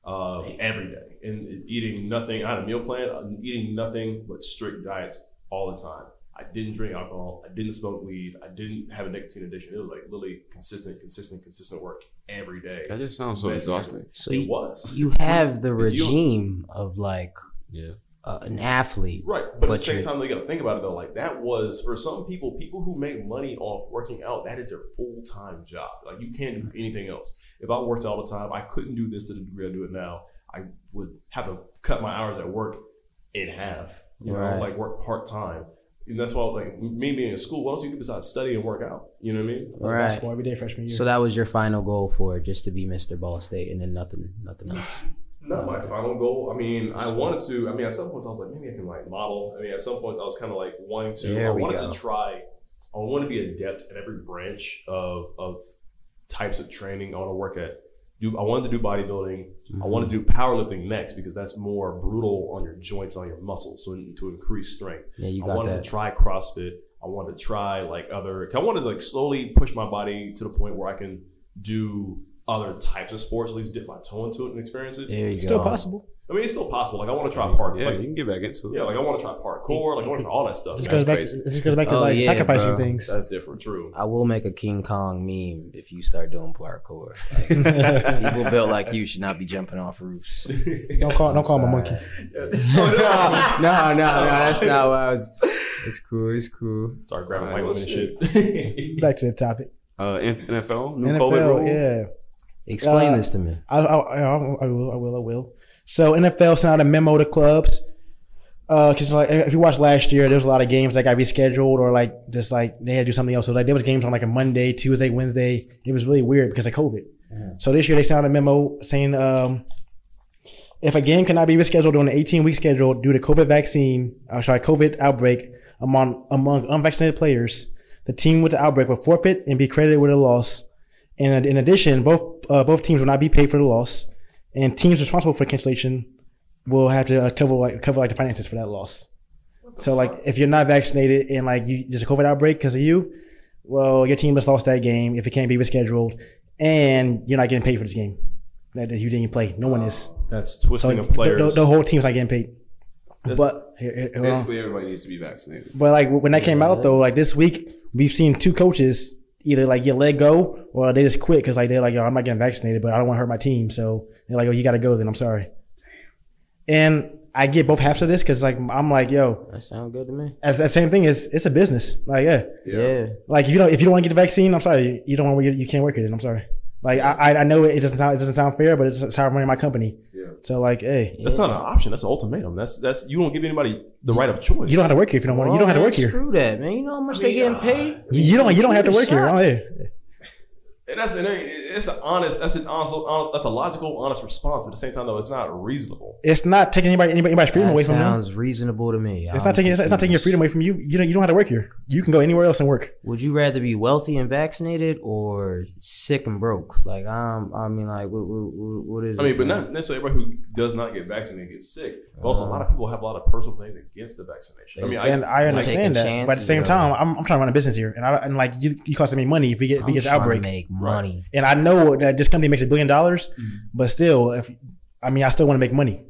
Speaker 4: um, every day, and eating nothing. I had a meal plan, uh, eating nothing but strict diets all the time. I didn't drink alcohol. I didn't smoke weed. I didn't have a nicotine addiction. It was like literally consistent, consistent, consistent work every day.
Speaker 2: That just sounds so
Speaker 4: Man.
Speaker 2: exhausting.
Speaker 1: So
Speaker 4: It
Speaker 1: you,
Speaker 4: was
Speaker 1: you have the
Speaker 4: It's you.
Speaker 1: regime of like
Speaker 2: Yeah.
Speaker 1: uh, an athlete.
Speaker 4: right, but,
Speaker 1: but
Speaker 4: at the same
Speaker 1: you-
Speaker 4: time, you got to think about it though. Like that was for some people, people who make money off working out, that is their full time job. Like you can't do anything else. if I worked all the time, I couldn't do this to the degree I do it now. I would have to cut my hours at work in half. You know,
Speaker 1: Right.
Speaker 4: like work part time. And that's why, like me being in school, what else do you do besides study and work out? You know what I mean?
Speaker 3: Like
Speaker 1: Right.
Speaker 3: Basketball every day freshman year.
Speaker 1: So that was your final goal for it, just to be Mr. Ball State, and then nothing, nothing else.
Speaker 4: Not my
Speaker 1: Mm.
Speaker 4: final goal. I mean, I wanted to. I mean, at some points, I was like, maybe I can like model. I mean, at some points, I was kind of like wanting to.
Speaker 1: There
Speaker 4: I
Speaker 1: we
Speaker 4: wanted
Speaker 1: go.
Speaker 4: to try. I want to be adept at every branch of of types of training. I want to work at. Do I wanted to do bodybuilding? I want to do powerlifting next because that's more brutal on your joints, on your muscles, to, to increase strength.
Speaker 1: Mm-hmm. Yeah, you
Speaker 4: I
Speaker 1: got
Speaker 4: wanted
Speaker 1: that.
Speaker 4: to try CrossFit. I wanted to try like other. I wanted to like slowly push my body to the point where I can do other types of sports. At least dip my toe into it and experience it.
Speaker 1: There you
Speaker 3: it's
Speaker 1: go.
Speaker 3: still possible.
Speaker 4: I mean, it's still possible. Like I want to try park.
Speaker 2: Yeah,
Speaker 4: like,
Speaker 2: you can get back into it.
Speaker 4: yeah, like I want to try parkour. Like I want to try all that stuff.
Speaker 3: It just
Speaker 4: That's
Speaker 3: goes back.
Speaker 2: crazy.
Speaker 3: To, it just goes back to
Speaker 1: Oh,
Speaker 3: like
Speaker 1: yeah,
Speaker 3: sacrificing
Speaker 1: bro.
Speaker 3: things.
Speaker 2: That's different.
Speaker 4: true.
Speaker 1: I will make a King Kong meme if you start doing parkour. Like, people built like you should not be jumping off roofs.
Speaker 3: Don't call. Don't call him a monkey.
Speaker 1: no, no, no, that's not what I was. It's cool. It's cool.
Speaker 4: Start grabbing
Speaker 2: Alright,
Speaker 4: white women
Speaker 2: let's
Speaker 4: and shit.
Speaker 3: Back to the topic.
Speaker 2: Uh, N- NFL, new COVID
Speaker 3: NFL.
Speaker 2: rule.
Speaker 3: Yeah.
Speaker 1: Explain
Speaker 3: Uh,
Speaker 1: this to me.
Speaker 3: I, I, I, I will. I will. I will. So NFL sent out a memo to clubs. Because like if you watched last year, there was a lot of games that got rescheduled or like just like they had to do something else. So like there was games on like a Monday, Tuesday, Wednesday. It was really weird because of COVID. So this year they sent out a memo saying um, if a game cannot be rescheduled on an 18 week schedule due to COVID vaccine, uh, sorry, COVID outbreak among among unvaccinated players, the team with the outbreak will forfeit and be credited with a loss. And in addition, both uh, both teams will not be paid for the loss, and teams responsible for cancellation will have to uh, cover like cover like the finances for that loss. So like if you're not vaccinated and like you there's a COVID outbreak because of you, well your team has lost that game if it can't be rescheduled, and you're not getting paid for this game that, that you didn't play. No one is.
Speaker 4: That's
Speaker 3: So
Speaker 4: twisting
Speaker 3: the,
Speaker 4: of players.
Speaker 3: the, the whole team's not getting paid. But here- here- hold on.
Speaker 2: Basically, everybody needs to be vaccinated.
Speaker 3: But like when that came out though, like this week, we've seen two coaches either like get let go or they just quit because like they're like, yo, I'm not getting vaccinated, but I don't want to hurt my team. So they're like, oh, you got to go then. I'm sorry. And I get both halves of this because like I'm like, yo,
Speaker 1: That sound good to me.
Speaker 3: as that same thing is it's a business. Like yeah,
Speaker 1: Yeah.
Speaker 3: like if you don't if you don't want to get the vaccine, I'm sorry, you don't want to get, you can't work it. I'm sorry. Like I, I- I know it, it doesn't sound it doesn't sound fair, but it's, it's how I'm running my company.
Speaker 2: Yeah.
Speaker 3: So like, hey,
Speaker 4: That's not an option. That's an ultimatum. That's that's you don't give anybody the right of choice.
Speaker 3: you don't have to work here if you don't want. to. You don't have to work here.
Speaker 1: Screw that, man. You know how much they
Speaker 9: mean,
Speaker 1: getting paid?
Speaker 3: You you don't you don't have to
Speaker 1: Give it a
Speaker 3: work here.
Speaker 1: shot.
Speaker 3: Oh, yeah.
Speaker 4: And that's an it's an honest. That's an honest, honest. That's a logical, honest response. But at the same time, though, it's not reasonable.
Speaker 3: It's not taking anybody anybody anybody's freedom
Speaker 1: That
Speaker 3: away from them.
Speaker 1: sounds reasonable to me.
Speaker 3: It's not taking it's not taking your freedom away from you. You don't you don't have to work here. You can go anywhere else and work.
Speaker 1: Would you rather be wealthy and vaccinated or sick and broke? Like, um, I mean, like, what, what- what, what is?
Speaker 4: I mean,
Speaker 1: it,
Speaker 4: but
Speaker 1: man?
Speaker 4: not necessarily everybody who does not get vaccinated gets sick. But also,
Speaker 2: Uh-huh.
Speaker 4: a lot of people have a lot of personal things against the vaccination. I mean, I,
Speaker 3: and I
Speaker 1: taking
Speaker 3: understand that, but at the
Speaker 1: chances,
Speaker 3: same
Speaker 1: bro.
Speaker 3: time, I'm, I'm trying to run a business here, and I and like you, you costing me money if we get if
Speaker 1: I'm
Speaker 3: we get an
Speaker 1: trying to
Speaker 3: outbreak,
Speaker 1: make money.
Speaker 3: and I know that this company makes a billion dollars,
Speaker 1: Mm-hmm.
Speaker 3: but still, if I mean, I still want to make money.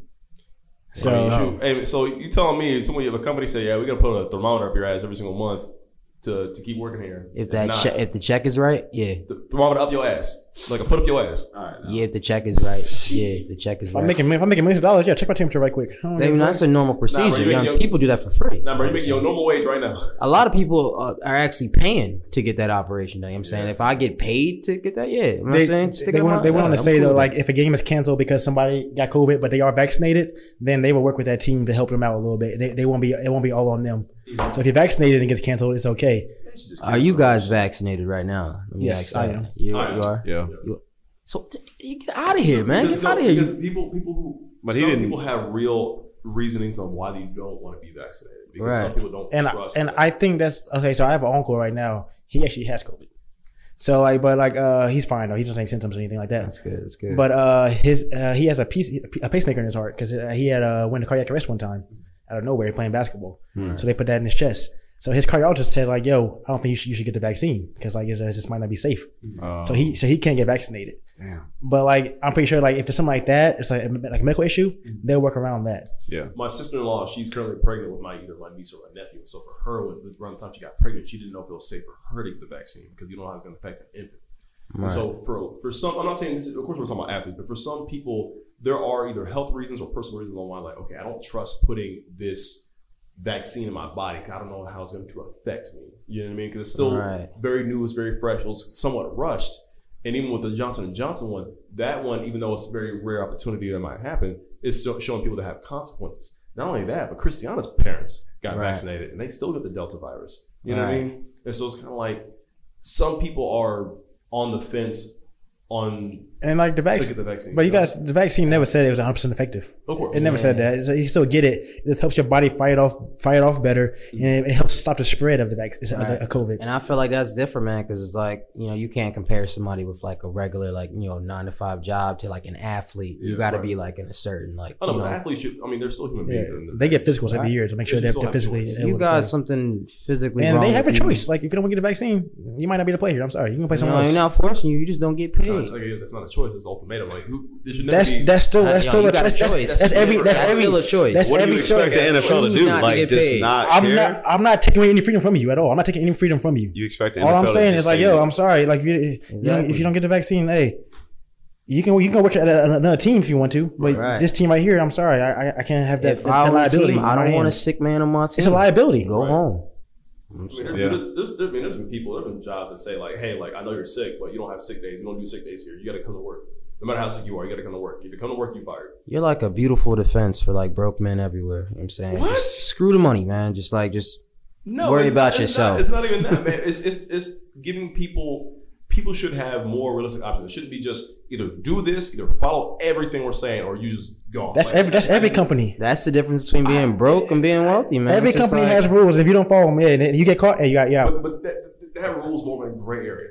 Speaker 3: So
Speaker 4: I mean, shoot. Hey, so you telling me someone you have a company say, yeah, we gotta put a thermometer up your ass every single month to, to keep working here.
Speaker 1: If that
Speaker 4: not,
Speaker 1: che- if the check is right, yeah,
Speaker 4: the thermometer up your ass, like a put up your ass.
Speaker 2: All right.
Speaker 1: yeah. If the check is right, yeah. If the check is
Speaker 3: if I'm
Speaker 1: right,
Speaker 3: making if I'm making millions of dollars, yeah, check my temperature right quick. I don't
Speaker 1: I
Speaker 3: give
Speaker 1: mean,
Speaker 3: a
Speaker 1: that's a normal procedure.
Speaker 4: you
Speaker 1: Young
Speaker 4: ain't young-
Speaker 1: people do that for free.
Speaker 4: Nah, bro, you're making your normal wage right now.
Speaker 1: a lot of people uh, are actually paying to get that operation done. You know what I'm saying if I get paid to get that, yeah. You know what
Speaker 3: They,
Speaker 1: I'm saying
Speaker 3: they, want, they want to say though, like if a game is canceled because somebody got COVID, but they are vaccinated, then they will work with that team to help them out a little bit. They, they won't be it won't be all on them. So if you're vaccinated and gets canceled, it's okay.
Speaker 1: Are you guys vaccinated right now? Let me
Speaker 3: Yes,
Speaker 1: ask that.
Speaker 3: I am.
Speaker 1: You,
Speaker 4: I am.
Speaker 1: you are.
Speaker 2: Yeah.
Speaker 1: So t- you get out of here, man. Get
Speaker 4: Because-
Speaker 1: out of here.
Speaker 4: Because
Speaker 1: You-
Speaker 4: people, people who,
Speaker 2: But he
Speaker 4: some
Speaker 2: didn't-
Speaker 4: people have real reasonings on why they don't want to be vaccinated because some
Speaker 1: Right.
Speaker 4: people don't
Speaker 3: and I,
Speaker 4: trust.
Speaker 3: and
Speaker 4: it.
Speaker 3: I think that's okay. So I have an uncle right now. He actually has COVID. So like, but like, uh, he's fine though. He doesn't have any symptoms or anything like that.
Speaker 1: That's good. That's good.
Speaker 3: But uh, his uh, he has a piece a pacemaker in his heart because uh, he had uh, went to cardiac arrest one time out of nowhere playing basketball. So they put that in his chest. So his cardiologist said like, "Yo, I don't think you should, you should get the vaccine because like it's, uh, this might not be safe."
Speaker 2: Uh,
Speaker 3: So
Speaker 4: Oh.
Speaker 3: he so he can't get vaccinated.
Speaker 2: Damn.
Speaker 3: But like, I'm pretty sure like if there's something like that, it's like a, like a medical issue,
Speaker 4: Mm-hmm.
Speaker 3: they'll work around that.
Speaker 2: Yeah.
Speaker 4: my sister-in-law, she's currently pregnant with my either my niece or my nephew. So for her, when around the time she got pregnant, she didn't know if it was safe for her to get the vaccine because you don't know how it's going to affect an infant. And
Speaker 1: Right.
Speaker 4: so for for some, I'm not saying this. Is, of course, we're talking about athletes, but for some people, there are either health reasons or personal reasons on why, like, okay, I don't trust putting this vaccine in my body. 'cause I don't know how it's going to affect me. You know what I mean? Because it's still
Speaker 1: Right.
Speaker 4: very new, it's very fresh, it was somewhat rushed. And even with the Johnson and Johnson one, that one, even though it's a very rare opportunity that might happen, is so, showing people to have consequences. Not only that, but Christiana's parents got
Speaker 1: Right.
Speaker 4: vaccinated and they still got the Delta virus. You know what I
Speaker 1: Right.
Speaker 4: mean? And so it's kind of like some people are on the fence on
Speaker 3: And like the
Speaker 4: to
Speaker 3: vaccine,
Speaker 4: get the vaccine.
Speaker 3: but you guys, the vaccine never said it was 100 percent effective.
Speaker 4: of course,
Speaker 3: It never said that. So you still get it. It just helps your body fight it off, fight it off better, and it, it helps stop the spread of the vaccine, of
Speaker 1: Right.
Speaker 3: the- of COVID.
Speaker 1: And I feel like that's different, man, because it's like, you know, you can't compare somebody with like a regular, like, you know, nine to five job to like an athlete. you
Speaker 4: Yeah,
Speaker 1: got to
Speaker 4: right.
Speaker 1: be like in a certain, like,
Speaker 4: I don't
Speaker 1: you
Speaker 4: know. but
Speaker 1: know.
Speaker 4: Athletes should. I mean, they're still human
Speaker 3: Yeah.
Speaker 4: beings. and
Speaker 3: They get physicals every
Speaker 1: Right.
Speaker 3: year to make sure
Speaker 4: They
Speaker 3: they're,
Speaker 4: still
Speaker 3: they're
Speaker 4: have
Speaker 3: physically.
Speaker 4: choice.
Speaker 3: able
Speaker 1: You
Speaker 3: to
Speaker 1: got
Speaker 3: play.
Speaker 1: something physically
Speaker 3: and
Speaker 1: wrong.
Speaker 3: they have a
Speaker 1: with you.
Speaker 3: choice. Like if you don't want to get the vaccine, you might not be the player. I'm sorry, you can play
Speaker 1: You
Speaker 3: somewhere
Speaker 1: know,
Speaker 3: else.
Speaker 1: you're not forcing you. You just don't get
Speaker 4: It's not,
Speaker 1: paid.
Speaker 4: like, that's not a choice. It's ultimatum. Like who? There should never
Speaker 3: that's
Speaker 4: be.
Speaker 3: that's still
Speaker 1: Uh,
Speaker 3: that's
Speaker 1: yo,
Speaker 3: still
Speaker 1: you
Speaker 3: a,
Speaker 1: got a
Speaker 3: that's, that's,
Speaker 1: choice.
Speaker 3: that's, every that's,
Speaker 1: That's
Speaker 3: every
Speaker 1: still a choice.
Speaker 3: That's
Speaker 2: What do
Speaker 3: every
Speaker 2: you expect the
Speaker 3: choice.
Speaker 2: NFL to
Speaker 1: Choose not
Speaker 2: do?
Speaker 1: to
Speaker 2: Like
Speaker 1: get
Speaker 2: just
Speaker 1: paid.
Speaker 2: not
Speaker 3: I'm
Speaker 2: care?
Speaker 3: not I'm not taking away any freedom from you at all. I'm not taking any freedom from you.
Speaker 2: you expect the NFL?
Speaker 3: all I'm
Speaker 2: to
Speaker 3: saying
Speaker 2: just
Speaker 3: is like,
Speaker 2: say,
Speaker 3: yo, I'm sorry. Like, you, you don't, if
Speaker 1: Exactly.
Speaker 3: you don't get the vaccine, hey, you can you can go work at a- another team if you want to, but
Speaker 1: Right.
Speaker 3: this team right here, I'm sorry, I I, I can't have that,
Speaker 1: if
Speaker 3: that
Speaker 1: I were a
Speaker 3: liability.
Speaker 1: team, I
Speaker 3: on my
Speaker 1: don't want a
Speaker 3: hands.
Speaker 1: sick man on my team.
Speaker 3: It's a liability.
Speaker 1: Go
Speaker 4: Right.
Speaker 1: home.
Speaker 4: I mean, there,
Speaker 2: Yeah.
Speaker 4: there- there's, there, I mean, there's been people, there's been jobs that say like, hey, like I know you're sick, but you don't have sick days. You don't do sick days here. You got to come to work. No matter how sick you are, you got to come to work. If you come to work, you fired.
Speaker 1: You're like a beautiful defense for like broke men everywhere. You know what I'm saying,
Speaker 4: What?
Speaker 1: Just screw the money, man. Just like, just
Speaker 4: No,
Speaker 1: Worry
Speaker 4: it's-
Speaker 1: about
Speaker 4: it's
Speaker 1: yourself.
Speaker 4: Not, it's not even that, man. It's, it's it's giving people people should have more realistic options. It shouldn't be just either do this, either follow everything we're saying, or you just go.
Speaker 3: That's every that's every company.
Speaker 1: that's the difference between being broke and being wealthy, man.
Speaker 3: every
Speaker 1: It's just
Speaker 3: company
Speaker 1: like-
Speaker 3: has rules. If you don't follow them, yeah, then you get caught. Hey, you got you out.
Speaker 4: But, but that, that rules more of a gray area.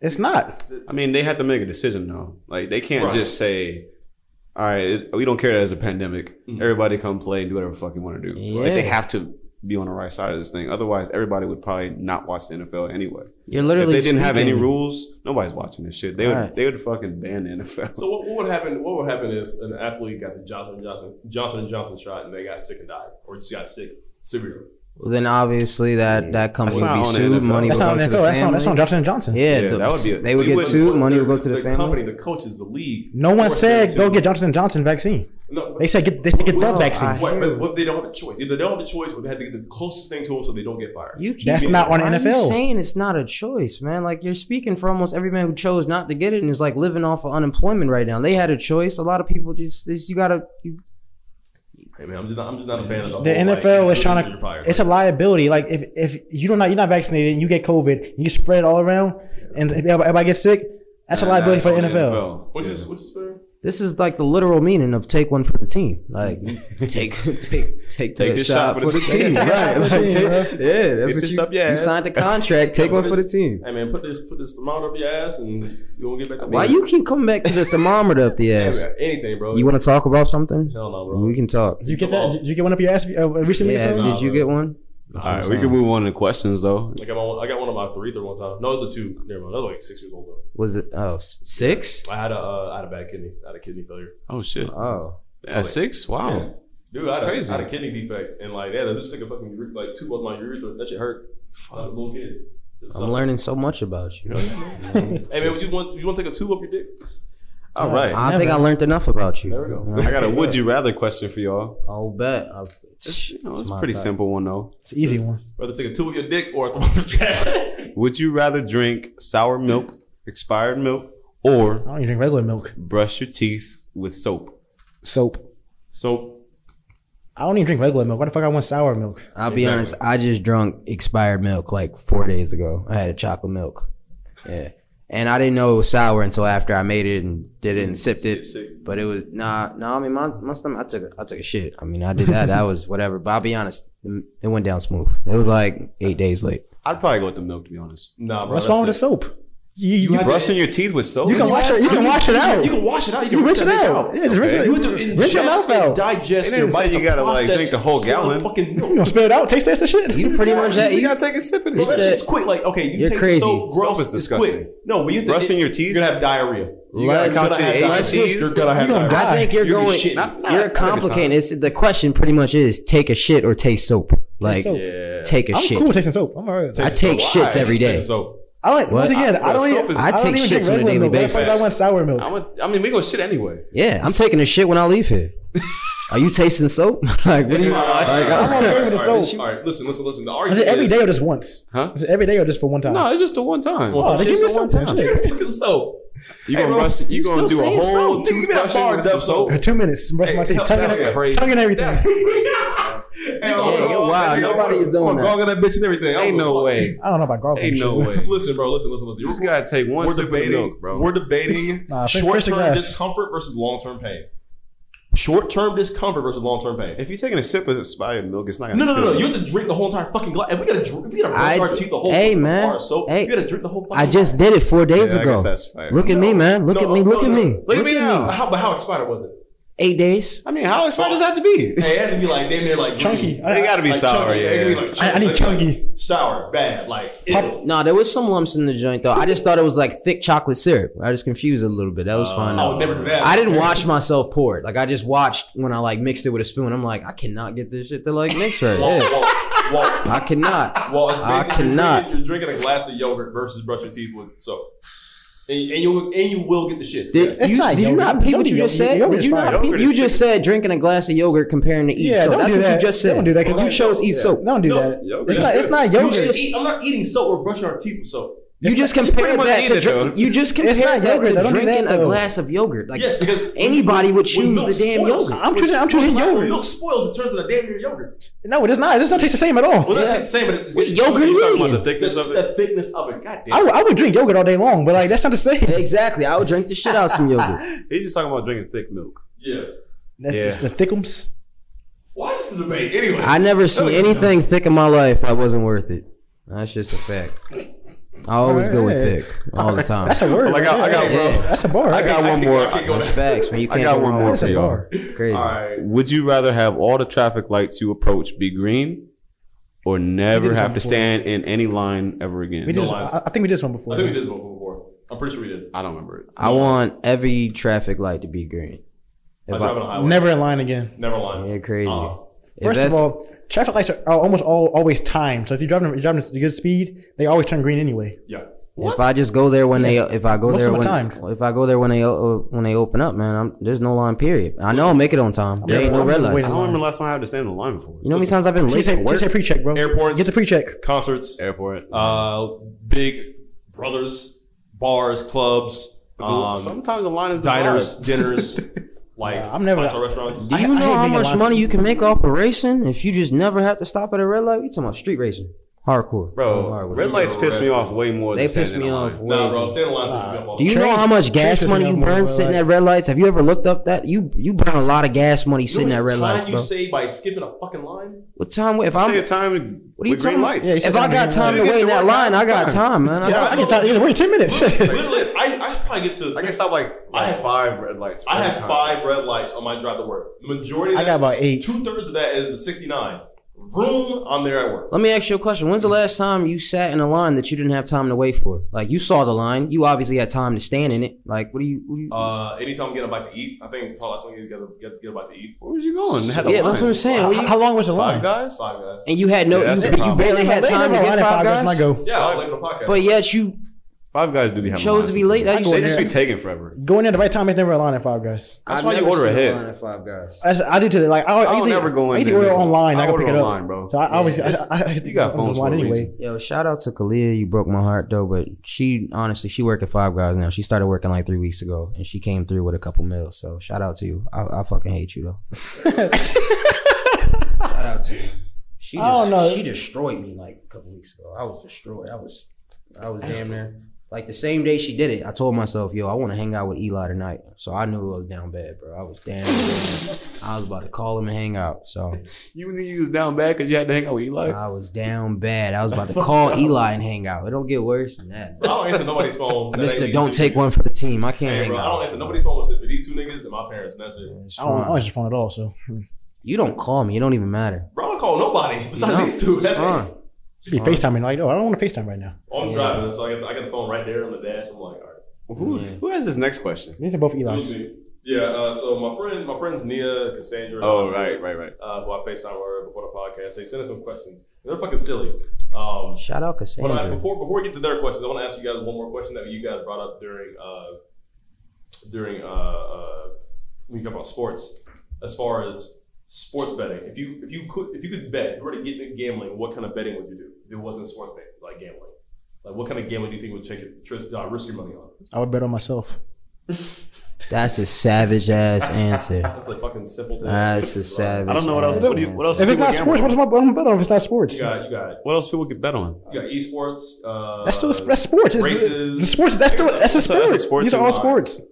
Speaker 3: It's not.
Speaker 2: I mean, they have to make a decision though. Like they can't
Speaker 4: Right.
Speaker 2: just say, "All right, it, we don't care that it's a pandemic.
Speaker 4: Mhm.
Speaker 2: Everybody come play and do whatever the fuck you want to do." Like they
Speaker 1: Yeah.
Speaker 2: have to be on the right side of this thing. Otherwise, everybody would probably not watch the NFL anyway.
Speaker 1: You're literally.
Speaker 2: if they didn't have any
Speaker 1: speaking-
Speaker 2: rules, nobody's watching this shit. They would
Speaker 1: Right.
Speaker 2: they would fucking ban the NFL.
Speaker 4: So what, what would happen? What would happen if an athlete got the Johnson and Johnson Johnson and Johnson shot and they got sick and died, or just got sick severely?
Speaker 1: Well, then obviously that that company
Speaker 2: That's
Speaker 1: would
Speaker 2: not
Speaker 1: be
Speaker 2: on the
Speaker 1: sued.
Speaker 2: NFL.
Speaker 1: Money
Speaker 3: That's
Speaker 1: would
Speaker 3: not
Speaker 1: go
Speaker 3: on
Speaker 1: to the
Speaker 3: NFL. That's on that's on
Speaker 1: family.
Speaker 3: Johnson and Johnson.
Speaker 1: Yeah,
Speaker 2: Yeah,
Speaker 1: the-
Speaker 2: that would be a-
Speaker 1: they would
Speaker 4: They
Speaker 1: get
Speaker 4: wouldn't
Speaker 1: sued.
Speaker 4: put
Speaker 1: Money would
Speaker 4: the-
Speaker 1: go to the,
Speaker 4: the
Speaker 1: family.
Speaker 4: company, the coaches, the league.
Speaker 3: No one
Speaker 4: forced them
Speaker 3: said
Speaker 4: to-
Speaker 3: go get Johnson and Johnson vaccine.
Speaker 4: No,
Speaker 3: They said get they said get that
Speaker 1: Well,
Speaker 3: vaccine.
Speaker 1: I-
Speaker 4: What, but what if they don't have a choice? Either they don't have a choice, or they had to get the closest thing to them so they don't get fired.
Speaker 1: You keep
Speaker 3: That's not on
Speaker 1: why are you
Speaker 3: NFL.
Speaker 1: saying it's not a choice, man. Like you're speaking for almost every man who chose not to get it and is like living off of unemployment right now. They had a choice. A lot of people just, this you gotta. You,
Speaker 4: Hey, man, I'm just not, I'm just not a fan of the,
Speaker 3: the
Speaker 4: whole, like,
Speaker 3: NFL
Speaker 4: you're
Speaker 3: is trying
Speaker 4: you're
Speaker 3: to.
Speaker 4: fired.
Speaker 3: It's a liability. Like if if you don't you're not vaccinated and you get COVID and you spread it all around and if everybody gets sick, that's a liability for the NFL.
Speaker 4: which is which is fair.
Speaker 1: this is like the literal meaning of take one for the team. Like take take take the
Speaker 2: Take this shot for the team.
Speaker 1: right?
Speaker 3: For the
Speaker 1: Like,
Speaker 3: team,
Speaker 1: take-
Speaker 3: bro.
Speaker 1: yeah, that's
Speaker 2: Get
Speaker 1: what
Speaker 2: this
Speaker 1: you,
Speaker 2: up your
Speaker 1: you
Speaker 2: ass.
Speaker 1: signed the contract. Take one for the team.
Speaker 4: Hey man, put this put this thermometer up your ass and you won't get back. to
Speaker 1: Why
Speaker 4: me.
Speaker 1: you keep coming back to the thermometer up the
Speaker 4: Hey,
Speaker 1: ass?
Speaker 4: man, anything, bro?
Speaker 1: You want to talk about something?
Speaker 4: hell no, bro?
Speaker 1: We can talk.
Speaker 3: You get that? Did you get one up your ass uh, recently?
Speaker 1: Yeah,
Speaker 3: or something?
Speaker 1: did you get one?
Speaker 2: All right, we can move on to questions though.
Speaker 4: I got my, I got one of my three through one time. No, it was a two. Never mind. That was like six years old though.
Speaker 1: Was it oh s- six?
Speaker 4: I had a uh, I had a bad kidney. I had a kidney failure.
Speaker 2: Oh shit!
Speaker 1: Oh.
Speaker 2: At six, wow.
Speaker 4: Dude, I
Speaker 2: That's
Speaker 4: had,
Speaker 2: crazy.
Speaker 4: A, I had a kidney defect, and like, yeah, there's just like a fucking ure- like two of my urethra. That shit hurt. Fuck, little kid. It sucked.
Speaker 1: I'm learning so much about you.
Speaker 4: Hey man, would you want you want to take a tube up your dick?
Speaker 2: All right,
Speaker 1: I think I learned enough about you.
Speaker 4: There we go.
Speaker 1: You know?
Speaker 2: I got a would you rather question for y'all.
Speaker 1: I'll bet. I'll,
Speaker 2: It's, you know, it's a
Speaker 1: my
Speaker 2: pretty
Speaker 1: type.
Speaker 2: simple one though.
Speaker 3: It's an easy one.
Speaker 4: Rather take a tube up your dick or a thermometer? Jack?
Speaker 2: Would you rather drink sour milk, expired milk, or
Speaker 3: I don't even drink regular milk.
Speaker 2: brush your teeth with soap?
Speaker 3: Soap.
Speaker 2: Soap.
Speaker 3: I don't even drink regular milk. Why the fuck I want sour milk?
Speaker 1: I'll be honest. I just drunk expired milk like four days ago. I had a chocolate milk. Yeah. And I didn't know it was sour until after I made it and did it and sipped it. But it was nah, nah. I mean, my, my stomach. I took a, I took a shit. I mean, I did that. that was whatever. But I'll be honest. It went down smooth. It was like eight days late.
Speaker 2: I'd probably go with the milk to be honest.
Speaker 4: Nah, bro.
Speaker 3: What's
Speaker 4: that's
Speaker 3: wrong with
Speaker 4: it.
Speaker 3: the soap? You, you, you,
Speaker 2: Brushing your teeth with soap.
Speaker 3: can wash it. You can wash it out.
Speaker 9: You can wash it out. You
Speaker 3: you
Speaker 9: can
Speaker 3: rinse it
Speaker 9: that bitch
Speaker 3: out. Yeah, just rinse
Speaker 2: Okay.
Speaker 3: it
Speaker 9: You
Speaker 3: out.
Speaker 9: have to
Speaker 3: Rinse your mouth
Speaker 9: ingest and
Speaker 3: out.
Speaker 2: They
Speaker 9: digest
Speaker 2: didn't
Speaker 9: your
Speaker 2: say
Speaker 9: body.
Speaker 2: you gotta, like, drink the whole gallon.
Speaker 9: Fucking
Speaker 3: You
Speaker 9: milk.
Speaker 3: gonna spit it out? Taste that shit.
Speaker 1: You pretty much had.
Speaker 2: you
Speaker 1: You,
Speaker 2: gotta take a sip of
Speaker 9: Bro,
Speaker 2: this.
Speaker 1: You
Speaker 9: that
Speaker 2: shit.
Speaker 1: said-
Speaker 9: shit's quick. Like, okay, you
Speaker 1: You're
Speaker 9: taste it
Speaker 1: crazy.
Speaker 9: so gross.
Speaker 2: Soap is
Speaker 9: it's
Speaker 2: disgusting.
Speaker 9: quick. No, but you
Speaker 2: Brushing your
Speaker 4: You're
Speaker 2: teeth.
Speaker 4: gonna have diarrhea.
Speaker 2: You gotta
Speaker 1: Let's-
Speaker 2: count to
Speaker 9: You're
Speaker 2: eight.
Speaker 9: gonna
Speaker 1: have
Speaker 2: Your
Speaker 1: diarrhea.
Speaker 2: teeth- You're gonna have
Speaker 3: You're gonna
Speaker 2: diarrhea.
Speaker 1: I think you're
Speaker 9: You're gonna
Speaker 1: going.
Speaker 9: shit.
Speaker 2: Not- not
Speaker 1: you're
Speaker 2: every time.
Speaker 1: complicating. It's the question. Pretty much is take a shit or taste soap. Like
Speaker 3: soap.
Speaker 4: Yeah.
Speaker 1: take a
Speaker 3: I'm
Speaker 1: shit.
Speaker 3: cool with tasting soap. I'm alright.
Speaker 1: I take
Speaker 2: Oh, Why?
Speaker 1: shits every day.
Speaker 4: So
Speaker 3: I like
Speaker 1: What?
Speaker 3: once again. I, don't.
Speaker 2: soap
Speaker 3: Even,
Speaker 2: is-
Speaker 3: I, don't
Speaker 1: I take
Speaker 3: even drink
Speaker 1: shits on a
Speaker 3: regular
Speaker 1: daily
Speaker 3: milk. Why the fuck
Speaker 1: basis.
Speaker 3: I want sour milk?
Speaker 2: I'm a, I mean, we gonna shit anyway.
Speaker 1: Yeah, I'm taking a shit when I leave here. Are you tasting soap? like what do you? like,
Speaker 3: I'm on
Speaker 1: I-
Speaker 3: board with the
Speaker 4: all right,
Speaker 3: soap.
Speaker 4: all right, listen, listen, listen. The
Speaker 3: Is
Speaker 4: argument
Speaker 3: it every
Speaker 4: is-
Speaker 3: day or just once?
Speaker 2: Huh?
Speaker 3: Is it every day or just for one time?
Speaker 2: No, it's just the one time.
Speaker 4: Well,
Speaker 3: oh, they
Speaker 4: shit,
Speaker 3: give me some
Speaker 4: so
Speaker 3: time.
Speaker 4: fucking soap.
Speaker 2: You gonna brush? You gonna do a
Speaker 1: saying
Speaker 2: whole
Speaker 1: soap.
Speaker 4: Nigga, give me that
Speaker 2: toothbrushing
Speaker 4: bar
Speaker 2: with some
Speaker 4: dub soap.
Speaker 2: soap?
Speaker 3: Uh, Two minutes. Brushing my
Speaker 4: Hey,
Speaker 3: teeth. Tongue
Speaker 2: that's
Speaker 3: and,
Speaker 2: crazy.
Speaker 3: tongue and everything.
Speaker 4: That's yeah,
Speaker 1: Yeah, you're wild. Nobody is doing that.
Speaker 4: Gong that bitch and everything. I
Speaker 2: Ain't
Speaker 4: don't give a
Speaker 2: no
Speaker 4: fuck.
Speaker 2: way.
Speaker 3: I don't know about gargling.
Speaker 2: Ain't no
Speaker 3: shit.
Speaker 2: way.
Speaker 4: Listen, bro. Listen, listen, listen.
Speaker 2: You
Speaker 4: You're-
Speaker 2: just gotta take one
Speaker 4: we're
Speaker 2: sip of the
Speaker 4: debating.
Speaker 2: milk, bro.
Speaker 4: We're debating
Speaker 3: Nah, finish- finish the
Speaker 4: short-term
Speaker 3: glass.
Speaker 4: discomfort versus long-term pain. Short-term discomfort versus long-term pain.
Speaker 2: If you're taking a sip of expired milk, it's not gonna.
Speaker 4: No, no, no,
Speaker 2: kill
Speaker 4: no. You have to drink the whole entire fucking glass. If we gotta, drink, if we gotta
Speaker 1: I-
Speaker 4: brush our teeth the whole
Speaker 1: hey,
Speaker 4: fucking
Speaker 1: man.
Speaker 4: bar of soap,
Speaker 1: Hey.
Speaker 4: you gotta drink the whole.
Speaker 1: I
Speaker 4: fucking
Speaker 1: just did it four days
Speaker 2: Yeah, I guess
Speaker 1: ago.
Speaker 2: that's fair.
Speaker 1: Look at me, man. Look
Speaker 4: No,
Speaker 1: at me.
Speaker 4: no,
Speaker 1: Look at
Speaker 4: no.
Speaker 1: me.
Speaker 2: Look at me now.
Speaker 4: How, but how expired was it?
Speaker 1: Eight days.
Speaker 2: I mean, how expired does that have to be?
Speaker 4: Hey, it has to be like damn near like
Speaker 3: Chunky.
Speaker 4: green.
Speaker 2: They gotta be
Speaker 4: Like
Speaker 2: sour,
Speaker 4: chunky, it could be
Speaker 2: yeah.
Speaker 4: like
Speaker 3: I, I need chunky.
Speaker 4: sour, bad, like
Speaker 1: No, there was some lumps in the joint though. I just thought it was like thick chocolate syrup. I just confused it a little bit. That was fine.
Speaker 4: I
Speaker 1: though.
Speaker 4: would never do that.
Speaker 1: I didn't watch myself pour it. Like I just watched when I like mixed it with a spoon. I'm like, I cannot get this shit to like mix right.
Speaker 4: Whoa,
Speaker 1: Yeah.
Speaker 4: whoa, whoa.
Speaker 1: I cannot.
Speaker 4: Well, it's
Speaker 1: I
Speaker 4: basically you're
Speaker 1: cannot.
Speaker 4: Drinking, you're drinking a glass of yogurt versus brushing your teeth with soap, and, and you and you will get the shits.
Speaker 1: Did,
Speaker 4: yes.
Speaker 3: It's
Speaker 1: you,
Speaker 3: not
Speaker 1: did you
Speaker 3: yogurt.
Speaker 1: not peep
Speaker 3: Don't
Speaker 1: what you
Speaker 3: do
Speaker 1: just
Speaker 3: yogurt.
Speaker 1: said?
Speaker 3: Yogurt
Speaker 1: Did you
Speaker 3: is fine.
Speaker 1: not peep?
Speaker 2: Yogurt
Speaker 1: You
Speaker 2: is
Speaker 1: just said drinking a glass of yogurt comparing to eat
Speaker 3: Yeah,
Speaker 1: soap.
Speaker 3: don't
Speaker 1: That's
Speaker 3: do
Speaker 1: what you
Speaker 3: that.
Speaker 1: just said.
Speaker 3: Don't do that, 'cause
Speaker 1: You
Speaker 3: like-
Speaker 1: chose eat
Speaker 3: yeah.
Speaker 1: soap.
Speaker 3: Don't do
Speaker 4: No,
Speaker 3: that.
Speaker 2: yogurt.
Speaker 3: It's not. It's not
Speaker 4: You
Speaker 3: yogurt.
Speaker 4: should
Speaker 3: It's
Speaker 4: eat- I'm not eating soap or brushing our teeth with soap.
Speaker 1: You just
Speaker 2: pretty
Speaker 1: compared
Speaker 2: much
Speaker 1: that
Speaker 2: eat
Speaker 1: to
Speaker 2: it,
Speaker 1: drink,
Speaker 2: though.
Speaker 1: you just compared
Speaker 3: not
Speaker 1: that
Speaker 3: yogurt,
Speaker 1: to
Speaker 3: though. Don't do
Speaker 1: drinking
Speaker 3: that,
Speaker 1: a
Speaker 3: though.
Speaker 1: glass of yogurt. Like
Speaker 4: Yes, because
Speaker 1: anybody would
Speaker 4: when
Speaker 1: choose
Speaker 4: milk
Speaker 1: the damn
Speaker 4: spoils-
Speaker 1: yogurt.
Speaker 3: I'm
Speaker 4: when-
Speaker 3: choosing- I'm choosing
Speaker 4: when
Speaker 3: yogurt.
Speaker 4: Milk spoils. It turns into damn near yogurt.
Speaker 3: no, it is not. It does not taste the same at all.
Speaker 4: Well, that tastes the same, but it's
Speaker 1: Wait, yogurt
Speaker 2: You
Speaker 1: is-
Speaker 2: talking about the
Speaker 1: Eating.
Speaker 2: thickness
Speaker 4: That's
Speaker 2: of it?
Speaker 4: the thickness of it. God damn.
Speaker 3: I would- I would drink yogurt all day long, but like that's not the same.
Speaker 1: Exactly. I would drink the shit out of some yogurt.
Speaker 2: He's just talking about drinking thick milk.
Speaker 4: yeah.
Speaker 3: That's
Speaker 2: Yeah.
Speaker 3: just the thickums.
Speaker 4: Why is this a debate anyway?
Speaker 1: I never seen anything thick in my life that wasn't worth it. That's just a fact. I always go with
Speaker 3: Alright.
Speaker 1: thick all the time.
Speaker 3: That's a word.
Speaker 2: Like, I- I got-
Speaker 1: bro.
Speaker 3: That's a bar.
Speaker 2: I got
Speaker 4: I
Speaker 2: one
Speaker 4: can't-
Speaker 2: more.
Speaker 4: I can't go
Speaker 1: That's facts, man. You
Speaker 2: I
Speaker 1: can't
Speaker 2: got
Speaker 1: go
Speaker 2: one
Speaker 1: wrong
Speaker 2: more
Speaker 1: with
Speaker 2: for
Speaker 1: it.
Speaker 2: y'all.
Speaker 1: Crazy.
Speaker 4: All right.
Speaker 2: Would you rather have all the traffic lights you approach be green, or never
Speaker 3: this
Speaker 2: have to
Speaker 3: one before.
Speaker 2: stand in any line ever again?
Speaker 3: We did
Speaker 2: No,
Speaker 3: this,
Speaker 4: lies.
Speaker 3: I, I think we did this one
Speaker 4: I
Speaker 3: before.
Speaker 4: think we did this one before. I'm pretty sure we did.
Speaker 2: I don't remember it.
Speaker 1: I want every traffic light to be green. If
Speaker 4: I
Speaker 1: I-
Speaker 4: drive on a highway.
Speaker 3: Never in line again.
Speaker 4: never line.
Speaker 1: Yeah, crazy.
Speaker 4: Uh-uh.
Speaker 1: if
Speaker 3: First
Speaker 1: that's-
Speaker 3: of all, traffic lights are, are almost all always timed. So if you're driving, you're driving at a good speed, they always turn green anyway.
Speaker 4: Yeah.
Speaker 1: If I just go there when they, if I go
Speaker 3: Most
Speaker 1: there
Speaker 3: of
Speaker 1: when,
Speaker 3: the time.
Speaker 1: if I go there when they o- o- when they open up, man, I'm, there's no line period. I know I'll make it on time. There ain't no
Speaker 3: I'm
Speaker 1: red
Speaker 3: just
Speaker 2: I
Speaker 1: lights.
Speaker 3: waiting.
Speaker 1: You
Speaker 2: don't remember last time I had to stand in line before.
Speaker 1: uh, know how many times I've been late for
Speaker 3: TJ,
Speaker 1: work?
Speaker 3: TJ pre-check, bro.
Speaker 4: Airports.
Speaker 3: Get the pre-check.
Speaker 4: Concerts,
Speaker 2: Airport.
Speaker 4: uh, big brothers, bars, clubs, um,
Speaker 2: Sometimes the line is
Speaker 4: diners,
Speaker 2: divided.
Speaker 4: dinners, like
Speaker 3: Nah, I'm never-
Speaker 4: five-star restaurants.
Speaker 1: Do
Speaker 3: I-
Speaker 1: you
Speaker 3: I
Speaker 1: know
Speaker 3: hate
Speaker 1: how
Speaker 3: being
Speaker 1: much
Speaker 3: alive.
Speaker 1: money you can make off a racing if you just never have to stop at a red light? We talking about street racing, hardcore,
Speaker 2: Bro,
Speaker 1: Hardcore.
Speaker 2: red lights piss me off way more
Speaker 1: They
Speaker 2: than
Speaker 1: piss
Speaker 2: standing
Speaker 1: me
Speaker 2: in
Speaker 1: off.
Speaker 2: line.
Speaker 1: way
Speaker 4: Nah,
Speaker 1: too
Speaker 4: bro, stand in line. pisses me off all
Speaker 1: Do you
Speaker 3: Trains-
Speaker 1: know how much gas
Speaker 3: trains
Speaker 1: money you
Speaker 3: doesn't have more
Speaker 1: burn
Speaker 3: red
Speaker 1: sitting
Speaker 3: lights.
Speaker 1: at red lights? Have you ever looked up that? You you burn a lot of gas money
Speaker 4: You know
Speaker 1: sitting at
Speaker 4: how much
Speaker 1: red lights,
Speaker 4: time
Speaker 1: bro.
Speaker 4: you save by skipping a fucking line?
Speaker 1: What time? If
Speaker 2: Save
Speaker 1: I'm
Speaker 2: time
Speaker 1: are you
Speaker 2: with green
Speaker 1: talking-
Speaker 2: lights.
Speaker 3: Yeah, you
Speaker 1: if I got time to
Speaker 2: You get
Speaker 1: wait in
Speaker 2: to
Speaker 1: that
Speaker 2: work
Speaker 1: line, I
Speaker 2: half the
Speaker 1: got time, man. I
Speaker 3: Yeah,
Speaker 1: got-
Speaker 3: I can tell you. Wait, ten minutes.
Speaker 4: Literally, I, I probably get to.
Speaker 2: I can stop like,
Speaker 4: I
Speaker 2: like
Speaker 4: have-
Speaker 2: five red lights.
Speaker 4: I
Speaker 2: per
Speaker 4: have
Speaker 2: time.
Speaker 4: five red lights on my drive to work. The majority. Of
Speaker 3: I got about eight.
Speaker 4: Two thirds of that is the sixty-nine. Room, I'm there at work.
Speaker 1: Let me ask you a question. When's the last time you sat in a line that you didn't have time to wait for? Like you saw the line, you obviously had time to stand in it. Like what do you? What do you
Speaker 4: Uh, anytime I'm getting a bite to eat, I think probably last time you get a, get, get a bite to eat.
Speaker 2: Where was you going? Had a
Speaker 1: yeah,
Speaker 2: line.
Speaker 1: that's what I'm saying. What
Speaker 3: How
Speaker 1: you-
Speaker 3: how long was the line?
Speaker 2: Five guys?
Speaker 4: Five guys.
Speaker 1: and you had no,
Speaker 2: Yeah, that's
Speaker 1: you,
Speaker 2: the
Speaker 1: you
Speaker 2: problem.
Speaker 1: barely
Speaker 3: They
Speaker 1: had
Speaker 3: never- they
Speaker 1: time to
Speaker 3: never
Speaker 1: get
Speaker 3: line at
Speaker 1: five guys.
Speaker 3: I go.
Speaker 4: Yeah, I'll leave it on podcast.
Speaker 1: But yet you
Speaker 2: Five guys do be having
Speaker 1: chose to
Speaker 2: lines
Speaker 1: be late.
Speaker 2: sometimes.
Speaker 1: That you
Speaker 2: They
Speaker 3: I've
Speaker 1: go
Speaker 2: just
Speaker 1: there.
Speaker 2: be taking forever.
Speaker 3: Going in at the right time is never a line at Five Guys.
Speaker 2: That's
Speaker 1: I've
Speaker 2: why you
Speaker 1: never
Speaker 2: order
Speaker 1: seen
Speaker 2: ahead.
Speaker 1: line at Five guys.
Speaker 3: I, I do today. Like I,
Speaker 2: I
Speaker 3: I
Speaker 2: don't
Speaker 3: usually,
Speaker 2: ever go in
Speaker 3: I usually
Speaker 2: there.
Speaker 3: order online. I,
Speaker 2: I
Speaker 3: can
Speaker 2: order
Speaker 3: pick it up,
Speaker 2: online, bro.
Speaker 3: So I always
Speaker 2: Yeah, it's-
Speaker 3: I, I,
Speaker 2: you got
Speaker 3: I'm
Speaker 2: phones
Speaker 3: online
Speaker 2: for a
Speaker 3: anyway.
Speaker 2: reason.
Speaker 1: Yo, shout out to Kalia. You broke my heart though, but she honestly she work at Five Guys now. She started working like three weeks ago, and she came through with a couple meals. So shout out to you. I, I fucking hate you though. shout out to you. She
Speaker 3: I don't know.
Speaker 1: she destroyed me like a couple weeks ago. I was destroyed. I was I was damn near like the same day she did it. I told myself, yo, I want to hang out with Eli tonight. So I knew I was down bad, bro. I was damn. near- I was about to call him and hang out. So
Speaker 2: You knew you was down bad because you had to hang out with Eli.
Speaker 1: I was down bad. I was about to call Eli and hang out. It don't get worse than that.
Speaker 4: I don't answer nobody's phone. that ain't
Speaker 1: Mister,
Speaker 4: these
Speaker 1: don't
Speaker 4: two
Speaker 1: take
Speaker 4: niggas.
Speaker 1: one for the team. I can't
Speaker 4: Hey,
Speaker 1: hang
Speaker 4: bro, I
Speaker 1: out.
Speaker 4: don't answer nobody's phone except for these two niggas and my parents, and that's it.
Speaker 1: It's
Speaker 3: I don't, I
Speaker 1: fine.
Speaker 3: don't answer the phone at all. So
Speaker 1: You don't call me. It don't even matter.
Speaker 4: Bro, I don't call nobody besides
Speaker 1: No,
Speaker 4: these two.
Speaker 1: it's
Speaker 4: That's
Speaker 1: fine.
Speaker 4: it.
Speaker 3: you be FaceTiming like, oh, I don't want to FaceTime right now.
Speaker 4: Oh, I'm
Speaker 1: Yeah.
Speaker 4: driving, so I got, I got the phone right there on the dash. I'm like, all right.
Speaker 2: Who,
Speaker 1: Yeah.
Speaker 2: who has this next question?
Speaker 3: These are both
Speaker 4: Let me
Speaker 3: Eli's.
Speaker 4: see. Yeah, uh, so my friend, my friends Nia, Cassandra.
Speaker 2: Oh, right, right, right.
Speaker 4: Uh, who I FaceTime her before the podcast. They sent us some questions. They're fucking silly. Um,
Speaker 1: Shout out
Speaker 4: but I,
Speaker 1: Cassandra.
Speaker 4: before before we get to their questions, I want to ask you guys one more question that you guys brought up during uh, during uh, uh, when you talk about sports, as far as sports betting. If you if you could if you could bet, if you were to get into gambling, what kind of betting would you do? If it wasn't sports betting, like gambling, like what kind of gambling do you think would take it, tr- uh, risk your money on?
Speaker 3: I would bet on myself.
Speaker 1: That's a savage ass answer.
Speaker 4: That's like fucking simple. to
Speaker 1: That's a
Speaker 4: answer.
Speaker 1: savage.
Speaker 2: I don't know what else
Speaker 1: ass
Speaker 2: to do. What else
Speaker 1: answer.
Speaker 3: If it's not
Speaker 2: Gamble.
Speaker 3: sports, what am I what am I bet on? If it's not sports,
Speaker 4: You got you got
Speaker 2: What else people get bet on?
Speaker 4: you got esports. Uh,
Speaker 3: that's still that's sports. It's-
Speaker 4: races.
Speaker 3: the sports. That's still that's a
Speaker 2: That's a- that's a
Speaker 3: sport.
Speaker 2: sport
Speaker 3: These are
Speaker 2: too.
Speaker 3: all sports.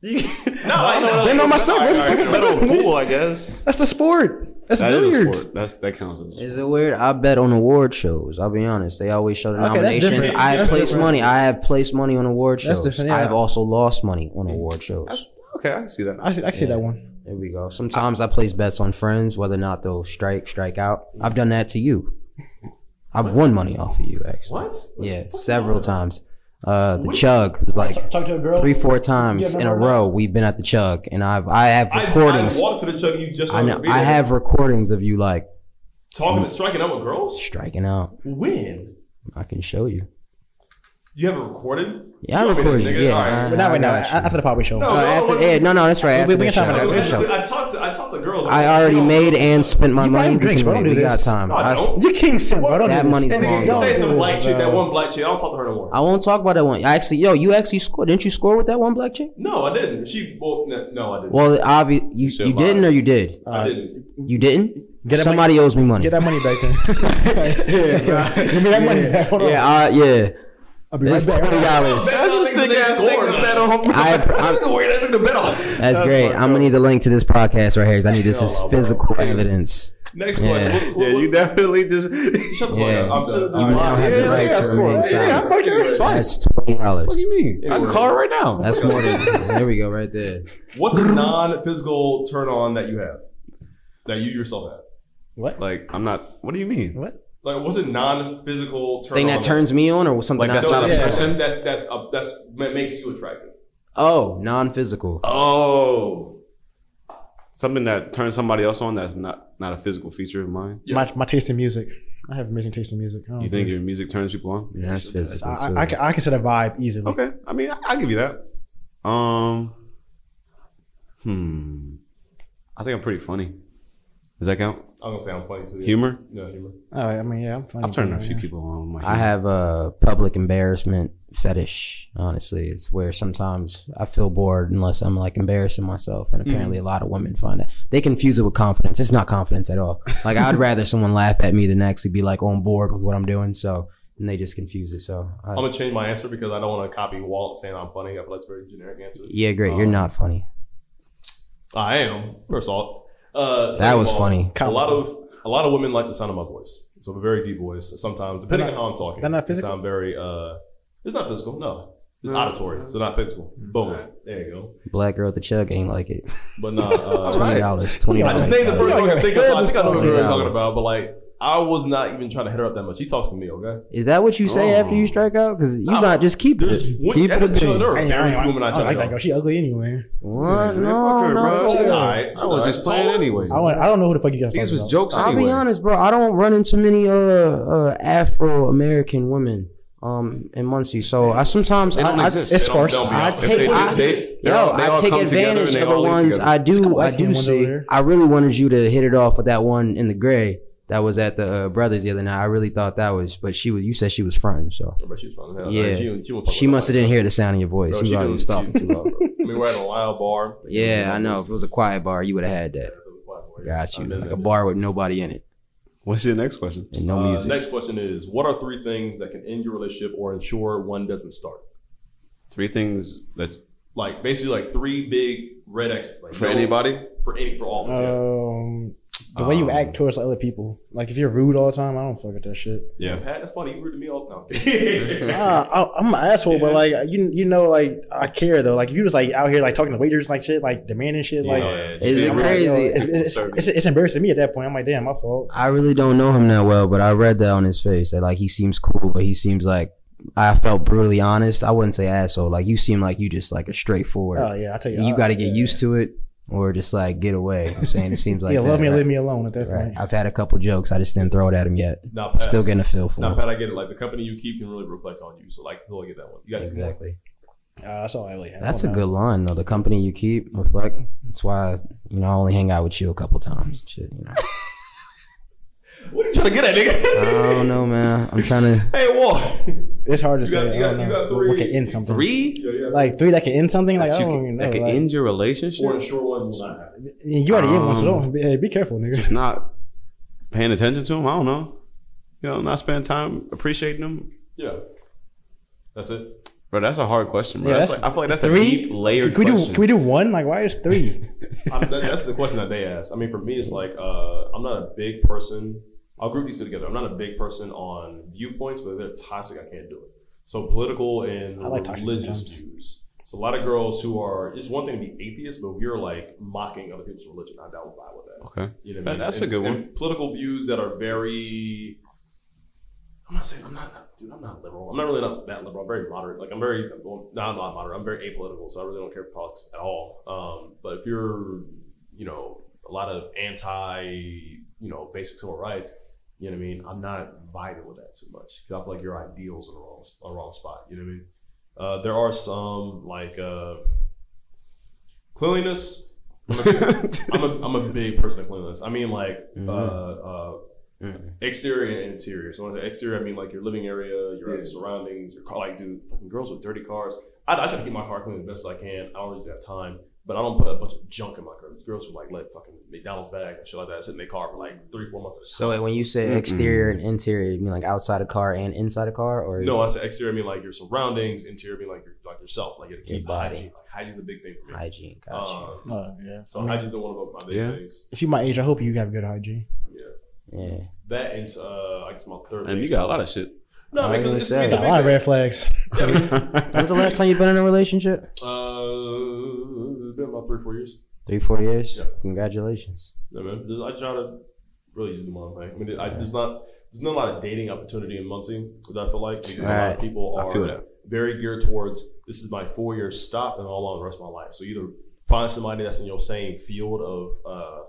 Speaker 4: no, I know.
Speaker 3: Then on myself. what the fuck am I
Speaker 2: Bet on
Speaker 3: betting on?
Speaker 2: pool, I guess.
Speaker 3: That's the sport. That's
Speaker 2: That is a
Speaker 3: billiards.
Speaker 2: sport. That's that counts. As a
Speaker 1: Is it weird? I bet on award shows. I'll be honest. They always show the
Speaker 3: Okay, that's
Speaker 1: nominations.
Speaker 3: different.
Speaker 1: I have
Speaker 3: That's
Speaker 1: placed
Speaker 3: different.
Speaker 1: money. I have placed money on award
Speaker 3: That's
Speaker 1: shows.
Speaker 3: different, yeah.
Speaker 1: I have also lost money on award shows.
Speaker 2: That's- okay, I can see that.
Speaker 3: I see, I see that one.
Speaker 1: There we go. Sometimes I place bets on friends, whether or not they'll strike, strike out. I've done that to you. I've won money off of you, actually.
Speaker 4: What?
Speaker 1: Yeah, several times. Uh, the chug, like
Speaker 3: Talk to a girl.
Speaker 1: three, four times in a row. We've been at the chug, and I've I have
Speaker 4: I,
Speaker 1: recordings.
Speaker 4: I
Speaker 1: I,
Speaker 4: walked to the chug. You just
Speaker 1: know. I have recordings of you like
Speaker 4: talking and striking out with girls.
Speaker 1: striking out.
Speaker 4: When
Speaker 1: I can show you.
Speaker 4: you have it recorded?
Speaker 1: Yeah, I
Speaker 4: You want me to,
Speaker 1: record you.
Speaker 4: nigga?
Speaker 1: Yeah,
Speaker 4: All right.
Speaker 1: I-
Speaker 3: But not
Speaker 1: I
Speaker 3: right now.
Speaker 1: got you.
Speaker 3: After the poppy show.
Speaker 4: No.
Speaker 1: Uh, after, yeah, no, no, that's right. After
Speaker 3: we
Speaker 1: the
Speaker 3: can
Speaker 1: show,
Speaker 3: talk about
Speaker 1: after
Speaker 3: that.
Speaker 1: the
Speaker 3: Good
Speaker 4: I,
Speaker 1: show.
Speaker 4: I talked to I talked to girls.
Speaker 1: I already made and spent my
Speaker 3: You
Speaker 1: money.
Speaker 3: buying
Speaker 1: You
Speaker 3: drinks,
Speaker 1: can
Speaker 3: bro.
Speaker 1: wait.
Speaker 3: Don't
Speaker 1: We
Speaker 3: do
Speaker 1: got
Speaker 3: this.
Speaker 1: time.
Speaker 4: No, I
Speaker 1: I-
Speaker 4: don't.
Speaker 3: You're King Sim, bro. Don't
Speaker 1: That
Speaker 3: do this.
Speaker 1: money's
Speaker 3: That nigga-
Speaker 1: long.
Speaker 4: You
Speaker 3: don't
Speaker 4: say
Speaker 3: do
Speaker 4: some
Speaker 3: this,
Speaker 4: black chick, that
Speaker 3: bro.
Speaker 4: one black chick. I don't talk to her no more.
Speaker 1: I won't talk about that one. Actually, yo, you actually scored. Didn't you score with that one black chick?
Speaker 4: no, I didn't. She well, no, no, I didn't.
Speaker 1: Well, obvi- you,
Speaker 2: said
Speaker 1: you
Speaker 2: lie.
Speaker 1: didn't or you did?
Speaker 4: I didn't.
Speaker 1: You didn't?
Speaker 3: Uh, Get that
Speaker 1: Somebody owes me money.
Speaker 3: Get that money back then. Give me that money back. Hold on.
Speaker 1: yeah, uh, yeah.
Speaker 3: I'll be right
Speaker 1: That's
Speaker 3: back.
Speaker 1: twenty dollars.
Speaker 2: That's a sick ass thing to bet on. bro.
Speaker 1: I-
Speaker 2: That's
Speaker 1: I'm-
Speaker 2: a weird ass thing to bet on.
Speaker 1: That's great. I'm gonna need the link to this podcast right here. 'cause I need this as
Speaker 4: Yo, bro.
Speaker 1: physical evidence.
Speaker 4: Next
Speaker 1: Yeah.
Speaker 4: question. What- what-
Speaker 2: Yeah, you definitely just.
Speaker 4: Shut the
Speaker 1: Yeah.
Speaker 4: fuck up. I'm done.
Speaker 1: You
Speaker 4: I'm
Speaker 1: now
Speaker 4: done.
Speaker 1: have the
Speaker 2: yeah,
Speaker 1: right
Speaker 2: yeah,
Speaker 1: to
Speaker 2: score.
Speaker 1: remain
Speaker 2: Yeah, yeah,
Speaker 1: silent.
Speaker 2: I'm fucking right. Twice.
Speaker 1: That's twenty dollars.
Speaker 2: mean? I can call her right now.
Speaker 1: That's more than. There we go, right there.
Speaker 4: What's a non-physical turn on that you have that you yourself have?
Speaker 3: What?
Speaker 2: like I'm not. What do you mean?
Speaker 3: What?
Speaker 4: Like, what's a non-physical turn
Speaker 1: Thing
Speaker 4: on
Speaker 1: that turns me on, or something
Speaker 2: Like, that's
Speaker 1: outside of
Speaker 2: not a
Speaker 1: me?
Speaker 2: person?
Speaker 4: That's that's uh, that's that makes you attractive.
Speaker 1: Oh, non-physical.
Speaker 2: Oh, something that turns somebody else on. That's not not a physical feature of mine.
Speaker 4: Yeah.
Speaker 3: My, my taste in music. I have amazing taste in music. I don't
Speaker 2: You think your music turns people on?
Speaker 1: Yeah, that's physical
Speaker 3: I,
Speaker 1: too.
Speaker 3: I, I, can, I can set a vibe easily.
Speaker 2: Okay, I mean, I, I'll give you that. Um, hmm, I think I'm pretty funny. Does that count?
Speaker 4: I'm gonna say I'm funny too. yeah.
Speaker 2: Humor?
Speaker 4: No, humor.
Speaker 3: All right, I mean, yeah, I'm funny.
Speaker 2: I've turned a
Speaker 3: too,
Speaker 2: few
Speaker 3: yeah.
Speaker 2: people on. with My
Speaker 1: I
Speaker 2: humor.
Speaker 1: have a public embarrassment fetish. Honestly, it's where sometimes I feel bored unless I'm like embarrassing myself, and apparently a lot of women find that they confuse it with confidence. It's not confidence at all. Like I'd rather someone laugh at me than actually be like on board with what I'm doing. So and they just confuse it. So I,
Speaker 4: I'm gonna change my answer because I don't want to copy Walt saying I'm funny. I feel like it's a very generic answer.
Speaker 1: yeah, great. You're not funny.
Speaker 4: I am. First of all, uh,
Speaker 1: That
Speaker 4: second
Speaker 1: was
Speaker 4: of all,
Speaker 1: funny.
Speaker 4: A lot of a lot of women like the sound of my voice. So I'm a very deep voice. Sometimes, depending
Speaker 3: They're not-
Speaker 4: on how I'm talking,
Speaker 3: they're not
Speaker 4: it
Speaker 3: physical?
Speaker 4: sound very. Uh, it's not physical. No, it's auditory. So not physical.
Speaker 3: Mm-hmm.
Speaker 4: Boom. There you go.
Speaker 1: Black girl at the chug ain't like it.
Speaker 4: But nah. Uh,
Speaker 1: Twenty dollars. Twenty
Speaker 4: I
Speaker 1: dollars.
Speaker 4: just named the first thing I think of. So I think I know what we were
Speaker 1: $20.
Speaker 4: talking about. But like, I was not even trying to hit her up that much. She talks to me. Okay.
Speaker 1: Is that what you say after you strike out? Because you're
Speaker 4: Nah,
Speaker 1: not just keep
Speaker 4: There's
Speaker 1: it.
Speaker 4: one,
Speaker 1: Keep
Speaker 4: that
Speaker 1: it. a
Speaker 4: is chill.
Speaker 1: bean.
Speaker 4: There are
Speaker 3: I ain't- I
Speaker 4: very
Speaker 3: ain't-
Speaker 4: few women I
Speaker 3: I don't
Speaker 4: try
Speaker 3: like
Speaker 4: to
Speaker 3: that
Speaker 4: hit
Speaker 3: girl.
Speaker 4: up.
Speaker 3: She ugly anyway.
Speaker 1: What?
Speaker 2: Man,
Speaker 1: No,
Speaker 2: fuck her,
Speaker 1: no,
Speaker 2: bro.
Speaker 1: no.
Speaker 2: Chill.
Speaker 4: alright.
Speaker 2: I was just playing anyway.
Speaker 3: I, want, I don't know who the fuck you guys.
Speaker 2: These
Speaker 3: talking
Speaker 2: was
Speaker 3: about.
Speaker 2: jokes
Speaker 1: I'll
Speaker 2: anyway.
Speaker 1: be honest, bro. I don't run into many uh, uh Afro American women um in Muncie, so I sometimes
Speaker 2: They
Speaker 1: I,
Speaker 2: don't
Speaker 1: I,
Speaker 2: exist.
Speaker 1: it's
Speaker 2: They
Speaker 1: sparse.
Speaker 4: don't be
Speaker 1: I
Speaker 4: out. If
Speaker 1: take
Speaker 4: they
Speaker 1: I,
Speaker 2: exist, they
Speaker 1: yo,
Speaker 2: all- they
Speaker 1: I
Speaker 2: all
Speaker 1: take
Speaker 2: come together and
Speaker 1: advantage
Speaker 2: they
Speaker 1: of the
Speaker 2: all eat
Speaker 1: ones
Speaker 2: together.
Speaker 1: I do.
Speaker 3: couple
Speaker 1: I
Speaker 3: light-skinned
Speaker 1: do
Speaker 3: ones over
Speaker 1: see.
Speaker 3: there.
Speaker 1: I really wanted you to hit it off with that one in the gray that was at the uh, brothers the other night. I really thought that was, but she was. You said she was fronting, so
Speaker 4: But she's fun. Hell,
Speaker 1: Yeah.
Speaker 4: She, she, won't fuck
Speaker 1: she
Speaker 4: with
Speaker 1: must have
Speaker 4: nobody.
Speaker 1: didn't hear the sound of your voice.
Speaker 4: Bro,
Speaker 1: you
Speaker 4: she
Speaker 1: already
Speaker 4: didn't-
Speaker 1: was talking
Speaker 4: she-
Speaker 1: too loud.
Speaker 4: I mean, we're at a loud bar.
Speaker 1: Yeah, I know. If it was a quiet bar, you would have had that. Got you.
Speaker 4: I've been
Speaker 1: Like
Speaker 4: there.
Speaker 1: a bar with nobody in it
Speaker 2: What's your next question?
Speaker 1: and no
Speaker 4: Uh,
Speaker 1: music.
Speaker 4: Next question is: What are three things that can end your relationship or ensure one doesn't start?
Speaker 2: Three things that
Speaker 4: Like basically, like three big red exits like,
Speaker 2: for
Speaker 4: no-
Speaker 2: anybody.
Speaker 4: for any, for all of us. yeah.
Speaker 3: Um, the way you
Speaker 2: Um,
Speaker 3: act towards other people, like if you're rude all the time, I don't fuck with that shit.
Speaker 2: Yeah.
Speaker 4: Pat, that's funny. You rude to me all the time.
Speaker 3: Nah, Ah, I, I'm an asshole,
Speaker 4: Yeah.
Speaker 3: but like you, you know, like I care though. Like if you was like out here like talking to waiters and, like shit, like demanding shit, like
Speaker 1: Is it
Speaker 3: I'm like,
Speaker 1: crazy?
Speaker 3: yo, it's, it's, it's, it's embarrassing to me at that point. I'm like, damn, my fault.
Speaker 1: I really don't know him that well, but I read that on his face that like he seems cool, but he seems like I felt brutally honest. I wouldn't say asshole. Like you seem like you just like a straightforward.
Speaker 3: Oh yeah, I tell you,
Speaker 1: you
Speaker 3: I-
Speaker 1: got to get
Speaker 3: yeah.
Speaker 1: used to it, or just like get away. I'm saying it seems like
Speaker 3: yeah,
Speaker 1: that,
Speaker 3: love me or
Speaker 1: right?
Speaker 3: leave me alone at that
Speaker 1: Right.
Speaker 3: point.
Speaker 1: I've had a couple jokes. I just didn't throw it at him yet.
Speaker 4: Now,
Speaker 1: I'm
Speaker 4: Pat,
Speaker 1: still getting a feel for
Speaker 4: now,
Speaker 1: it.
Speaker 4: Pat, I get it. Like the company you keep can really reflect on you. So, like, totally get that one. You got exactly.
Speaker 1: Exactly.
Speaker 3: Uh, that's all I really have.
Speaker 1: That's
Speaker 3: I
Speaker 1: a
Speaker 3: don't
Speaker 1: good line though. The company you keep reflect. That's why you know I only hang out with you a couple times. Shit, you know.
Speaker 4: What are you trying to get at,
Speaker 1: I
Speaker 4: nigga?
Speaker 1: don't know, man. I'm trying to.
Speaker 4: hey, Wall.
Speaker 3: know. It's hard to
Speaker 4: You
Speaker 3: say.
Speaker 4: got- you
Speaker 3: I
Speaker 4: got-
Speaker 3: don't
Speaker 4: you
Speaker 3: know.
Speaker 4: got
Speaker 3: What- what
Speaker 4: three-
Speaker 3: can end something?
Speaker 2: Three
Speaker 4: yeah, yeah.
Speaker 3: Like three that can end something. Like
Speaker 2: that,
Speaker 3: I
Speaker 2: you
Speaker 3: don't
Speaker 2: can,
Speaker 3: even know.
Speaker 2: that can
Speaker 3: like,
Speaker 2: end your relationship.
Speaker 4: or ensure one. will not happen.
Speaker 3: You already in one, so
Speaker 2: Um,
Speaker 3: don't be, hey, be careful, nigga.
Speaker 2: Just not paying attention to them. I don't know. You know, not spending time appreciating them.
Speaker 4: Yeah. That's it.
Speaker 2: Bro, that's a hard question, bro.
Speaker 3: Yeah,
Speaker 2: that's
Speaker 3: that's-
Speaker 2: like, I feel like that's
Speaker 3: three?
Speaker 2: a deep layered
Speaker 3: Can we do?
Speaker 2: question.
Speaker 3: Can we do one? Like, why is three?
Speaker 4: I'm, that, that's the question that they ask. I mean, for me, it's like uh, I'm not a big person. I'll group these two together. I'm not a big person on viewpoints, but if they're toxic. I can't do it. So political and
Speaker 3: I like toxic
Speaker 4: religious
Speaker 3: sometimes.
Speaker 4: views. So a lot of girls who are it's one thing to be atheist, but if you're like mocking other people's religion, I don't buy with that.
Speaker 2: okay.
Speaker 4: You know what
Speaker 2: That-
Speaker 4: I mean?
Speaker 2: that's a
Speaker 4: And-
Speaker 2: good
Speaker 4: and
Speaker 2: one.
Speaker 4: Political views that are very. I'm not saying I'm not, dude. I'm not liberal. I'm not really not that liberal. I'm very moderate. Like I'm very, well, no, I'm not moderate. I'm very apolitical, so I really don't care for politics at all. Um, but if you're, you know, a lot of anti, you know, basic civil rights, you know what I mean. I'm not vibing with that too much because I feel like your ideals are the wrong, are wrong spot. You know what I mean. Uh, there are some like uh, cleanliness. I'm a big- I'm a, I'm a big person of cleanliness. I mean, like
Speaker 1: Mhm.
Speaker 4: uh, uh,
Speaker 1: Mhm.
Speaker 4: exterior and interior. So, when I say exterior, I mean like your living area, your
Speaker 9: Yeah.
Speaker 4: surroundings, your car. Like, dude, fucking girls with dirty cars. I, I try to keep my car clean as best as I can. I don't really have time, but I don't put a bunch of junk in my car. These girls would like let fucking McDonald's bags and shit like that sit in their car for like three, four months at a
Speaker 1: So wait, when you say
Speaker 2: Mm-mm.
Speaker 1: exterior and interior, you mean like outside a car and inside a car, or
Speaker 4: No, I said exterior. I mean like your surroundings. Interior, I mean like your like yourself. Like you have to
Speaker 1: Your
Speaker 4: keep
Speaker 1: body.
Speaker 4: hygiene. Like hygiene's the big thing for me.
Speaker 1: hygiene? Gotcha.
Speaker 4: Um,
Speaker 3: Oh, yeah.
Speaker 4: so hygiene's been one of my big
Speaker 2: Yeah.
Speaker 4: things.
Speaker 3: If you my age, I hope you have good hygiene.
Speaker 4: Yeah.
Speaker 1: yeah.
Speaker 4: That and uh, I guess my third.
Speaker 2: And
Speaker 4: thing.
Speaker 2: you got a lot of shit.
Speaker 4: No,
Speaker 1: I was
Speaker 4: because
Speaker 1: gonna
Speaker 4: it's,
Speaker 1: say.
Speaker 4: it's
Speaker 3: There's a lot of red flags.
Speaker 4: Yeah, because-
Speaker 1: When's the last time you've been in a relationship?
Speaker 4: Uh, it's been about three, four years.
Speaker 1: Three, four years.
Speaker 4: Yeah. Oh,
Speaker 1: Congratulations.
Speaker 4: Yeah, man. Just- I try to really just do my own thing. I mean, I, there's not there's not a lot of dating opportunity in Muncie that I feel like because a lot
Speaker 1: Right.
Speaker 4: of people
Speaker 2: I
Speaker 4: are
Speaker 2: feel that.
Speaker 4: very geared towards this is my four year stop and all on the rest of my life. So either find somebody that's in your same field of uh,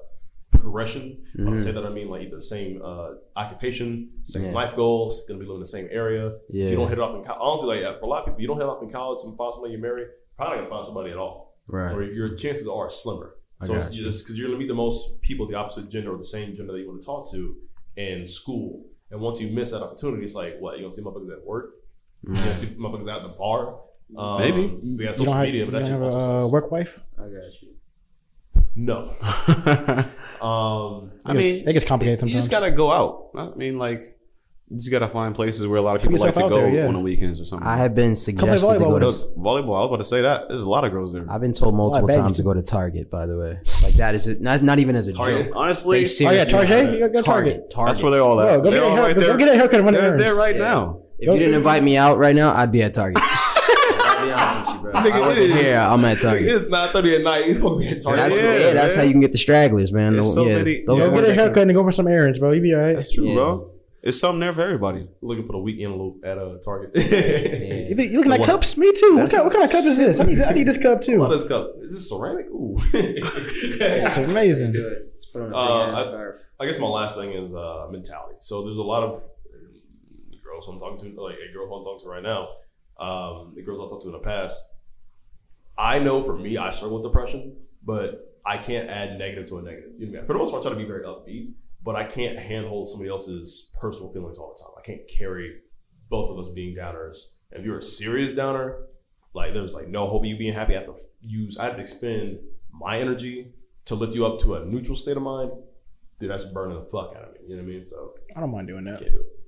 Speaker 4: progression. When I say that, I mean like either the same uh, occupation, same
Speaker 1: Mm-hmm. Yeah.
Speaker 4: life goals, going to be living in the same area. If
Speaker 1: Yeah.
Speaker 4: you don't hit it off in college, honestly, like uh, for a lot of people, you don't hit it off in college and find somebody you marry, probably not going to find somebody at all. Or
Speaker 1: Right.
Speaker 4: your chances are slimmer.
Speaker 1: I
Speaker 4: So it's
Speaker 1: got
Speaker 4: just because you're going to meet the most people of the opposite gender or the same gender that you want to talk to in school. And once you miss that opportunity, it's like, what? You're going to see motherfuckers at work? You're
Speaker 1: Mm-hmm.
Speaker 4: going to see motherfuckers out at the bar? Um,
Speaker 2: Maybe.
Speaker 4: We got
Speaker 3: you don't
Speaker 4: social
Speaker 3: have,
Speaker 4: media,
Speaker 3: you
Speaker 4: but that's
Speaker 3: don't
Speaker 4: just
Speaker 3: have a uh,
Speaker 4: also
Speaker 3: work wife.
Speaker 1: I got you.
Speaker 4: No. Um,
Speaker 2: I mean,
Speaker 3: it gets complicated
Speaker 2: you
Speaker 3: sometimes.
Speaker 2: just gotta go out. I mean, like you just gotta find places where a lot of people like
Speaker 3: yourself
Speaker 2: to
Speaker 3: out
Speaker 2: go
Speaker 3: there, yeah.
Speaker 2: on the weekends or something.
Speaker 1: I have been suggested to
Speaker 3: volleyball
Speaker 1: go
Speaker 3: with
Speaker 1: to.
Speaker 3: us.
Speaker 2: volleyball. I was about to say that. There's a lot of girls there.
Speaker 1: I've been told multiple
Speaker 3: bet you
Speaker 1: times to go to Target. By the way, like that is a, not, not even as a
Speaker 4: Target?
Speaker 1: joke.
Speaker 2: Honestly,
Speaker 1: They
Speaker 3: oh yeah,
Speaker 1: seriously-
Speaker 3: Target. You gotta go to Target.
Speaker 1: Target. Target.
Speaker 2: that's where they're all at.
Speaker 3: Bro, go
Speaker 2: they're
Speaker 3: get, a
Speaker 2: all
Speaker 3: hair,
Speaker 2: right
Speaker 3: go,
Speaker 2: there.
Speaker 3: get a haircut and run
Speaker 2: They're
Speaker 3: errands.
Speaker 2: there right
Speaker 1: Yeah.
Speaker 2: now.
Speaker 1: If you didn't invite me out right now, I'd be at Target. I'll be honest with you, bro. I
Speaker 4: Nigga,
Speaker 1: wasn't
Speaker 4: it is.
Speaker 1: here. I'm at Target.
Speaker 4: it's 9.30 at night. You're going to be at Target.
Speaker 1: That's,
Speaker 2: Yeah,
Speaker 1: yeah, that's
Speaker 2: man.
Speaker 1: how you can get the stragglers, man.
Speaker 2: There's
Speaker 1: The-
Speaker 2: so
Speaker 1: yeah,
Speaker 2: many-
Speaker 1: those
Speaker 2: Yeah,
Speaker 1: ones
Speaker 3: Go get
Speaker 1: that
Speaker 3: a
Speaker 1: can-
Speaker 3: haircut and go for some errands, bro. You be all right.
Speaker 2: That's true,
Speaker 1: Yeah.
Speaker 2: bro. It's something there for everybody.
Speaker 4: Looking for the weekend loop at uh, Target.
Speaker 3: You,
Speaker 1: Yeah.
Speaker 3: think- you looking at
Speaker 4: What?
Speaker 3: cups? Me too. What kind, what kind of cup is this? I need, I need this cup too.
Speaker 4: What is cup? Is this ceramic? Ooh.
Speaker 3: That's amazing.
Speaker 4: Uh, I- I guess my last thing is uh, mentality. So there's a lot of um, girls I'm talking to, like a girl who I'm talking to right now, um, the girls I talked to in the past. I know for me, I struggle with depression, but I can't add negative to a negative. You know, what I mean? for the most part, I try to be very upbeat, but I can't handhold somebody else's personal feelings all the time. I can't carry both of us being downers. If you're a serious downer, like there's like no hope of you being happy. I have to use, I have to expend my energy to lift you up to a neutral state of mind dude, that's burning the fuck out of me. You know what I mean? So
Speaker 3: I don't mind doing that.
Speaker 4: can't do it.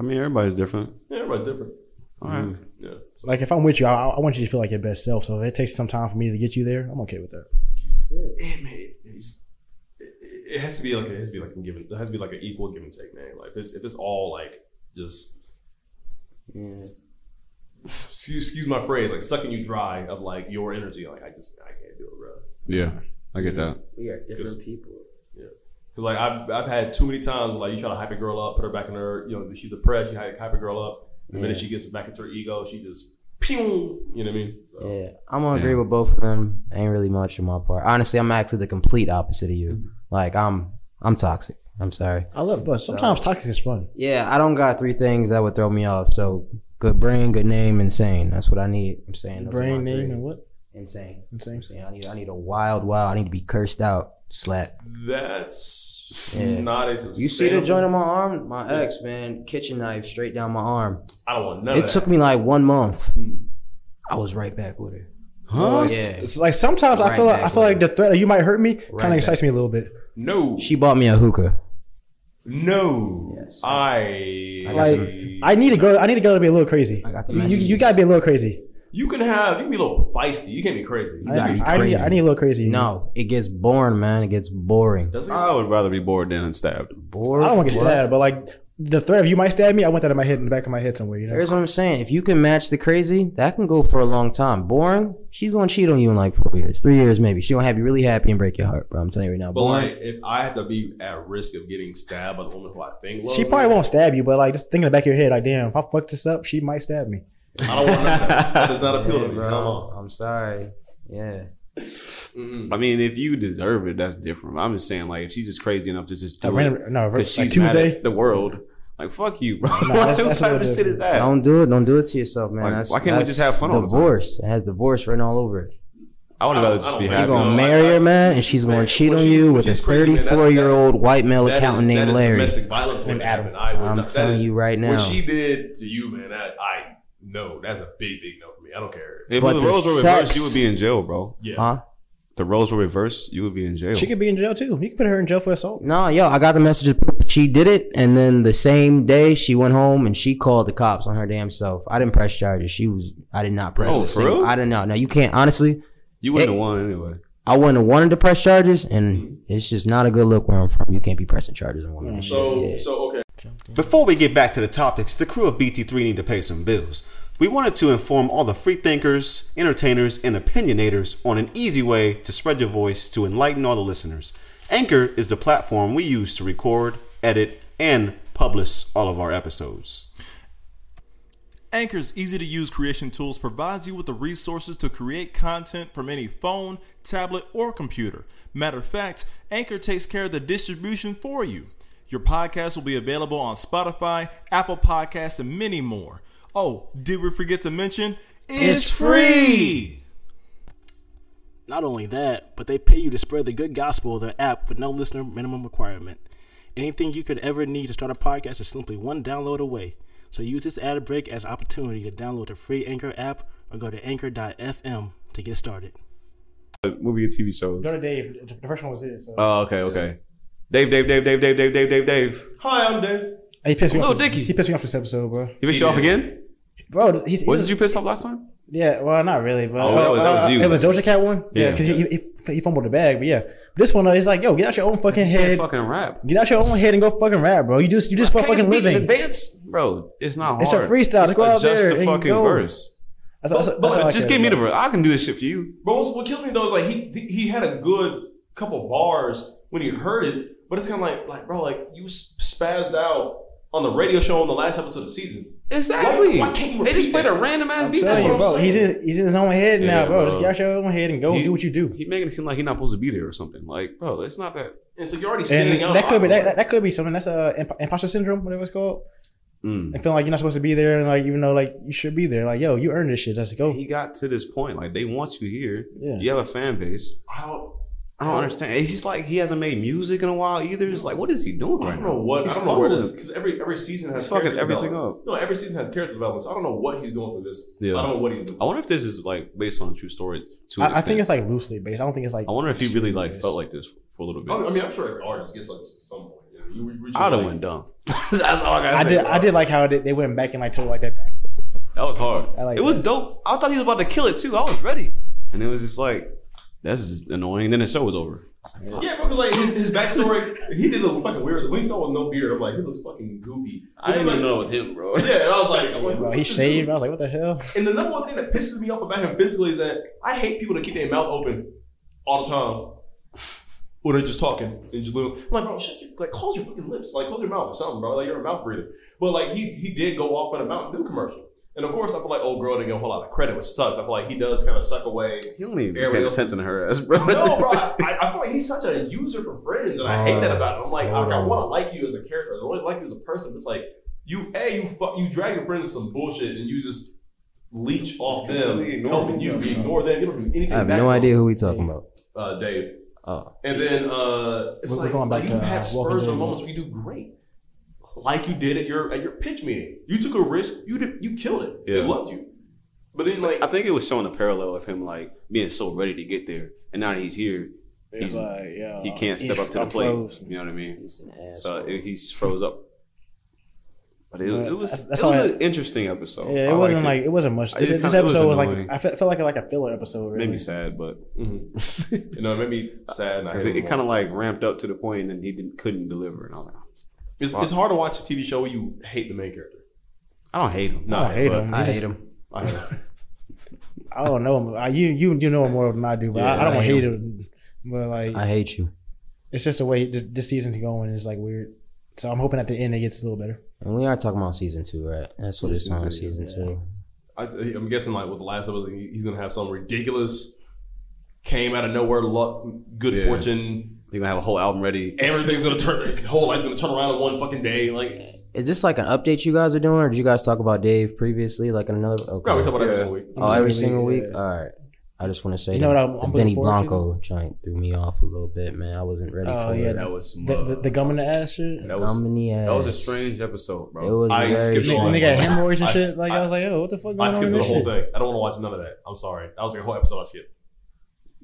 Speaker 2: I mean, everybody's different.
Speaker 4: Yeah, everybody's different.
Speaker 2: All right.
Speaker 4: Yeah. So
Speaker 3: Like if I'm with you, I, I want you to feel like your best self. So if it takes some time for me to get you there, I'm okay with that.
Speaker 4: it, man, it's, it, it has to be like it has to be like a given. It has to be like an equal give and take, man. Like if it's if it's all like just excuse, excuse my phrase, like sucking you dry of like your energy. Like I just I can't do it, bro.
Speaker 2: Yeah, I get that.
Speaker 1: We are
Speaker 4: different
Speaker 1: people.
Speaker 4: Cause like I've, I've had too many times where, like you try to hype a girl up, put her back in her, you know, she's depressed, you hype hype a girl up, the minute
Speaker 1: Yeah.
Speaker 4: she gets back into her ego, she just pew, you know what I mean? So,
Speaker 1: Yeah, I'm gonna agree
Speaker 2: Yeah.
Speaker 1: with both of them. Ain't really much on my part. Honestly, I'm actually the complete opposite of you. Like I'm, I'm toxic. I'm sorry.
Speaker 3: I love, but sometimes toxic is fun.
Speaker 1: Yeah, I don't got three things that would throw me off. So good brain, good name, insane. That's what I need. I'm saying those are
Speaker 3: Brain
Speaker 1: my
Speaker 3: name
Speaker 1: three.
Speaker 3: and what?
Speaker 1: insane.
Speaker 3: I'm saying.
Speaker 1: Insane. I need, I need a wild, wild. I need to be cursed out, slap.
Speaker 4: That's
Speaker 1: Yeah.
Speaker 4: not a
Speaker 1: You see the
Speaker 4: sustainable-
Speaker 1: joint on my arm? My ex, man, kitchen knife straight down my arm.
Speaker 4: I don't want none
Speaker 1: It
Speaker 4: of
Speaker 1: took me like one month.
Speaker 4: Hmm.
Speaker 1: I was right back with her.
Speaker 2: Huh?
Speaker 1: Yeah.
Speaker 3: It's like sometimes I
Speaker 1: Right
Speaker 3: feel like I
Speaker 1: back
Speaker 3: feel
Speaker 1: with
Speaker 3: like the threat that you might hurt me kind
Speaker 1: Right
Speaker 3: of excites me a little bit.
Speaker 4: that. No.
Speaker 1: She bought me a hookah.
Speaker 2: Mm-hmm.
Speaker 4: No.
Speaker 1: Yes.
Speaker 4: I.
Speaker 1: I got
Speaker 3: Like I need to go. I need to go to be a little crazy.
Speaker 1: I got the
Speaker 3: You, you,
Speaker 1: message.
Speaker 3: you gotta be a little crazy.
Speaker 4: you can have. You can be a little feisty. You can't be crazy.
Speaker 1: You gotta
Speaker 3: I,
Speaker 1: be
Speaker 3: I need.
Speaker 1: crazy.
Speaker 3: I need a little crazy.
Speaker 1: No, it gets boring, man. It gets boring.
Speaker 4: Doesn't.
Speaker 2: I would rather be bored than stabbed.
Speaker 1: Boring.
Speaker 3: I don't want to get
Speaker 1: What?
Speaker 3: stabbed, but like the threat of you might stab me, I want that in my head, in the back of my head somewhere. You know.
Speaker 1: Here's what I'm saying. If you can match the crazy, that can go for a long time. Boring, she's gonna cheat on you in like four years, three years maybe. She gonna have you really happy and break your heart, bro. I'm telling you right now.
Speaker 4: but
Speaker 1: Boring.
Speaker 4: like, if I have to be at risk of getting stabbed by the woman who I think loves
Speaker 3: She
Speaker 4: me,
Speaker 3: probably won't stab you, but like just thinking in the back of your head, like damn, if I fuck this up, she might stab me.
Speaker 4: I don't want none of that. That does not appeal to
Speaker 1: Yeah,
Speaker 4: me.
Speaker 1: bro.
Speaker 4: Come on.
Speaker 1: I'm sorry. Yeah.
Speaker 4: Mm-mm.
Speaker 2: I mean, if you deserve it, that's different. I'm just saying, like, if she's just crazy enough to just
Speaker 3: A
Speaker 2: do it
Speaker 3: random, no, like
Speaker 2: because she's mad
Speaker 3: Tuesday.
Speaker 2: at the world, like, fuck you, bro.
Speaker 3: No, that's-
Speaker 2: what
Speaker 3: that's
Speaker 2: type
Speaker 3: what
Speaker 2: of
Speaker 3: it is,
Speaker 2: shit is that?
Speaker 1: Don't do it. Don't do it to yourself, man.
Speaker 2: Like,
Speaker 1: that's,
Speaker 2: why can't we
Speaker 1: that's
Speaker 2: just have fun all the time?
Speaker 1: Divorce. It has divorce written all over it.
Speaker 2: I would
Speaker 4: I
Speaker 2: rather
Speaker 4: don't- I
Speaker 2: just
Speaker 4: don't
Speaker 2: be
Speaker 4: think
Speaker 1: You're
Speaker 2: happy.
Speaker 4: so.
Speaker 1: gonna
Speaker 4: no,
Speaker 1: marry
Speaker 4: I-
Speaker 1: her, man, and she's
Speaker 4: Man,
Speaker 1: gonna cheat
Speaker 4: what
Speaker 1: on
Speaker 4: she's-
Speaker 1: you
Speaker 4: what
Speaker 1: with a
Speaker 4: she's crazy, man, that's-
Speaker 1: 34 year old white male
Speaker 4: That is-
Speaker 1: accountant
Speaker 4: that
Speaker 1: named
Speaker 4: is
Speaker 1: Larry.
Speaker 4: Domestic violence waiting to
Speaker 3: Adam.
Speaker 4: happen. I would
Speaker 1: I'm
Speaker 4: not- that
Speaker 1: telling
Speaker 4: is-
Speaker 1: you right now.
Speaker 4: What she did to you, man, that I know. That's a big, big no for me. I don't care.
Speaker 2: If
Speaker 1: But
Speaker 2: the
Speaker 1: the
Speaker 2: roles were
Speaker 1: sex-
Speaker 2: reversed, you would be in jail, bro.
Speaker 4: Yeah.
Speaker 1: Huh?
Speaker 2: The roles were reversed, you would be in jail.
Speaker 3: She could be in jail too. You could put her in jail for assault.
Speaker 1: No, yo, I got the message. She did it, and then the same day she went home and she called the cops on her damn self. I didn't press charges. She was, I did not press.
Speaker 2: Oh,
Speaker 1: a
Speaker 2: for
Speaker 1: single-
Speaker 2: real?
Speaker 1: I don't know. No, you can't. Honestly,
Speaker 2: you wouldn't
Speaker 1: Hey.
Speaker 2: have won anyway.
Speaker 1: I wouldn't have wanted to press charges, and
Speaker 4: Mm-hmm.
Speaker 1: it's just not a good look where I'm from. You can't be pressing charges in one of them.
Speaker 4: Mm, So,
Speaker 1: Yeah.
Speaker 4: so okay.
Speaker 10: Before we get back to the topics, the crew of BT3 need to pay some bills. We wanted to inform all the free thinkers, entertainers, and opinionators on an easy way to spread your voice to enlighten all the listeners. Anchor is the platform we use to record, edit, and publish all of our episodes.
Speaker 11: Anchor's easy to use creation tools provides you with the resources to create content from any phone, tablet, or computer. Matter of fact, Anchor takes care of the distribution for you. Your podcast will be available on Spotify, Apple Podcasts, and many more. Oh, did we forget to mention? It's free!
Speaker 12: Not only that, but they pay you to spread the good gospel of their app with no listener minimum requirement. Anything you could ever need to start a podcast is simply one download away. So use this ad break as an opportunity to download the free Anchor app or go to anchor.fm to get started.
Speaker 2: Movie and TV shows.
Speaker 3: Go to Dave. The first one was his. So.
Speaker 2: Oh, okay, okay. Dave, Dave, Dave, Dave, Dave, Dave, Dave, Dave, Dave.
Speaker 4: Hi, I'm Dave.
Speaker 1: Oh,
Speaker 3: Hey, he pissed me
Speaker 2: Lil
Speaker 3: off. This,
Speaker 2: Dicky.
Speaker 3: he pissed me off this episode, bro.
Speaker 2: You pissed you off again?
Speaker 3: Bro, he's, he
Speaker 2: Wasn't you pissed off last time?
Speaker 3: Yeah, well, not really, but
Speaker 2: Oh, that was- that was you.
Speaker 3: uh, It was Doja Cat one. Yeah,
Speaker 2: Yeah.
Speaker 3: because he, he, he fumbled the bag, but yeah, this one though, it's like, yo, get out your own fucking
Speaker 2: Can't
Speaker 3: head,
Speaker 2: fucking rap.
Speaker 3: get out your own head and go fucking rap, bro. You just you just for
Speaker 2: Can't
Speaker 3: fucking
Speaker 2: beat in
Speaker 3: living.
Speaker 2: Advance, bro. It's not hard.
Speaker 3: It's a freestyle.
Speaker 2: Just
Speaker 3: Go out
Speaker 2: adjust
Speaker 3: there
Speaker 2: the
Speaker 3: and
Speaker 2: fucking
Speaker 3: go.
Speaker 2: verse.
Speaker 3: That's, that's, that's,
Speaker 4: But-
Speaker 3: all I
Speaker 2: Just
Speaker 3: care
Speaker 2: give me the
Speaker 3: about.
Speaker 2: verse. I can do this shit for you.
Speaker 4: But what's- what kills me though is like he he had a good couple bars when he heard it, but it's kind of like like bro, like you s- spazzed out on the radio show on the last episode of the season.
Speaker 2: Exactly.
Speaker 4: Why- why can't you
Speaker 2: they just
Speaker 4: repeat
Speaker 2: played
Speaker 4: that?
Speaker 2: a random ass beat. That's
Speaker 3: Telling
Speaker 2: what
Speaker 3: you,
Speaker 2: I'm
Speaker 3: bro,
Speaker 2: saying.
Speaker 3: he's in, he's in his own head
Speaker 2: Yeah,
Speaker 3: now, bro. Just
Speaker 2: bro.
Speaker 3: get out your own head and go
Speaker 2: He-
Speaker 3: do what you do.
Speaker 2: He making it seem like he's not supposed to be there or something. Like, bro, it's not that.
Speaker 4: And so you're already
Speaker 3: And
Speaker 4: standing out.
Speaker 3: that could be that, that- that could be something. That's uh, imp- imposter syndrome, whatever it's called.
Speaker 2: Mm.
Speaker 3: And feeling like you're not supposed to be there, and like even though like you should be there, like yo, you earned this shit. Let's go.
Speaker 2: He got to this point. Like, they want you here.
Speaker 3: Yeah.
Speaker 2: You have a fan base.
Speaker 4: How
Speaker 2: I don't understand. It's just like he hasn't made music in a while either. It's like, what is he doing
Speaker 4: I
Speaker 2: right
Speaker 4: don't
Speaker 2: now?
Speaker 4: know what
Speaker 2: He's
Speaker 4: I don't know where this
Speaker 2: fumbling.
Speaker 4: because every every season has
Speaker 2: He's fucking
Speaker 4: character
Speaker 2: everything
Speaker 4: development. No, every season has character development. So I don't know what he's going through this.
Speaker 2: Yeah.
Speaker 4: I don't know what he's doing.
Speaker 2: I wonder if this is like based on a true story. To an
Speaker 3: I, I think
Speaker 2: extent.
Speaker 3: it's like loosely based. I don't think it's like.
Speaker 2: I wonder if he really like
Speaker 3: Yes.
Speaker 2: felt like this for a little bit.
Speaker 4: I mean, I mean, I'm sure every artist gets like some point. You know, you reach
Speaker 2: I'd have
Speaker 4: like-
Speaker 2: went dumb. That's all I gotta
Speaker 3: I
Speaker 2: say.
Speaker 3: did. I did like how they, they went back and like told like that.
Speaker 2: That was hard.
Speaker 3: I like
Speaker 2: it was
Speaker 3: that.
Speaker 2: dope. I thought he was about to kill it too. I was ready, and it was just like, "That's annoying." Then the show was over.
Speaker 4: Yeah, bro, 'cause, like his, his backstory, he did look fucking weird. When he saw with no beard, I'm like, he looks fucking goofy.
Speaker 2: I didn't
Speaker 4: like,
Speaker 2: even know it was him, bro.
Speaker 4: Yeah, and I was like, I'm like,
Speaker 3: Bro,
Speaker 4: what
Speaker 3: he
Speaker 4: this
Speaker 3: shaved.
Speaker 4: dude?
Speaker 3: I was like, what the hell?
Speaker 4: And the number one thing that pisses me off about him physically is that I hate people that keep their mouth open all the time. Or they're just talking and just little. I'm like, bro, shut your, like, close your fucking lips, like, close your mouth or something, bro. Like, you're a mouth breather. But like, he he did go off on a Mountain Dew commercial, and of course, I feel like old girl didn't get a whole lot of credit, which sucks. I feel like he does kind of suck away.
Speaker 2: You don't even
Speaker 4: Everybody
Speaker 2: pay
Speaker 4: else is-
Speaker 2: attention to her ass, bro.
Speaker 4: No, bro, I, I feel like he's such a user for friends, and I hate that about him. I'm like, I,
Speaker 1: Hold
Speaker 4: I
Speaker 1: on.
Speaker 4: want to like you as a character. I want to like you as a person. But it's like you, a you fuck, you drag your friends to some bullshit, and you just leech off them,
Speaker 2: completely ignore
Speaker 4: helping you. You ignore them. You don't do anything.
Speaker 1: I have
Speaker 4: back
Speaker 1: no
Speaker 4: for them.
Speaker 1: idea who we talking about.
Speaker 4: Uh, Dave.
Speaker 1: Oh,
Speaker 4: And then uh,
Speaker 3: We're-
Speaker 4: it's
Speaker 3: we're
Speaker 4: like,
Speaker 3: going back
Speaker 4: like
Speaker 3: to,
Speaker 4: you have
Speaker 3: uh, Walking
Speaker 4: spurs
Speaker 3: Dead
Speaker 4: or moments where you do great, like you did at your at your pitch meeting. You took a risk. You did, you killed it. They
Speaker 2: Yeah.
Speaker 4: loved you. But then like
Speaker 2: I think it was showing a parallel of him like being so ready to get there, and now that he's here, he's
Speaker 3: like, yo,
Speaker 2: he can't step up to the plate. You know what I mean?
Speaker 1: he's an ass.
Speaker 2: So it, he's froze up. But it, it was
Speaker 3: That's- that's
Speaker 2: it was
Speaker 3: all I-
Speaker 2: an interesting episode.
Speaker 3: Yeah, it
Speaker 2: I liked
Speaker 3: wasn't like it wasn't much.
Speaker 2: I
Speaker 3: This,
Speaker 2: just
Speaker 3: this
Speaker 2: found- it was
Speaker 3: episode was,
Speaker 2: annoying.
Speaker 3: like I fe- felt like a, like a filler episode. Really.
Speaker 2: made me sad, but Mm-hmm.
Speaker 4: Mhm. you know, it made me sad. And I
Speaker 2: 'cause
Speaker 4: hate
Speaker 2: it,
Speaker 4: him more.
Speaker 2: kind of like ramped up to the point, and then he didn't couldn't deliver, and I was like,
Speaker 4: It's, it's hard to watch a TV show where you hate the main character.
Speaker 2: I don't hate him.
Speaker 3: I don't hate
Speaker 4: but-
Speaker 3: him.
Speaker 1: I
Speaker 3: He
Speaker 1: hate
Speaker 3: just-
Speaker 1: him.
Speaker 4: I hate him.
Speaker 3: I don't know him. I, you you you know him more than I do, but I, I
Speaker 1: Yeah,
Speaker 3: don't
Speaker 1: I hate
Speaker 3: hate him. But like,
Speaker 1: I hate you.
Speaker 3: it's just the way this, this season's going is like weird. So I'm hoping at the end it gets a little better.
Speaker 1: And we are talking about season two, right? That's what it's
Speaker 2: Season
Speaker 1: on
Speaker 2: two,
Speaker 1: season
Speaker 2: yeah.
Speaker 1: two.
Speaker 4: I, am guessing like with the last episode, he- he's gonna have some ridiculous, came out of nowhere luck, good
Speaker 2: Yeah.
Speaker 4: fortune.
Speaker 2: They're gonna have a whole album ready.
Speaker 4: Everything's gonna turn. His whole life's gonna turn around in one fucking day. Like, it's-
Speaker 1: Is this like an update you guys are doing, or did you guys talk about Dave previously, like in another? Okay.
Speaker 4: bro, we talk about every
Speaker 2: Yeah.
Speaker 4: single week. Uh,
Speaker 1: oh, every
Speaker 3: Yeah.
Speaker 1: single week. All right. I just want to say
Speaker 3: You know
Speaker 1: that
Speaker 3: what I'm- I'm
Speaker 1: the
Speaker 3: looking
Speaker 1: Benny
Speaker 3: forward to?
Speaker 1: Blanco joint threw me off a little bit, man. I wasn't ready
Speaker 3: Oh,
Speaker 1: for
Speaker 3: yeah,
Speaker 1: it.
Speaker 2: That was some,
Speaker 3: The,
Speaker 2: uh,
Speaker 3: the, the gum in the ass shit.
Speaker 2: that was
Speaker 1: Gum in the
Speaker 2: that was a
Speaker 1: ass.
Speaker 2: strange episode, bro.
Speaker 1: It was
Speaker 2: I
Speaker 1: very
Speaker 2: skipped
Speaker 1: strange.
Speaker 3: When they
Speaker 2: along.
Speaker 3: got hemorrhoids and
Speaker 4: I-
Speaker 3: shit, like I,
Speaker 4: I-
Speaker 3: was like, "Yo, what the fuck?" Going
Speaker 4: I
Speaker 3: on
Speaker 4: skipped
Speaker 3: with
Speaker 4: the
Speaker 3: this
Speaker 4: whole
Speaker 3: shit?
Speaker 4: thing. I don't want to watch none of that. I'm sorry. That was like a whole episode I skipped.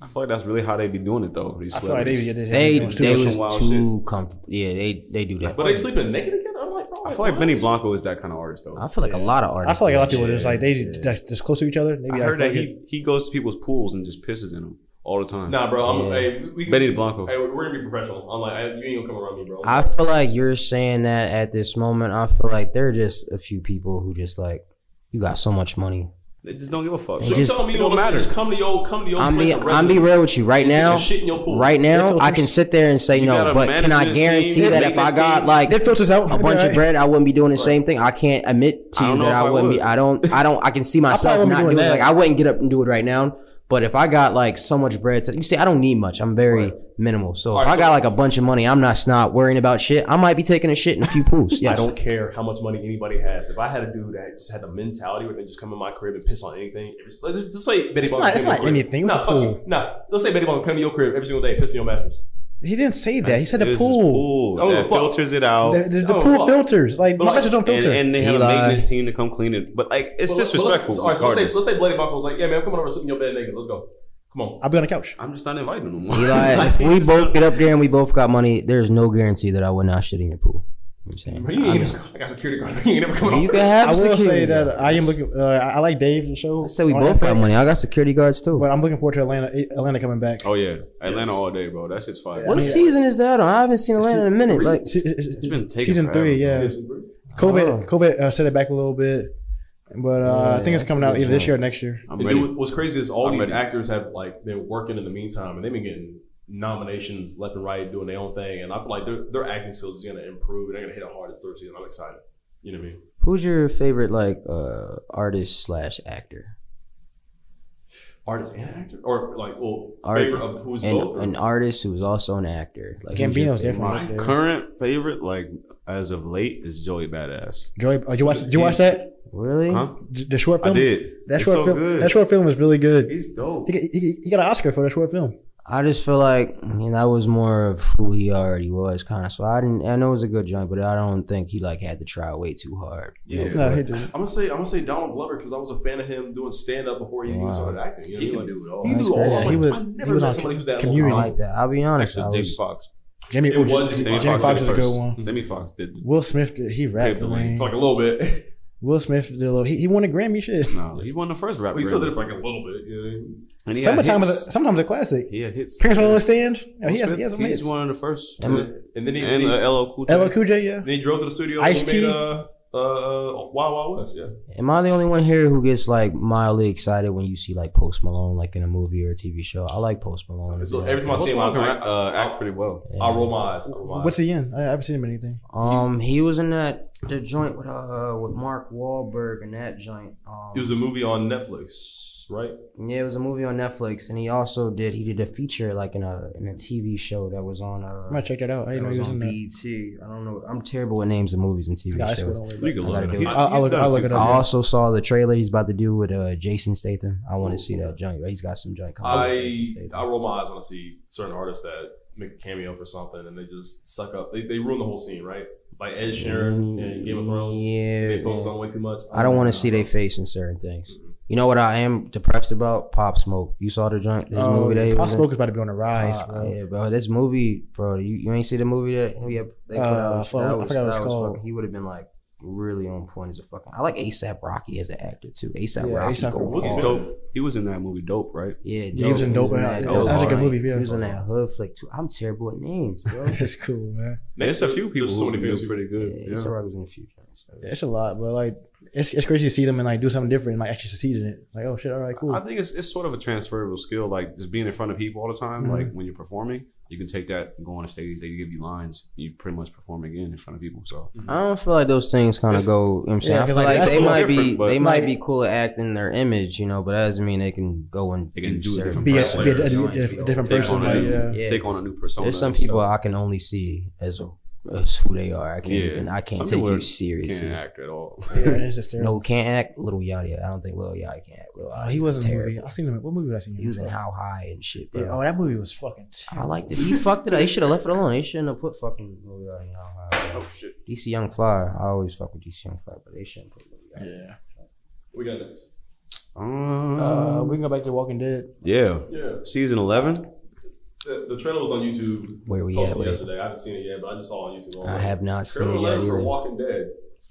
Speaker 2: I feel like that's really how they be doing it though. These
Speaker 3: I feel like they
Speaker 2: celebrities.
Speaker 3: did
Speaker 1: They
Speaker 3: it.
Speaker 1: they
Speaker 2: some
Speaker 1: was
Speaker 2: wild
Speaker 1: too comfortable. Yeah, they they do that.
Speaker 4: But they sleeping naked together. I'm like, bro,
Speaker 2: I
Speaker 4: wait,
Speaker 2: feel like
Speaker 4: what?
Speaker 2: Benny Blanco is that kind of artist though.
Speaker 1: I feel like a lot of
Speaker 3: I
Speaker 1: artists.
Speaker 3: feel like a lot of
Speaker 1: do
Speaker 3: people
Speaker 1: that
Speaker 3: just like they
Speaker 1: shit.
Speaker 3: just that's just close to each other. Maybe
Speaker 2: I
Speaker 3: like,
Speaker 2: heard that
Speaker 3: fuck it.
Speaker 2: he, he goes to people's pools and just pisses in them all the time.
Speaker 4: Nah, bro. I'm,
Speaker 1: Yeah.
Speaker 4: hey, we,
Speaker 2: Benny Blanco.
Speaker 4: Hey, we're gonna be professional. I'm like, I, you ain't gonna come around me, bro.
Speaker 1: I feel like you're saying that at this moment. I feel like there are just a few people who just like you got so much money.
Speaker 2: They just don't give a fuck.
Speaker 1: They
Speaker 2: So
Speaker 1: just-
Speaker 2: tell me
Speaker 1: It
Speaker 2: you don't
Speaker 1: don't
Speaker 2: matter.
Speaker 1: matter.
Speaker 2: Just come to your come to your
Speaker 1: I'm
Speaker 2: place
Speaker 1: be
Speaker 2: of
Speaker 1: I'm be
Speaker 2: residence.
Speaker 1: real with you right
Speaker 2: You take a
Speaker 1: now.
Speaker 2: shit in your pool.
Speaker 1: Right now,
Speaker 2: Their
Speaker 1: I can sit there and say
Speaker 2: got
Speaker 1: no,
Speaker 2: a
Speaker 1: but can I
Speaker 2: management
Speaker 1: guarantee
Speaker 2: team,
Speaker 1: that if I
Speaker 2: maintenance
Speaker 1: got
Speaker 2: team.
Speaker 1: like
Speaker 2: That filters out.
Speaker 1: a bunch
Speaker 2: Right.
Speaker 1: of bread, I wouldn't be doing the same thing. I can't admit to
Speaker 2: I
Speaker 1: you
Speaker 2: don't
Speaker 1: that
Speaker 2: know
Speaker 1: I
Speaker 2: if I
Speaker 1: wouldn't be.
Speaker 2: would.
Speaker 1: I don't. I don't. I can see myself
Speaker 2: wouldn't be
Speaker 1: not doing
Speaker 2: doing that.
Speaker 1: like I wouldn't get up and do it right now. But if I got like so much bread, to, you see, I don't need much. I'm very minimal. So if
Speaker 4: Alright,
Speaker 1: I got
Speaker 4: so-
Speaker 1: like a bunch of money, I'm not snot worrying about shit. I might be taking a shit in a few pools. Yes.
Speaker 4: I don't care how much money anybody has. If I had a dude that just had the mentality where they just come in my crib and piss on anything, every, let's, let's say Betty
Speaker 3: It's
Speaker 4: Bob
Speaker 3: not-
Speaker 4: came
Speaker 3: it's
Speaker 4: to your
Speaker 3: not
Speaker 4: crib.
Speaker 3: anything. It was
Speaker 4: Nah,
Speaker 3: a
Speaker 4: fuck
Speaker 3: pool.
Speaker 4: you. Nah, let's say Betty Bob come to your crib every single day, piss on your mattress.
Speaker 3: He didn't say that. He said
Speaker 2: It
Speaker 3: the
Speaker 2: was his
Speaker 3: pool.
Speaker 2: pool
Speaker 4: Oh,
Speaker 2: that
Speaker 4: fuck.
Speaker 2: filters it out.
Speaker 3: The, the, the
Speaker 4: Oh,
Speaker 3: pool
Speaker 4: fuck.
Speaker 3: filters. Like my matches don't
Speaker 2: and,
Speaker 3: filter.
Speaker 2: and they have
Speaker 1: Eli.
Speaker 2: a maintenance team to come clean it. But like, it's
Speaker 4: But let's- but
Speaker 2: disrespectful.
Speaker 4: Let's, all right, so let's,
Speaker 2: regardless.
Speaker 4: say, let's say Bloody Michael was like, yeah, man, I'm coming over, sit in your bed naked. Let's go. Come on.
Speaker 3: I'll be on the couch.
Speaker 2: I'm just not inviting them. no more.
Speaker 1: Eli,
Speaker 2: Like,
Speaker 1: if we
Speaker 2: it's
Speaker 1: both get up there and we both got money, there's no guarantee that I would not shit in your pool. You know what I'm saying?
Speaker 4: Bro, you ain't never, I got security guard. You ain't never
Speaker 1: You
Speaker 4: coming over.
Speaker 1: can have
Speaker 3: I
Speaker 1: a
Speaker 3: will
Speaker 1: security.
Speaker 3: say
Speaker 1: guard.
Speaker 3: that I am looking. Uh, I I like Dave the show.
Speaker 1: I said we
Speaker 3: on
Speaker 1: both got
Speaker 3: Netflix,
Speaker 1: money. I got security guards too.
Speaker 3: But I'm looking forward to Atlanta. Atlanta coming back.
Speaker 2: Oh yeah, Atlanta all day, bro. That shit's fire.
Speaker 1: what season is that on? I haven't seen Atlanta in a minute. Like,
Speaker 3: Se- se-
Speaker 2: been taking
Speaker 3: season
Speaker 2: forever,
Speaker 3: three, yeah.
Speaker 2: bro.
Speaker 3: COVID,
Speaker 1: Oh.
Speaker 3: COVID uh, set it back a little bit, but uh, I think
Speaker 1: Yeah,
Speaker 3: it's
Speaker 1: that's
Speaker 3: coming
Speaker 1: a
Speaker 3: out
Speaker 1: good
Speaker 3: either this
Speaker 1: show.
Speaker 3: year or next year.
Speaker 2: I'm
Speaker 4: And
Speaker 2: ready.
Speaker 4: dude, what's crazy is all
Speaker 2: I'm
Speaker 4: these
Speaker 2: ready.
Speaker 4: actors have like been working in the meantime, and they've been getting nominations left and right, doing their own thing. And I feel like their their acting skills is going to improve, and they're going to hit it hard this third season. I'm excited. You know what I mean?
Speaker 1: who's your favorite like uh, artist slash actor?
Speaker 4: Artist and actor, or like, well,
Speaker 1: Art-
Speaker 4: favorite of who's
Speaker 1: An,
Speaker 4: both. or-
Speaker 1: an artist who's also an actor. Like who's your
Speaker 3: Gambino's
Speaker 1: favorite?
Speaker 3: definitely up
Speaker 2: My
Speaker 3: there.
Speaker 2: current favorite, like as of late, is Joey Badass.
Speaker 3: Joey, oh, did you watch? Did you watch that?
Speaker 1: Really?
Speaker 2: Huh?
Speaker 3: J- The short
Speaker 2: I
Speaker 3: film.
Speaker 2: did.
Speaker 3: That
Speaker 2: It's
Speaker 3: short
Speaker 2: so
Speaker 3: film.
Speaker 2: good.
Speaker 3: That short film was really good.
Speaker 2: He's dope.
Speaker 3: He, got- he, he got an Oscar for that short film.
Speaker 1: I just feel like you know, that was more of who he already was, kind of. So I didn't. I know it was a good joint, but I don't think he like had to try way too hard.
Speaker 2: Yeah.
Speaker 3: No, he didn't.
Speaker 4: I'm gonna say I'm gonna say Donald Glover because I was a fan of him doing stand up before he even
Speaker 1: Wow.
Speaker 4: started acting. You know
Speaker 2: He
Speaker 4: what I
Speaker 2: can
Speaker 4: mean?
Speaker 2: do it all.
Speaker 4: Like, he
Speaker 1: That's
Speaker 4: knew all.
Speaker 1: great.
Speaker 4: I'm Like,
Speaker 3: He was-
Speaker 4: I never
Speaker 3: he was
Speaker 4: met
Speaker 3: on
Speaker 4: somebody who's that
Speaker 1: I
Speaker 3: Community.
Speaker 4: Long.
Speaker 1: like that. I'll be honest. I
Speaker 2: Actually, Jamie
Speaker 1: was,
Speaker 2: Foxx.
Speaker 3: Jimmy,
Speaker 4: It was
Speaker 2: Jamie
Speaker 3: Jamie
Speaker 2: Foxx
Speaker 3: Fox
Speaker 2: did
Speaker 3: is a
Speaker 2: first.
Speaker 3: good one.
Speaker 2: Jamie Fox did.
Speaker 3: Will Smith did. He
Speaker 2: Paved
Speaker 3: rapped.
Speaker 2: the
Speaker 3: man.
Speaker 2: way.
Speaker 4: for like a little bit.
Speaker 3: Will Smith did a little. He, he won a Grammy. Shit.
Speaker 2: No, he won the first rap.
Speaker 4: Well, he still did
Speaker 2: Grammy.
Speaker 4: it for like a little bit. You know what I mean?
Speaker 2: And he had
Speaker 3: Summertime
Speaker 2: hits.
Speaker 3: is a, sometimes a classic.
Speaker 2: He had hits.
Speaker 3: Parents don't understand. Yeah,
Speaker 2: Will
Speaker 3: Oh, he has,
Speaker 2: Smith,
Speaker 3: he has some
Speaker 2: he's
Speaker 3: hits.
Speaker 2: one of the first.
Speaker 4: And,
Speaker 2: And,
Speaker 4: and then he,
Speaker 2: and
Speaker 4: then, he,
Speaker 2: uh, LL Cool J.
Speaker 3: LL Cool J, yeah.
Speaker 4: then he drove to the studio and
Speaker 3: Ice-T.
Speaker 4: he made uh, uh, uh, Wild Wild West. Yeah,
Speaker 1: am I the only one here who gets like mildly excited when you see like Post Malone like in a movie or a TV show? I like Post Malone.
Speaker 4: So every time I
Speaker 2: Most
Speaker 4: see him, I,
Speaker 2: of them can,
Speaker 4: I,
Speaker 2: uh, act pretty well.
Speaker 1: Yeah.
Speaker 4: I roll my eyes. I roll my eyes.
Speaker 3: What's he in? I I haven't seen him in anything.
Speaker 1: Um, he was in that the joint with uh with Mark Wahlberg and that joint. Um,
Speaker 4: It was a movie on Netflix, right?
Speaker 1: yeah, it was a movie on Netflix, and he also did he did a feature like in a in a TV show that was on
Speaker 3: I might
Speaker 1: uh
Speaker 3: check that out.
Speaker 1: that
Speaker 3: I didn't know
Speaker 1: was
Speaker 3: he was
Speaker 1: on
Speaker 3: in that.
Speaker 1: BET. I don't know. I'm terrible with names of movies and TV
Speaker 3: Yeah, I
Speaker 1: shows.
Speaker 3: scored over
Speaker 2: You can
Speaker 1: I
Speaker 2: look
Speaker 1: gotta
Speaker 2: it up.
Speaker 1: do it.
Speaker 2: He's-
Speaker 3: I'll- I'll
Speaker 2: he's
Speaker 3: look-
Speaker 2: done a
Speaker 3: I'll look
Speaker 2: few
Speaker 3: it
Speaker 1: I
Speaker 3: up.
Speaker 2: things.
Speaker 1: also saw the trailer he's about to do with uh, Jason Statham. I want to see that joint. Right? He's got some joint coming. with Jason
Speaker 4: I
Speaker 1: Statham.
Speaker 4: I roll my eyes when I see certain artists that make a cameo for something and they just suck up. They, they ruin the whole scene, right? Like Ed Sheeran and Game of Thrones.
Speaker 1: Yeah,
Speaker 4: they focus
Speaker 1: yeah.
Speaker 4: on way too much.
Speaker 1: I don't want
Speaker 3: Oh,
Speaker 4: Nah,
Speaker 1: to see
Speaker 4: bro.
Speaker 1: their face in certain things.
Speaker 3: Mm-hmm.
Speaker 1: You know what I am depressed about? Pop Smoke. You saw the joint, this
Speaker 3: Oh,
Speaker 1: movie that he
Speaker 3: Pop
Speaker 1: was in?
Speaker 3: Smoke is about to be on the rise,
Speaker 1: Uh,
Speaker 3: bro.
Speaker 1: Yeah, bro. This movie, bro. You, you ain't see the movie that we have, they put
Speaker 3: Uh,
Speaker 1: out?
Speaker 3: fuck, I
Speaker 1: that was,
Speaker 3: forgot what it's
Speaker 1: that was
Speaker 3: called.
Speaker 1: fucking, he would have been like really on point as a fucking. I like ASAP Rocky as an actor too. ASAP
Speaker 3: Yeah,
Speaker 1: Rocky.
Speaker 3: A$AP
Speaker 1: go
Speaker 3: Rocky.
Speaker 2: He's
Speaker 1: hard.
Speaker 2: dope. He was in that movie, Dope, right?
Speaker 1: Yeah,
Speaker 3: he was in Dope.
Speaker 1: that
Speaker 3: That
Speaker 2: was a good
Speaker 1: joint.
Speaker 3: movie, yeah.
Speaker 1: He was in that hood flick too. I'm terrible with names, bro. yeah,
Speaker 3: It's cool, man.
Speaker 2: There's a few people
Speaker 4: There's so
Speaker 2: who
Speaker 4: many
Speaker 2: do
Speaker 4: famous people.
Speaker 2: pretty good. Yeah.
Speaker 1: ASAP Rocky was in a few joints.
Speaker 3: Yeah, It's a lot, but like, it's, it's crazy to see them and like do something different and like actually succeed in it. Like, oh shit, all right, cool.
Speaker 2: I think it's it's sort of a transferable skill, like just being in front of people all the time.
Speaker 3: Mhm.
Speaker 2: Like when you're performing, you can take that and go on a stage. They give you lines, and you pretty much perform again in front of people. So
Speaker 1: I don't feel like those things kind of
Speaker 2: It's-
Speaker 1: go. You know what I'm saying,
Speaker 3: Yeah,
Speaker 1: I feel
Speaker 3: 'cause, like,
Speaker 1: like,
Speaker 3: that's
Speaker 1: they
Speaker 2: a little
Speaker 1: might be
Speaker 2: different, but-
Speaker 1: they might be
Speaker 3: Like-
Speaker 1: cool at acting their image, you know, but that doesn't mean they can go and
Speaker 2: They can do a
Speaker 1: certain
Speaker 2: different
Speaker 3: be a,
Speaker 2: person.
Speaker 3: be a, a-
Speaker 2: Players,
Speaker 3: a-
Speaker 1: joints,
Speaker 3: a
Speaker 1: you know.
Speaker 3: different
Speaker 2: Take
Speaker 3: person.
Speaker 2: on a
Speaker 3: Like,
Speaker 2: new-
Speaker 3: yeah.
Speaker 1: Yeah.
Speaker 2: take on a new persona.
Speaker 1: There's some
Speaker 2: and
Speaker 1: people
Speaker 2: stuff.
Speaker 1: I can only see as, as who they are. I can't
Speaker 2: Yeah.
Speaker 1: even. I can't
Speaker 2: Some
Speaker 1: take
Speaker 2: people
Speaker 1: you
Speaker 2: are-
Speaker 1: seriously.
Speaker 2: can't act at all.
Speaker 3: yeah, it's just terrible.
Speaker 1: No, can't act. Little Yachty. I don't think Little Yachty can act. Lil
Speaker 3: Oh,
Speaker 1: Yachty
Speaker 3: he was in a
Speaker 1: terrible.
Speaker 3: movie. I seen him. in- What movie did I see him?
Speaker 1: He was in How High and shit, bro.
Speaker 3: Yeah, oh, that movie was fucking. terrible.
Speaker 1: I liked it. He fucked it up. He should have left it alone. They shouldn't have put fucking Lil Yachty in How High. bro.
Speaker 4: Oh shit.
Speaker 1: DC Young Fly. I always fuck with DC Young Fly, but they shouldn't put Lil Yachty.
Speaker 3: Yeah.
Speaker 4: What we got next?
Speaker 2: Um,
Speaker 3: Uh, we can go back to Walking Dead.
Speaker 2: yeah,
Speaker 4: Yeah.
Speaker 2: season eleven.
Speaker 4: The, the trailer was on YouTube.
Speaker 1: Where we at
Speaker 4: Posted
Speaker 1: with it?
Speaker 4: yesterday. I haven't seen it yet, but I just saw it on YouTube.
Speaker 1: I have not seen
Speaker 4: Trailer
Speaker 1: it yet
Speaker 4: 11 for
Speaker 1: either.
Speaker 4: Walking Dead.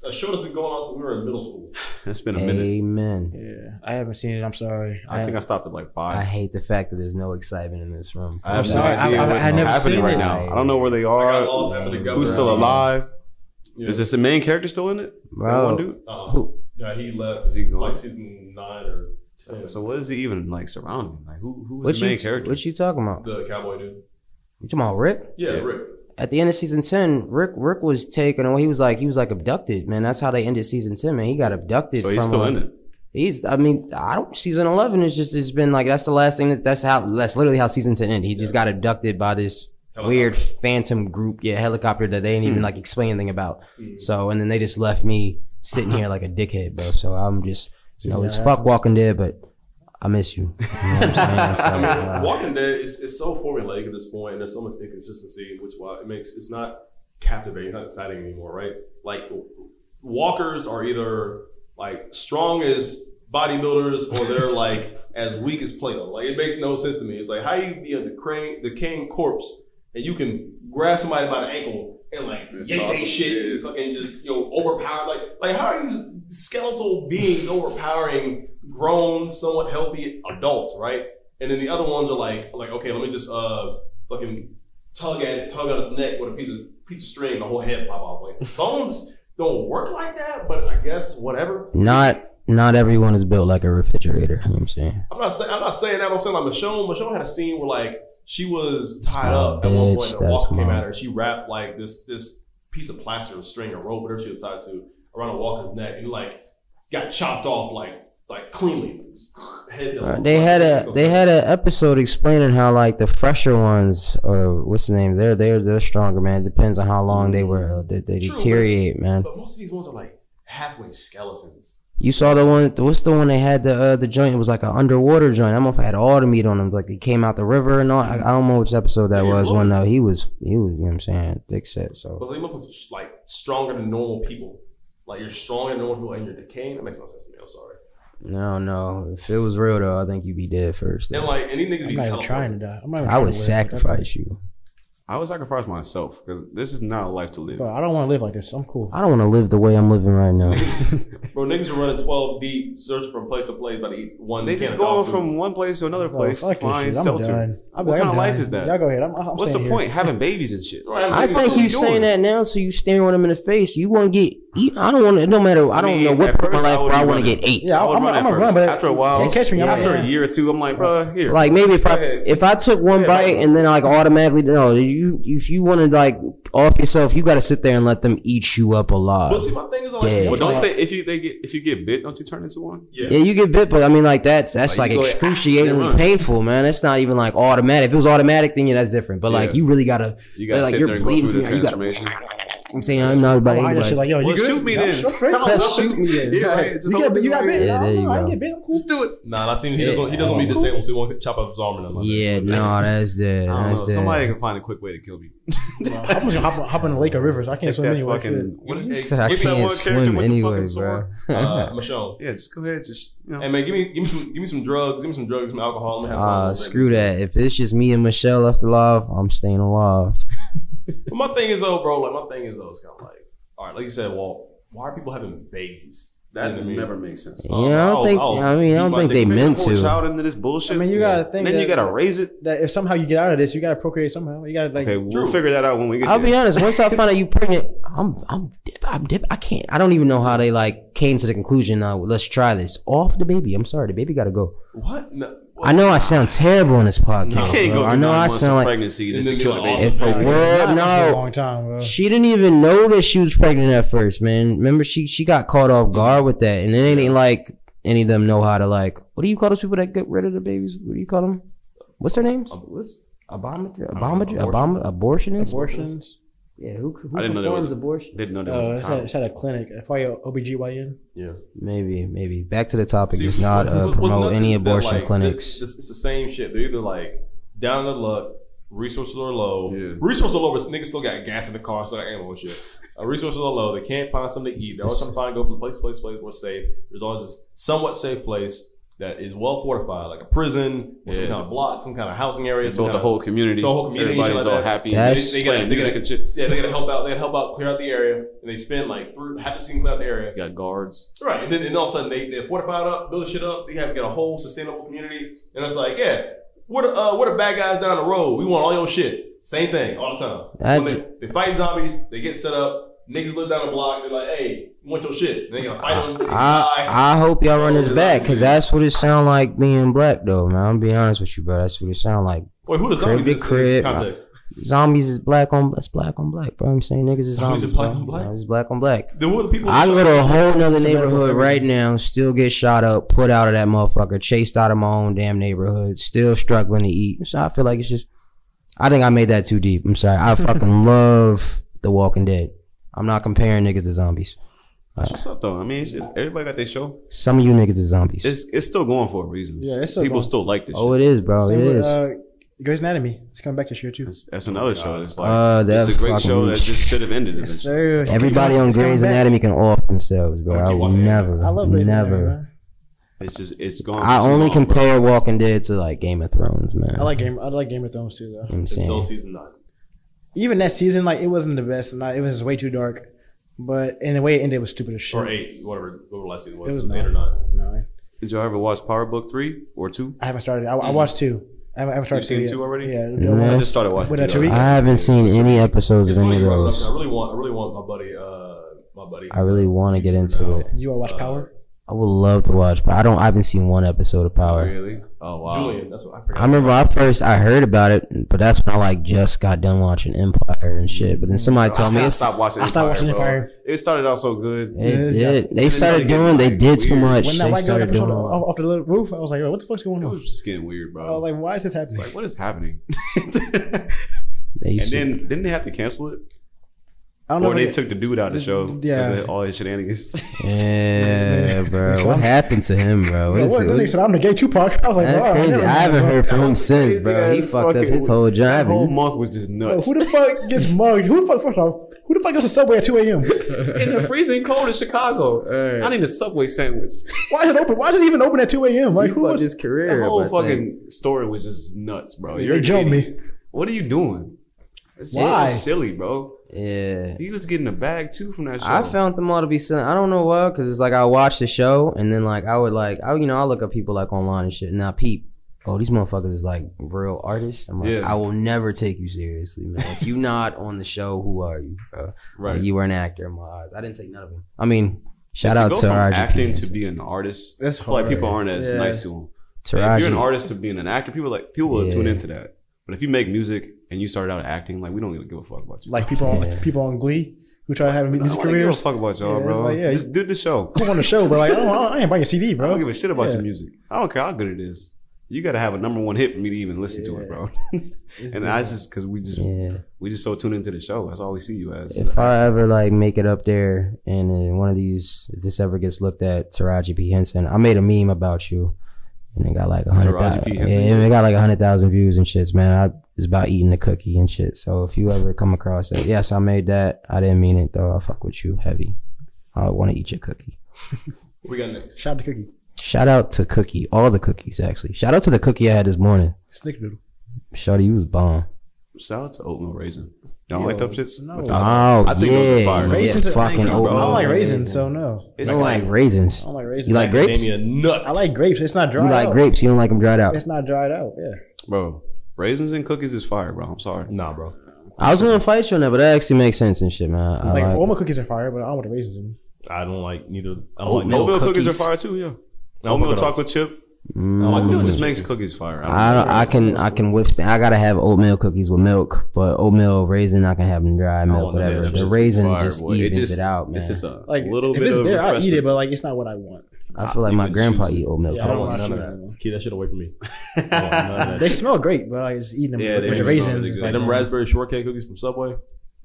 Speaker 4: A show that's been going on since we were in middle school.
Speaker 2: That's been a minute.
Speaker 1: Amen.
Speaker 3: Yeah, I haven't seen it. I'm sorry.
Speaker 2: I think I stopped at like
Speaker 1: I
Speaker 2: five.
Speaker 1: hate the fact that there's no excitement in this room.
Speaker 2: I have no
Speaker 3: sorry, I-
Speaker 2: idea
Speaker 3: I-
Speaker 2: what's
Speaker 3: I never
Speaker 2: happening
Speaker 3: seen
Speaker 2: right
Speaker 3: it.
Speaker 2: now. I don't know where they
Speaker 4: I got
Speaker 2: are.
Speaker 4: lost after the governor.
Speaker 2: Who's still alive?
Speaker 4: Yeah.
Speaker 2: Is this the main character still in it? That
Speaker 1: Bro.
Speaker 2: one dude?
Speaker 4: Uh-uh.
Speaker 1: Who?
Speaker 4: Yeah, he left
Speaker 2: Is he gone?
Speaker 4: like season nine or ten.
Speaker 2: So what is he even like surrounding? Like who who
Speaker 1: What
Speaker 2: was the
Speaker 1: you
Speaker 2: main character?
Speaker 1: what you talking about?
Speaker 4: the cowboy dude.
Speaker 1: You talking about Rick?
Speaker 4: Yeah,
Speaker 2: Yeah.
Speaker 4: Rick.
Speaker 1: At the end of season ten, Rick Rick was taken away. He was like he was like abducted, man. That's how they ended season ten, man. He got abducted.
Speaker 2: so he's
Speaker 1: from,
Speaker 2: still
Speaker 1: uh,
Speaker 2: in it.
Speaker 1: He's. I mean, I don't. Season eleven is just. It's been like that's the last thing. That, that's how. That's literally how season ten ended. He just got abducted by this weird phantom group. Yeah, helicopter that they didn't
Speaker 2: Hmm.
Speaker 1: even like explain anything about.
Speaker 4: Mm-hmm.
Speaker 1: So and then they just left me sitting here like a dickhead, bro. So I'm just. You know, it's fuck Walking Dead, but I miss you. You know what I'm saying? So,
Speaker 4: I mean,
Speaker 1: uh,
Speaker 4: Walking Dead is it's so formulaic at this point, and there's so much inconsistency, which why it makes it's not captivating, not exciting anymore, right? Like walkers are either like strong as bodybuilders or they're like as weak as Plato. Like it makes no sense to me. It's like how you be on the crane, the king corpse, and you can grab somebody by the ankle and like yank they shit and fucking just you know overpower like like how are these skeletal beings overpowering grown somewhat healthy adults, right? And then the other ones are like, like, okay, let me just uh fucking tug at it, tug on his neck with a piece of piece of string, the whole head pop off. Like bones don't work like that, but I guess whatever.
Speaker 1: not not everyone is built like a refrigerator. You know what I'm saying?
Speaker 4: I'm not saying I'm not saying that. but I'm saying like Michonne. Michonne had a scene where like she was tied
Speaker 1: my
Speaker 4: up at one
Speaker 1: bitch,
Speaker 4: point, and a walker
Speaker 1: that's
Speaker 4: came
Speaker 1: my-
Speaker 4: at her. and She wrapped like this this piece of plaster or string or rope, whatever she was tied to, around a walker's neck, and like got chopped off like like cleanly. Head down.
Speaker 1: Uh, they had a they had an episode explaining how like the fresher ones or what's the name they're they're they're stronger man it depends on how long they were uh, they, they
Speaker 4: True, but-
Speaker 1: deteriorate man
Speaker 4: But most of these ones are like halfway skeletons.
Speaker 1: you saw the one what's the one they had the uh, the joint it was like an underwater joint I don't know if I had all the meat on them like it came out the river and all I, I don't know which episode that
Speaker 4: Yeah,
Speaker 1: was
Speaker 4: Lord.
Speaker 1: when though he was he was you know what I'm saying thick set so
Speaker 4: But they motherfuckers are sh- like stronger than normal people. Like you're stronger than normal people, and you're decaying. That makes no sense to me. I'm sorry.
Speaker 1: no no if it was real though I think you'd be dead first
Speaker 4: And like any niggas
Speaker 3: I'm
Speaker 4: be
Speaker 3: not even
Speaker 4: telling
Speaker 3: trying to die. I'm not even
Speaker 1: I
Speaker 3: trying to
Speaker 1: would
Speaker 3: live.
Speaker 1: sacrifice you
Speaker 2: I would sacrifice myself because this is not a life to live.
Speaker 3: Bro, I don't want to live like this. I'm cool.
Speaker 1: I don't want to live the way I'm living right now
Speaker 4: Bro, niggas are running 12 deep, searching from place to place, about to eat one.
Speaker 2: They
Speaker 4: can
Speaker 2: just
Speaker 4: of
Speaker 2: going
Speaker 4: dog food.
Speaker 2: from one place to another
Speaker 3: Bro,
Speaker 2: place,
Speaker 3: fuck this
Speaker 2: flying
Speaker 3: shit. I'm
Speaker 2: cell
Speaker 3: done.
Speaker 2: to. What
Speaker 3: I'm like,
Speaker 2: kind
Speaker 3: I'm
Speaker 2: of life
Speaker 3: done.
Speaker 2: is that?
Speaker 3: Y'all go ahead. I'm, I'm
Speaker 2: What's the
Speaker 3: staying here.
Speaker 2: point? Having babies and shit.
Speaker 4: Right,
Speaker 1: I
Speaker 4: niggas
Speaker 1: think
Speaker 4: really
Speaker 1: you
Speaker 4: doing
Speaker 1: saying
Speaker 4: it.
Speaker 1: that now, so you staring at him in the face. You want to get? You, I don't want to. No matter. I don't
Speaker 2: mean,
Speaker 1: know what
Speaker 2: at
Speaker 1: part of my
Speaker 2: first I
Speaker 1: life
Speaker 2: would
Speaker 1: where
Speaker 2: be
Speaker 1: I want to
Speaker 2: running.
Speaker 1: get eight.
Speaker 3: Yeah,
Speaker 2: I would
Speaker 3: I'm,
Speaker 2: run
Speaker 3: I'm
Speaker 2: at
Speaker 3: gonna run,
Speaker 2: first.
Speaker 3: but
Speaker 2: after a while,
Speaker 3: they catch me. I'm
Speaker 1: yeah,
Speaker 3: like,
Speaker 2: after
Speaker 3: yeah.
Speaker 2: a year or two, I'm like, bro, here.
Speaker 1: Like maybe if I
Speaker 4: Yeah.
Speaker 1: if I took one bite and then like automatically no, you if you want to like off yourself, you got to sit there and let them eat you up alive.
Speaker 4: But see, my thing is like,
Speaker 1: Yeah.
Speaker 2: well, don't they? If you they get if you get bit, don't you turn into one?
Speaker 4: yeah.
Speaker 1: Yeah, you get bit, but I mean like that's that's like,
Speaker 2: Like, you go, "Ah," and they
Speaker 1: excruciatingly
Speaker 2: run.
Speaker 1: painful, man. That's not even like automatic. If it was automatic, then yeah, that's different. But like
Speaker 2: Yeah.
Speaker 1: you really gotta.
Speaker 2: You gotta
Speaker 1: like,
Speaker 2: sit
Speaker 1: you're
Speaker 2: there and go
Speaker 1: bleeding
Speaker 2: through the
Speaker 1: from here. You gotta-
Speaker 2: transformation.
Speaker 1: I'm saying I'm not about
Speaker 3: I'm like,
Speaker 1: anybody.
Speaker 3: like, yo, you
Speaker 2: Well,
Speaker 3: good?
Speaker 2: shoot me
Speaker 3: Yeah,
Speaker 2: then.
Speaker 3: sure, straight.
Speaker 2: I don't know.
Speaker 1: shoot me then.
Speaker 2: Yeah,
Speaker 1: Right.
Speaker 2: right. Just
Speaker 3: You
Speaker 2: hold
Speaker 3: get,
Speaker 2: me
Speaker 3: you got
Speaker 2: to it.
Speaker 3: bit.
Speaker 1: Yeah,
Speaker 3: I
Speaker 1: there
Speaker 3: don't
Speaker 1: you
Speaker 3: know. I ain't
Speaker 1: go.
Speaker 3: get bit. I'm cool.
Speaker 2: Just do it.
Speaker 4: Nah, I seen he doesn't, he doesn't want me to say him, so he won't chop up his arm or nothing. like that.
Speaker 1: Yeah, no, that's dead.
Speaker 2: I don't
Speaker 1: That's
Speaker 2: know.
Speaker 1: dead.
Speaker 2: Somebody can find a quick way to kill me.
Speaker 3: Bro, I'm just gonna hop, hop in the lake or rivers. I can't
Speaker 2: Take
Speaker 3: swim
Speaker 2: that
Speaker 3: anywhere.
Speaker 2: fucking.
Speaker 4: What is
Speaker 1: He
Speaker 4: it?
Speaker 1: said I
Speaker 2: Give me that
Speaker 1: can't
Speaker 2: one character
Speaker 1: swim
Speaker 2: with the
Speaker 1: anyway,
Speaker 2: fucking
Speaker 1: bro.
Speaker 2: sword.
Speaker 4: Uh, Michelle.
Speaker 2: Yeah, just go ahead. Just you know.
Speaker 4: Hey man, give me give me some give me some drugs, give me some drugs, some alcohol. Let me have fun
Speaker 1: Uh,
Speaker 4: with it.
Speaker 1: screw that. If it's just me and Michelle left alive, I'm staying alive.
Speaker 4: But my thing is though, bro, like my thing is though, it's kind of like, all right, like you said, well, why are people having babies? You know what I mean? Um,
Speaker 2: makes sense.
Speaker 1: Yeah, I don't
Speaker 4: I'll-
Speaker 1: think.
Speaker 4: I'll
Speaker 1: I mean, I
Speaker 4: beat
Speaker 1: don't
Speaker 4: my
Speaker 1: think
Speaker 4: dick
Speaker 1: they
Speaker 4: pic
Speaker 1: meant
Speaker 2: Pull a
Speaker 1: to.
Speaker 2: child into this bullshit.
Speaker 3: I mean, you gotta think
Speaker 2: then
Speaker 3: that,
Speaker 2: you gotta raise it.
Speaker 3: that if somehow you get out of this, you gotta procreate somehow. You gotta like.
Speaker 2: Okay, we'll figure that out when we get
Speaker 1: I'll
Speaker 2: there.
Speaker 1: be honest. Once I find out you pregnant, I'm, I'm, dip, I'm, dip. I can't. I don't even know how they like came to the conclusion. Uh, let's try this off the baby. I'm sorry, the baby got to go.
Speaker 4: What? No.
Speaker 1: I know I sound terrible in this podcast.
Speaker 2: You can't
Speaker 1: bro.
Speaker 2: go
Speaker 1: I
Speaker 2: through
Speaker 1: know
Speaker 2: nine
Speaker 1: I
Speaker 2: months of
Speaker 1: sound like
Speaker 2: pregnancy
Speaker 4: And
Speaker 2: just
Speaker 4: then
Speaker 2: to kill
Speaker 4: get
Speaker 2: a
Speaker 4: all
Speaker 2: baby.
Speaker 4: the
Speaker 1: if the
Speaker 4: pregnant.
Speaker 1: world
Speaker 3: Not for a
Speaker 1: no.
Speaker 3: long time, bro.
Speaker 1: She didn't even know that she was pregnant at first, man. Remember, she she got caught off
Speaker 2: Mm-hmm.
Speaker 1: guard with that, and it ain't like any of them know how to like. What do you call those people that get rid of the babies? What do you call them? What's their names? What's Obama? Obama? Obama? Abortionists?
Speaker 3: Abortions.
Speaker 1: Yeah, who, who
Speaker 2: I didn't know there
Speaker 1: performs
Speaker 2: was-
Speaker 1: abortion?
Speaker 2: Didn't know there
Speaker 3: Uh,
Speaker 2: was
Speaker 3: it's,
Speaker 2: a
Speaker 3: at,
Speaker 2: time.
Speaker 3: it's at a clinic. Probably OBGYN.
Speaker 1: Maybe, maybe. Back to the topic.
Speaker 4: See,
Speaker 1: It's not
Speaker 4: what-
Speaker 1: uh,
Speaker 4: what- what's
Speaker 1: promote
Speaker 4: nuts
Speaker 1: any
Speaker 4: is that,
Speaker 1: abortion
Speaker 4: like,
Speaker 1: clinics.
Speaker 4: It's, it's, it's the same shit. They're either like down on the luck, resources are low.
Speaker 2: Yeah.
Speaker 4: Resources are low, but niggas still got gas in the car, still got ammo and shit. uh, resources are low. They can't find something to eat. They're always trying to find go from place to place, to place where it's safe. There's always this somewhat safe place that is well fortified, like a prison, or some
Speaker 2: Yeah.
Speaker 4: kind of block, some kind of housing area.
Speaker 2: It's
Speaker 4: some
Speaker 2: built
Speaker 4: kind
Speaker 2: the
Speaker 4: of-
Speaker 2: whole community.
Speaker 4: So whole community,
Speaker 2: Everybody's
Speaker 4: shit like
Speaker 2: all
Speaker 4: that.
Speaker 2: happy.
Speaker 1: That's-
Speaker 2: they, they playing
Speaker 4: they
Speaker 2: music
Speaker 4: gotta-
Speaker 2: and shit.
Speaker 4: Yeah, they gotta help out. They gotta help out clear out the area, and they spend like three, half the season clear out the area.
Speaker 2: You got guards.
Speaker 4: Right, and then and all of a sudden they they fortify it up, build shit up. They have got a whole sustainable community, and it's like, yeah, we're the uh, we're the bad guys down the road. We want all your shit. Same thing all the time.
Speaker 1: I
Speaker 4: When they, they fight zombies, they get set up, niggas live down the block. They're like, hey, want your shit? They gonna fight on.
Speaker 1: I, I hope y'all run this back because that's what it sound like being black though, man. I'm be honest with you, bro. That's what it sound like.
Speaker 4: Wait, who the zombies
Speaker 1: Crib
Speaker 4: is
Speaker 1: to
Speaker 4: in
Speaker 1: crib.
Speaker 4: this context?
Speaker 1: Zombies is black on that's black on black, bro. I'm saying niggas is
Speaker 4: Zombies
Speaker 1: zombies.
Speaker 4: is black
Speaker 1: bro.
Speaker 4: on black?
Speaker 1: No, it's black on black.
Speaker 4: Then what are the people?
Speaker 1: I can go to a whole nother
Speaker 4: It's a metaphor
Speaker 1: neighborhood
Speaker 4: for
Speaker 1: right now, still get shot up, put out of that motherfucker, chased out of my own damn neighborhood, still struggling to eat. So I feel like it's just, I think I made that too deep. I'm sorry. I fucking love The Walking Dead. I'm not comparing niggas to zombies.
Speaker 2: That's what's up though. I mean, shit, everybody got their show.
Speaker 1: Some of you niggas are zombies.
Speaker 2: It's it's still going for a reason.
Speaker 3: Yeah, it's still
Speaker 2: people
Speaker 3: going.
Speaker 2: still like this.
Speaker 1: oh,
Speaker 2: shit.
Speaker 1: it is, bro. It
Speaker 3: Same with,
Speaker 1: is.
Speaker 3: Uh, Grey's Anatomy. It's coming back this year too.
Speaker 2: That's
Speaker 4: Oh,
Speaker 2: another show. It's like
Speaker 1: Uh, that
Speaker 2: it's a great
Speaker 1: fucking-
Speaker 2: show that just should have ended. eventually.
Speaker 3: Sir,
Speaker 1: Everybody on
Speaker 3: it's coming
Speaker 1: Grey's
Speaker 3: back.
Speaker 1: Anatomy can off themselves, bro. I would never,
Speaker 3: I love Grey's Anatomy.
Speaker 1: never.
Speaker 3: Man.
Speaker 2: It's just it's gone.
Speaker 1: I
Speaker 2: for too
Speaker 1: only
Speaker 2: long, bro.
Speaker 1: compare Walking Dead to like Game of Thrones, man.
Speaker 3: I like Game. I like Game of Thrones too, though.
Speaker 1: You know what I'm saying.
Speaker 4: Until season nine.
Speaker 3: Even that season, like it wasn't the best. And I, it was way too dark. But and the way it ended was stupid as shit.
Speaker 4: Or eight, whatever, whatever last season was,
Speaker 3: It was
Speaker 4: was eight
Speaker 3: nine.
Speaker 4: or nine.
Speaker 3: No,
Speaker 2: Did y'all ever watch Power Book three or two?
Speaker 3: I haven't started. I, I watched two. I haven't, I haven't started
Speaker 2: You've seen
Speaker 3: yet.
Speaker 2: two already?
Speaker 3: Yeah,
Speaker 2: I
Speaker 1: Yeah.
Speaker 2: just started watching.
Speaker 3: With
Speaker 2: two
Speaker 3: that
Speaker 2: the other
Speaker 3: Tariq?
Speaker 2: day.
Speaker 1: I haven't seen any episodes of
Speaker 4: It's funny
Speaker 1: any of
Speaker 4: you brought it up,
Speaker 1: those.
Speaker 4: 'cause I really want, I really want my buddy, uh, my buddy.
Speaker 1: I really want to get into it.
Speaker 3: You want to watch Power?
Speaker 1: I would love to watch, but I don't. I haven't seen one episode of Power.
Speaker 2: Really? Oh wow.
Speaker 4: Julian, that's what I forgot.
Speaker 1: I remember I first I heard about it, but that's when I like just got done watching Empire and shit. But then somebody
Speaker 2: I
Speaker 1: told me it's
Speaker 2: stopped watching.
Speaker 3: Mm, I stopped watching
Speaker 2: bro.
Speaker 3: Empire.
Speaker 2: It started out so good.
Speaker 1: it
Speaker 3: Yeah,
Speaker 1: did.
Speaker 2: it
Speaker 1: They
Speaker 2: started
Speaker 1: started doing. They
Speaker 2: getting, like,
Speaker 1: did too
Speaker 2: weird.
Speaker 1: much.
Speaker 3: When that
Speaker 1: They
Speaker 3: white girl got
Speaker 1: started
Speaker 3: pushed
Speaker 1: doing.
Speaker 3: off,
Speaker 1: a lot.
Speaker 3: off off the little roof, I was like, "Yo, what the fuck's going
Speaker 2: It
Speaker 3: on?"
Speaker 2: was just getting weird, bro.
Speaker 3: I was like, "Why is this happening?"
Speaker 2: like, what is happening?
Speaker 1: They
Speaker 2: and
Speaker 1: used to-
Speaker 2: then didn't they have to cancel it?
Speaker 3: I don't know.
Speaker 2: Or
Speaker 3: if
Speaker 2: they
Speaker 3: it-
Speaker 2: took the dude out of the show. 'cause
Speaker 3: Yeah.
Speaker 2: of all his shenanigans.
Speaker 1: yeah, bro. What happened to him, bro? What
Speaker 3: Yo,
Speaker 1: is
Speaker 3: what,
Speaker 1: it-
Speaker 3: that
Speaker 1: what-
Speaker 3: nigga said, "I'm the gay Tupac." I was like,
Speaker 1: that's
Speaker 3: "Wow, I
Speaker 1: crazy.
Speaker 3: never
Speaker 1: I
Speaker 3: knew
Speaker 1: haven't
Speaker 3: that."
Speaker 1: heard from him since,
Speaker 2: Crazy,
Speaker 1: bro.
Speaker 2: man.
Speaker 1: He
Speaker 2: It's
Speaker 1: fucked up
Speaker 2: fucking-
Speaker 1: his whole
Speaker 2: That
Speaker 1: job.
Speaker 2: whole month was just
Speaker 3: Yo,
Speaker 2: nuts.
Speaker 3: Who the fuck gets mugged? Who the fuck? First off, who the fuck goes to Subway at 2 a.m.?
Speaker 2: in the freezing cold in Chicago. I need a subway sandwich.
Speaker 3: Why is it open? Why is it even open at 2 a.m.? Like,
Speaker 1: He
Speaker 3: who
Speaker 1: fucked
Speaker 3: was
Speaker 1: his career.
Speaker 2: The
Speaker 1: up,
Speaker 2: whole
Speaker 1: I think.
Speaker 2: fucking story was just nuts, bro.
Speaker 3: They
Speaker 2: You're an
Speaker 3: jumped
Speaker 2: idiot. What are you doing? It's
Speaker 3: Why?
Speaker 2: so silly, bro.
Speaker 1: Yeah.
Speaker 2: He was getting a bag too from that show.
Speaker 1: I found them all to be silly. I don't know why, because it's like I watch the show and then like I would like I you know I look up people like online and shit and I peep. Oh, these motherfuckers is like real artists. I'm like,
Speaker 2: Yeah.
Speaker 1: I will never take you seriously, man. If you not on the show, who are you, bro?
Speaker 2: right.
Speaker 1: You were an actor in my eyes. I didn't take none of them. I mean, shout
Speaker 2: to
Speaker 1: out
Speaker 2: go
Speaker 1: to
Speaker 2: from
Speaker 1: RGP.
Speaker 2: acting to be an artist.
Speaker 3: That's
Speaker 2: I feel like
Speaker 3: hard.
Speaker 2: people aren't as
Speaker 3: Yeah.
Speaker 2: nice to him.
Speaker 1: Taraji.
Speaker 2: If you're an artist to being an actor, people like people will
Speaker 1: Yeah.
Speaker 2: tune into that. But if you make music and you started out acting, like we don't even give a fuck about you.
Speaker 3: like people on
Speaker 1: Yeah.
Speaker 3: like, people on Glee who try to have
Speaker 2: I don't
Speaker 3: music
Speaker 2: wanna give a
Speaker 3: careers?
Speaker 2: fuck about y'all,
Speaker 3: Yeah, it's
Speaker 2: bro.
Speaker 3: like, yeah,
Speaker 2: Just do the show.
Speaker 3: Who on the show, bro? Like, I, don't, I, don't- I ain't buying a CD,
Speaker 2: I
Speaker 3: bro.
Speaker 2: don't give a shit about
Speaker 3: Yeah.
Speaker 2: your music. I don't care how good it is. You gotta have a number one hit for me to even listen to it, bro. and I just because we just
Speaker 1: yeah.
Speaker 2: we just so tuned into the show. That's all we see you as.
Speaker 1: If I ever like make it up there and in one of these, if this ever gets looked at, Taraji P Henson, I made a meme about you, and it got like a hundred
Speaker 2: Taraji P.
Speaker 1: thousand.
Speaker 2: Henson?
Speaker 1: Yeah, it got like a hundred thousand views and shits, man. I it's about eating the cookie and shit. So if you ever come across that, yes, I made that. I didn't mean it though. I fuck with you heavy. I want to eat your cookie.
Speaker 4: What we got next?
Speaker 3: Shout out to Cookie.
Speaker 1: Shout out to Cookie, all the cookies actually. Shout out to the cookie I had this morning.
Speaker 3: Snickerdoodle.
Speaker 1: Shorty, you was bomb.
Speaker 2: Shout out to oatmeal raisin. Y'all like them shits?
Speaker 3: no.
Speaker 1: Oh,
Speaker 2: I think
Speaker 1: yeah.
Speaker 2: those are fire. though.
Speaker 3: Raisins
Speaker 1: Yeah,
Speaker 3: are-
Speaker 1: fucking
Speaker 2: Thank you, bro.
Speaker 3: I
Speaker 2: Oh,
Speaker 3: don't like
Speaker 2: yeah.
Speaker 3: raisins, so no.
Speaker 1: I
Speaker 2: It's
Speaker 1: don't like
Speaker 2: like
Speaker 1: raisins.
Speaker 3: I don't like
Speaker 1: You
Speaker 3: raisins.
Speaker 1: like grapes? You
Speaker 4: Macadamia nut.
Speaker 3: I like grapes. It's not dried.
Speaker 1: like
Speaker 3: out.
Speaker 1: grapes? You don't like them dried out?
Speaker 3: It's not dried out. Yeah.
Speaker 2: bro. Raisins and cookies is fire, bro. I'm sorry.
Speaker 4: Nah, bro.
Speaker 1: I was gonna fight you on that, but that actually makes sense and shit, man. I
Speaker 3: like,
Speaker 1: like,
Speaker 3: all my cookies are fire, but I don't want the raisins in them.
Speaker 4: I don't like neither. I don't like
Speaker 2: Oatmeal,
Speaker 4: neither.
Speaker 2: cookies.
Speaker 1: cookies.
Speaker 2: are fire too. Yeah.
Speaker 4: don't fuck
Speaker 2: Oatmeal
Speaker 4: with
Speaker 2: chocolate chip.
Speaker 1: mm,
Speaker 4: Oh,
Speaker 2: Oatmeal just makes cookies fire. I
Speaker 1: I
Speaker 2: don't
Speaker 1: don't, I can I can withstand. I gotta have oatmeal cookies with milk, but oatmeal raisin I can have them dry milk,
Speaker 4: want them
Speaker 1: whatever.
Speaker 4: there.
Speaker 1: The
Speaker 2: It's
Speaker 1: raisin
Speaker 2: fire,
Speaker 1: just
Speaker 2: boy.
Speaker 1: evens it,
Speaker 2: just-
Speaker 1: out, man.
Speaker 2: It's just a
Speaker 3: Like,
Speaker 2: little
Speaker 3: if
Speaker 2: bit
Speaker 3: it's
Speaker 2: of
Speaker 3: there, I eat it,
Speaker 2: refreshment.
Speaker 3: but like, it's not what I want.
Speaker 1: I feel like
Speaker 2: you
Speaker 1: my
Speaker 2: can
Speaker 1: grandpa
Speaker 2: choose it.
Speaker 1: eat oatmeal.
Speaker 3: Yeah,
Speaker 4: I
Speaker 1: cookies.
Speaker 4: don't want
Speaker 3: I
Speaker 4: none of
Speaker 3: don't
Speaker 4: that.
Speaker 3: want-
Speaker 4: Keep that shit away from me. I don't want none of
Speaker 3: They
Speaker 4: that.
Speaker 3: smell great, but like, just eating them
Speaker 2: Yeah,
Speaker 3: with
Speaker 2: they
Speaker 3: with
Speaker 2: do
Speaker 3: the
Speaker 2: smell
Speaker 3: raisins.
Speaker 2: really
Speaker 3: it's
Speaker 2: good.
Speaker 3: like,
Speaker 4: And them raspberry shortcake cookies from Subway,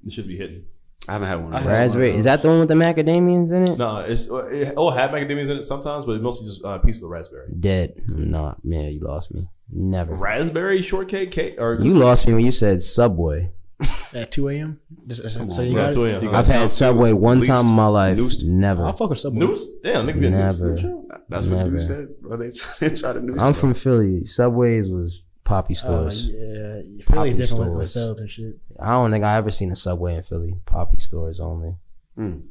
Speaker 4: they should be hitting.
Speaker 2: I haven't had one.
Speaker 4: I
Speaker 2: of
Speaker 4: had
Speaker 2: those.
Speaker 1: Raspberry is that the one with the macadamias in it?
Speaker 4: Nah, it's it, it'll have macadamias in it sometimes, but it's mostly just uh, a piece of the raspberry.
Speaker 1: Dead. I'm not man. You lost me. Never.
Speaker 4: Raspberry shortcake cake or
Speaker 1: You lost me when you said Subway.
Speaker 3: at 2 a.m. Just- uh, So
Speaker 2: on,
Speaker 3: you
Speaker 2: bro.
Speaker 3: got
Speaker 4: Yeah,
Speaker 3: it?
Speaker 4: two in,
Speaker 2: You
Speaker 4: huh?
Speaker 1: I've had
Speaker 2: Noosed.
Speaker 1: Subway one time in my life.
Speaker 2: Noosed.
Speaker 3: I'll
Speaker 1: Never.
Speaker 3: fuck with Subway.
Speaker 4: Noose? Damn, niggas get noose.
Speaker 1: Never.
Speaker 2: That's what
Speaker 1: Never.
Speaker 2: you said, bro. They try, they try to do.
Speaker 1: I'm
Speaker 2: stuff.
Speaker 1: from Philly. Subways was poppy
Speaker 3: Uh,
Speaker 1: stores.
Speaker 3: yeah, Philly's different with, with
Speaker 1: stores.
Speaker 3: subs and shit.
Speaker 1: I don't think I ever seen a subway in Philly. Poppy stores only.
Speaker 2: Mm.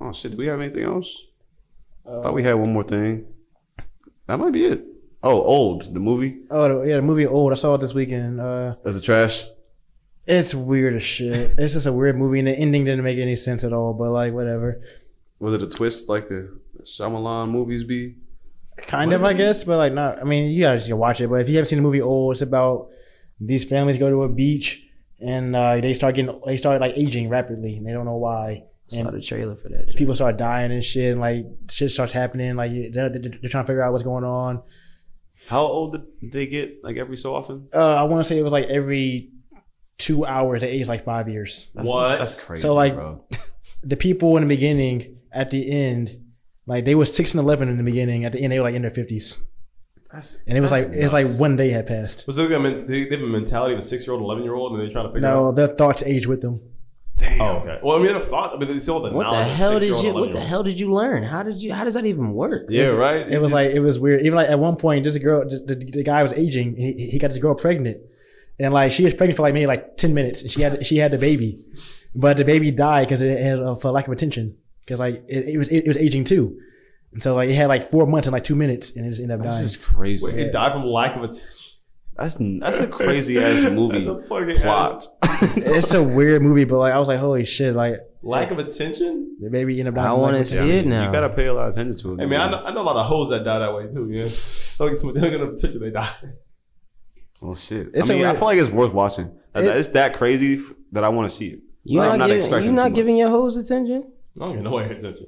Speaker 2: Oh shit! Do we have anything else? I thought we had one more thing. That might be it. Oh, old the movie.
Speaker 3: Oh the- yeah, the movie old. I saw it this weekend. Uh,
Speaker 2: That's a trash.
Speaker 3: It's weird as shit. It's just a weird movie, and the ending didn't make any sense at all. But like, whatever.
Speaker 2: Was it a twist like the Shyamalan movies be?
Speaker 3: Kind of, I guess, but like not. I mean, you guys should watch it. But if you haven't seen the movie Old, it's about these families go to a beach and uh, they start getting they start like aging rapidly, and they don't know why.
Speaker 1: Saw
Speaker 3: And
Speaker 1: the trailer for that.
Speaker 3: people start dying and shit, and like shit starts happening. Like they're, they're they're trying to figure out what's going on.
Speaker 2: How old did they get? Like every so often?
Speaker 3: Uh, I want to say it was like every two hours, they age like five years.
Speaker 2: That's,
Speaker 4: What?
Speaker 2: That's crazy.
Speaker 3: So, like-
Speaker 2: bro.
Speaker 3: the people in the beginning at the end like they was 6 and 11 in the beginning at the end they were like in their 50s
Speaker 2: That's,
Speaker 3: and it was like
Speaker 2: that's
Speaker 3: it's like
Speaker 2: nuts.
Speaker 3: one day had passed
Speaker 4: Was it like a men- they, they have a mentality of a six year old, eleven year old, and they're trying to figure
Speaker 3: no their thoughts age with them
Speaker 4: out. Oh, okay. Well, I mean, the thought. I mean, it's all the
Speaker 1: What the
Speaker 4: knowledge. of
Speaker 1: hell did
Speaker 4: 6-year-old,
Speaker 1: you? What the
Speaker 4: 11-year-old.
Speaker 1: hell did you learn? How did you? How does that even work?
Speaker 2: Yeah, right.
Speaker 3: it was like it was weird even like at one point this girl the, the, the guy was aging he, he got this girl pregnant and like she was pregnant for like maybe like 10 minutes and she had she had the baby but the baby died because it had uh, for lack of attention because like it, it was it, was aging too and so like it had like four months and like two minutes and it just ended up
Speaker 2: This
Speaker 3: dying
Speaker 2: is crazy.
Speaker 4: Wait, he died from lack of attention.
Speaker 2: That's that's a crazy ass movie
Speaker 4: That's a fucking
Speaker 2: plot.
Speaker 4: ass-
Speaker 3: it's a weird movie but like I was like holy shit like
Speaker 4: Lack of attention.
Speaker 3: the baby ended up dying
Speaker 1: I
Speaker 3: from, like,
Speaker 1: want to
Speaker 3: what's-
Speaker 1: see it now.
Speaker 2: You gotta pay a lot of attention to it.
Speaker 4: I mean, I know, I know a lot of hoes that die that way too. Yeah, don't get too much. They don't get enough attention. They die.
Speaker 2: Well, shit.
Speaker 3: It's
Speaker 2: I mean, I
Speaker 3: a weird-
Speaker 2: feel like it's worth watching. That-
Speaker 3: It-
Speaker 2: it's that crazy f- that I want to see it.
Speaker 1: you
Speaker 2: I'm
Speaker 1: not,
Speaker 2: not
Speaker 1: giving,
Speaker 2: expecting
Speaker 1: you
Speaker 2: too
Speaker 1: not
Speaker 2: much.
Speaker 1: giving your hoes attention?
Speaker 4: I don't get no attention.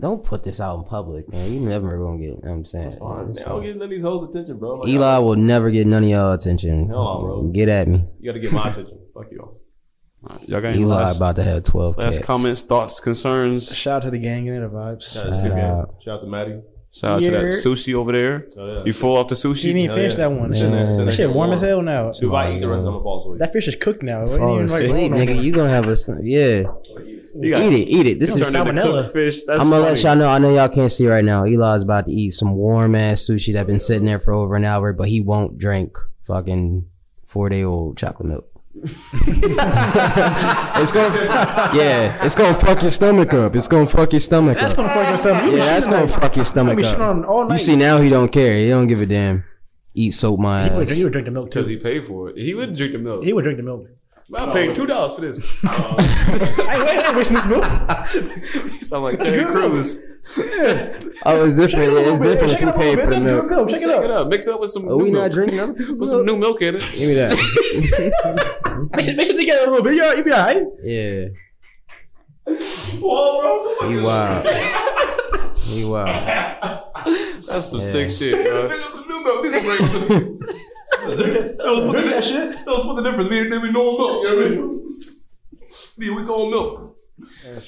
Speaker 1: Don't put this out in public, man. You never gonna get. I'm saying.
Speaker 2: Oh,
Speaker 4: Fine.
Speaker 1: It's
Speaker 4: Man, I don't
Speaker 1: fine.
Speaker 4: get none of these hoes attention, bro. Like,
Speaker 1: Eli will never get none of y'all attention.
Speaker 4: Hell, bro.
Speaker 1: Get at me.
Speaker 4: you got to get my attention. Fuck you all.
Speaker 2: Y'all got any
Speaker 1: Eli
Speaker 2: last,
Speaker 1: about to have 12
Speaker 2: last
Speaker 1: cats.
Speaker 2: comments, thoughts, concerns?
Speaker 3: Shout out to the gang and the vibes.
Speaker 4: Shout out to Scoop Gang.
Speaker 1: out.
Speaker 4: Shout out to Maddie.
Speaker 2: Shout out to that
Speaker 3: Yeah.
Speaker 2: sushi over there.
Speaker 4: Shout out.
Speaker 2: You full off the
Speaker 3: She didn't
Speaker 2: sushi?
Speaker 3: even finish
Speaker 4: yeah.
Speaker 3: that one.
Speaker 1: Send that- send
Speaker 3: That
Speaker 4: that
Speaker 3: shit warm
Speaker 4: to
Speaker 3: as hell now.
Speaker 4: Dude, if I eat the rest, I'm gonna fall asleep.
Speaker 3: That fish is cooked now. It wasn't
Speaker 1: Fall
Speaker 3: even, like, raw
Speaker 1: asleep,
Speaker 3: no
Speaker 1: nigga.
Speaker 3: more.
Speaker 1: You gonna have a sn- yeah.
Speaker 2: You got
Speaker 1: Eat it, eat it. This
Speaker 2: you
Speaker 1: is.
Speaker 2: turned into
Speaker 3: salmonella.
Speaker 2: cooked fish. That's
Speaker 1: I'm gonna let
Speaker 2: funny.
Speaker 1: y'all know. I know y'all can't see right now. Eli's about to eat some warm ass sushi that been sitting there for over an hour, but he won't drink fucking four day old chocolate milk. it's gonna, yeah, it's gonna fuck your stomach up. It's gonna fuck your stomach
Speaker 3: That's
Speaker 1: up.
Speaker 3: gonna fuck your stomach.
Speaker 1: Yeah, that's gonna fuck your
Speaker 3: gonna
Speaker 1: stomach
Speaker 3: be shit
Speaker 1: up.
Speaker 3: on all night.
Speaker 1: You see, now he don't care. He don't give a damn. Eat soap my
Speaker 3: he would,
Speaker 1: ass.
Speaker 3: he would drink the milk
Speaker 2: Because
Speaker 3: too.
Speaker 2: he paid for it. He would drink the milk.
Speaker 3: He would drink the milk.
Speaker 2: I paid two dollars for this.
Speaker 4: Um,
Speaker 3: hey, wait, I'm wasting this milk.
Speaker 2: He sound like Terry Crews.
Speaker 1: Oh, it's different.
Speaker 3: Shake
Speaker 1: It's
Speaker 3: it up a little
Speaker 1: different
Speaker 3: bit.
Speaker 1: if you
Speaker 3: Shake
Speaker 1: pay
Speaker 3: it up a
Speaker 1: for the
Speaker 3: little bit. That's
Speaker 1: milk.
Speaker 3: good. Go, check
Speaker 2: Shake
Speaker 3: it out.
Speaker 2: it up. Mix it up with some.
Speaker 1: Are
Speaker 2: new
Speaker 1: we
Speaker 2: milk.
Speaker 1: not drinking other people's
Speaker 2: Put some
Speaker 1: milk?
Speaker 2: new milk in it.
Speaker 1: Give me that.
Speaker 3: Mix it, mix it together a little bit. You'll be all right.
Speaker 1: Yeah.
Speaker 4: Whoa, bro.
Speaker 1: He wild. He wild.
Speaker 2: That's some
Speaker 1: Yeah.
Speaker 2: sick shit, bro.
Speaker 4: that was what the, that was what the difference. We we normal milk. You know what I mean? Be weak on milk.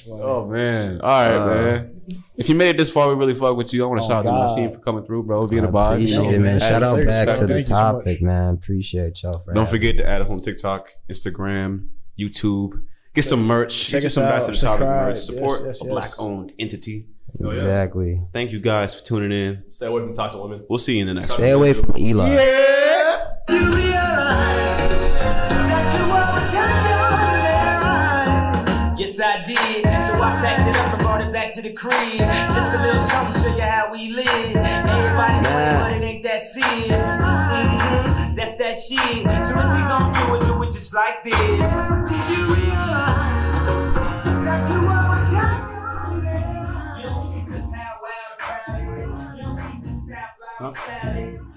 Speaker 2: Oh man! All right,
Speaker 1: Uh,
Speaker 2: man. If you made it this far, we really fuck with you. I want to
Speaker 3: Oh,
Speaker 2: shout out to my
Speaker 3: God.
Speaker 2: team for coming through, bro.
Speaker 1: I
Speaker 2: Being a vibe,
Speaker 1: appreciate
Speaker 2: you know,
Speaker 1: it, man.
Speaker 2: adding
Speaker 1: Shout
Speaker 2: some
Speaker 1: out back
Speaker 2: respect.
Speaker 1: to the
Speaker 3: Thank you so much.
Speaker 1: topic, man. Appreciate y'all for
Speaker 2: Don't
Speaker 1: having
Speaker 2: forget to add us on TikTok, Instagram, YouTube. Get some merch.
Speaker 3: Check
Speaker 2: Get
Speaker 3: us
Speaker 2: some back to
Speaker 3: out.
Speaker 2: the topic
Speaker 3: Subscribe.
Speaker 2: merch. Support
Speaker 3: Yes, yes,
Speaker 2: a
Speaker 3: yes.
Speaker 2: black-owned entity.
Speaker 1: me. Exactly.
Speaker 2: Thank you guys for tuning in.
Speaker 4: Stay away from toxic women.
Speaker 2: We'll see you in the next. one.
Speaker 1: Stay away from Eli.
Speaker 8: Yes, I did. So I packed it up and brought it back to the crib. Just a little something, show you how we live. Everybody know it, but it ain't that serious. Mhm, That's that shit. So if you gon' do it, do it just like this. Did you realize that you are a giant? You don't see just how wild the crowd is. You don't see just how loud the style is.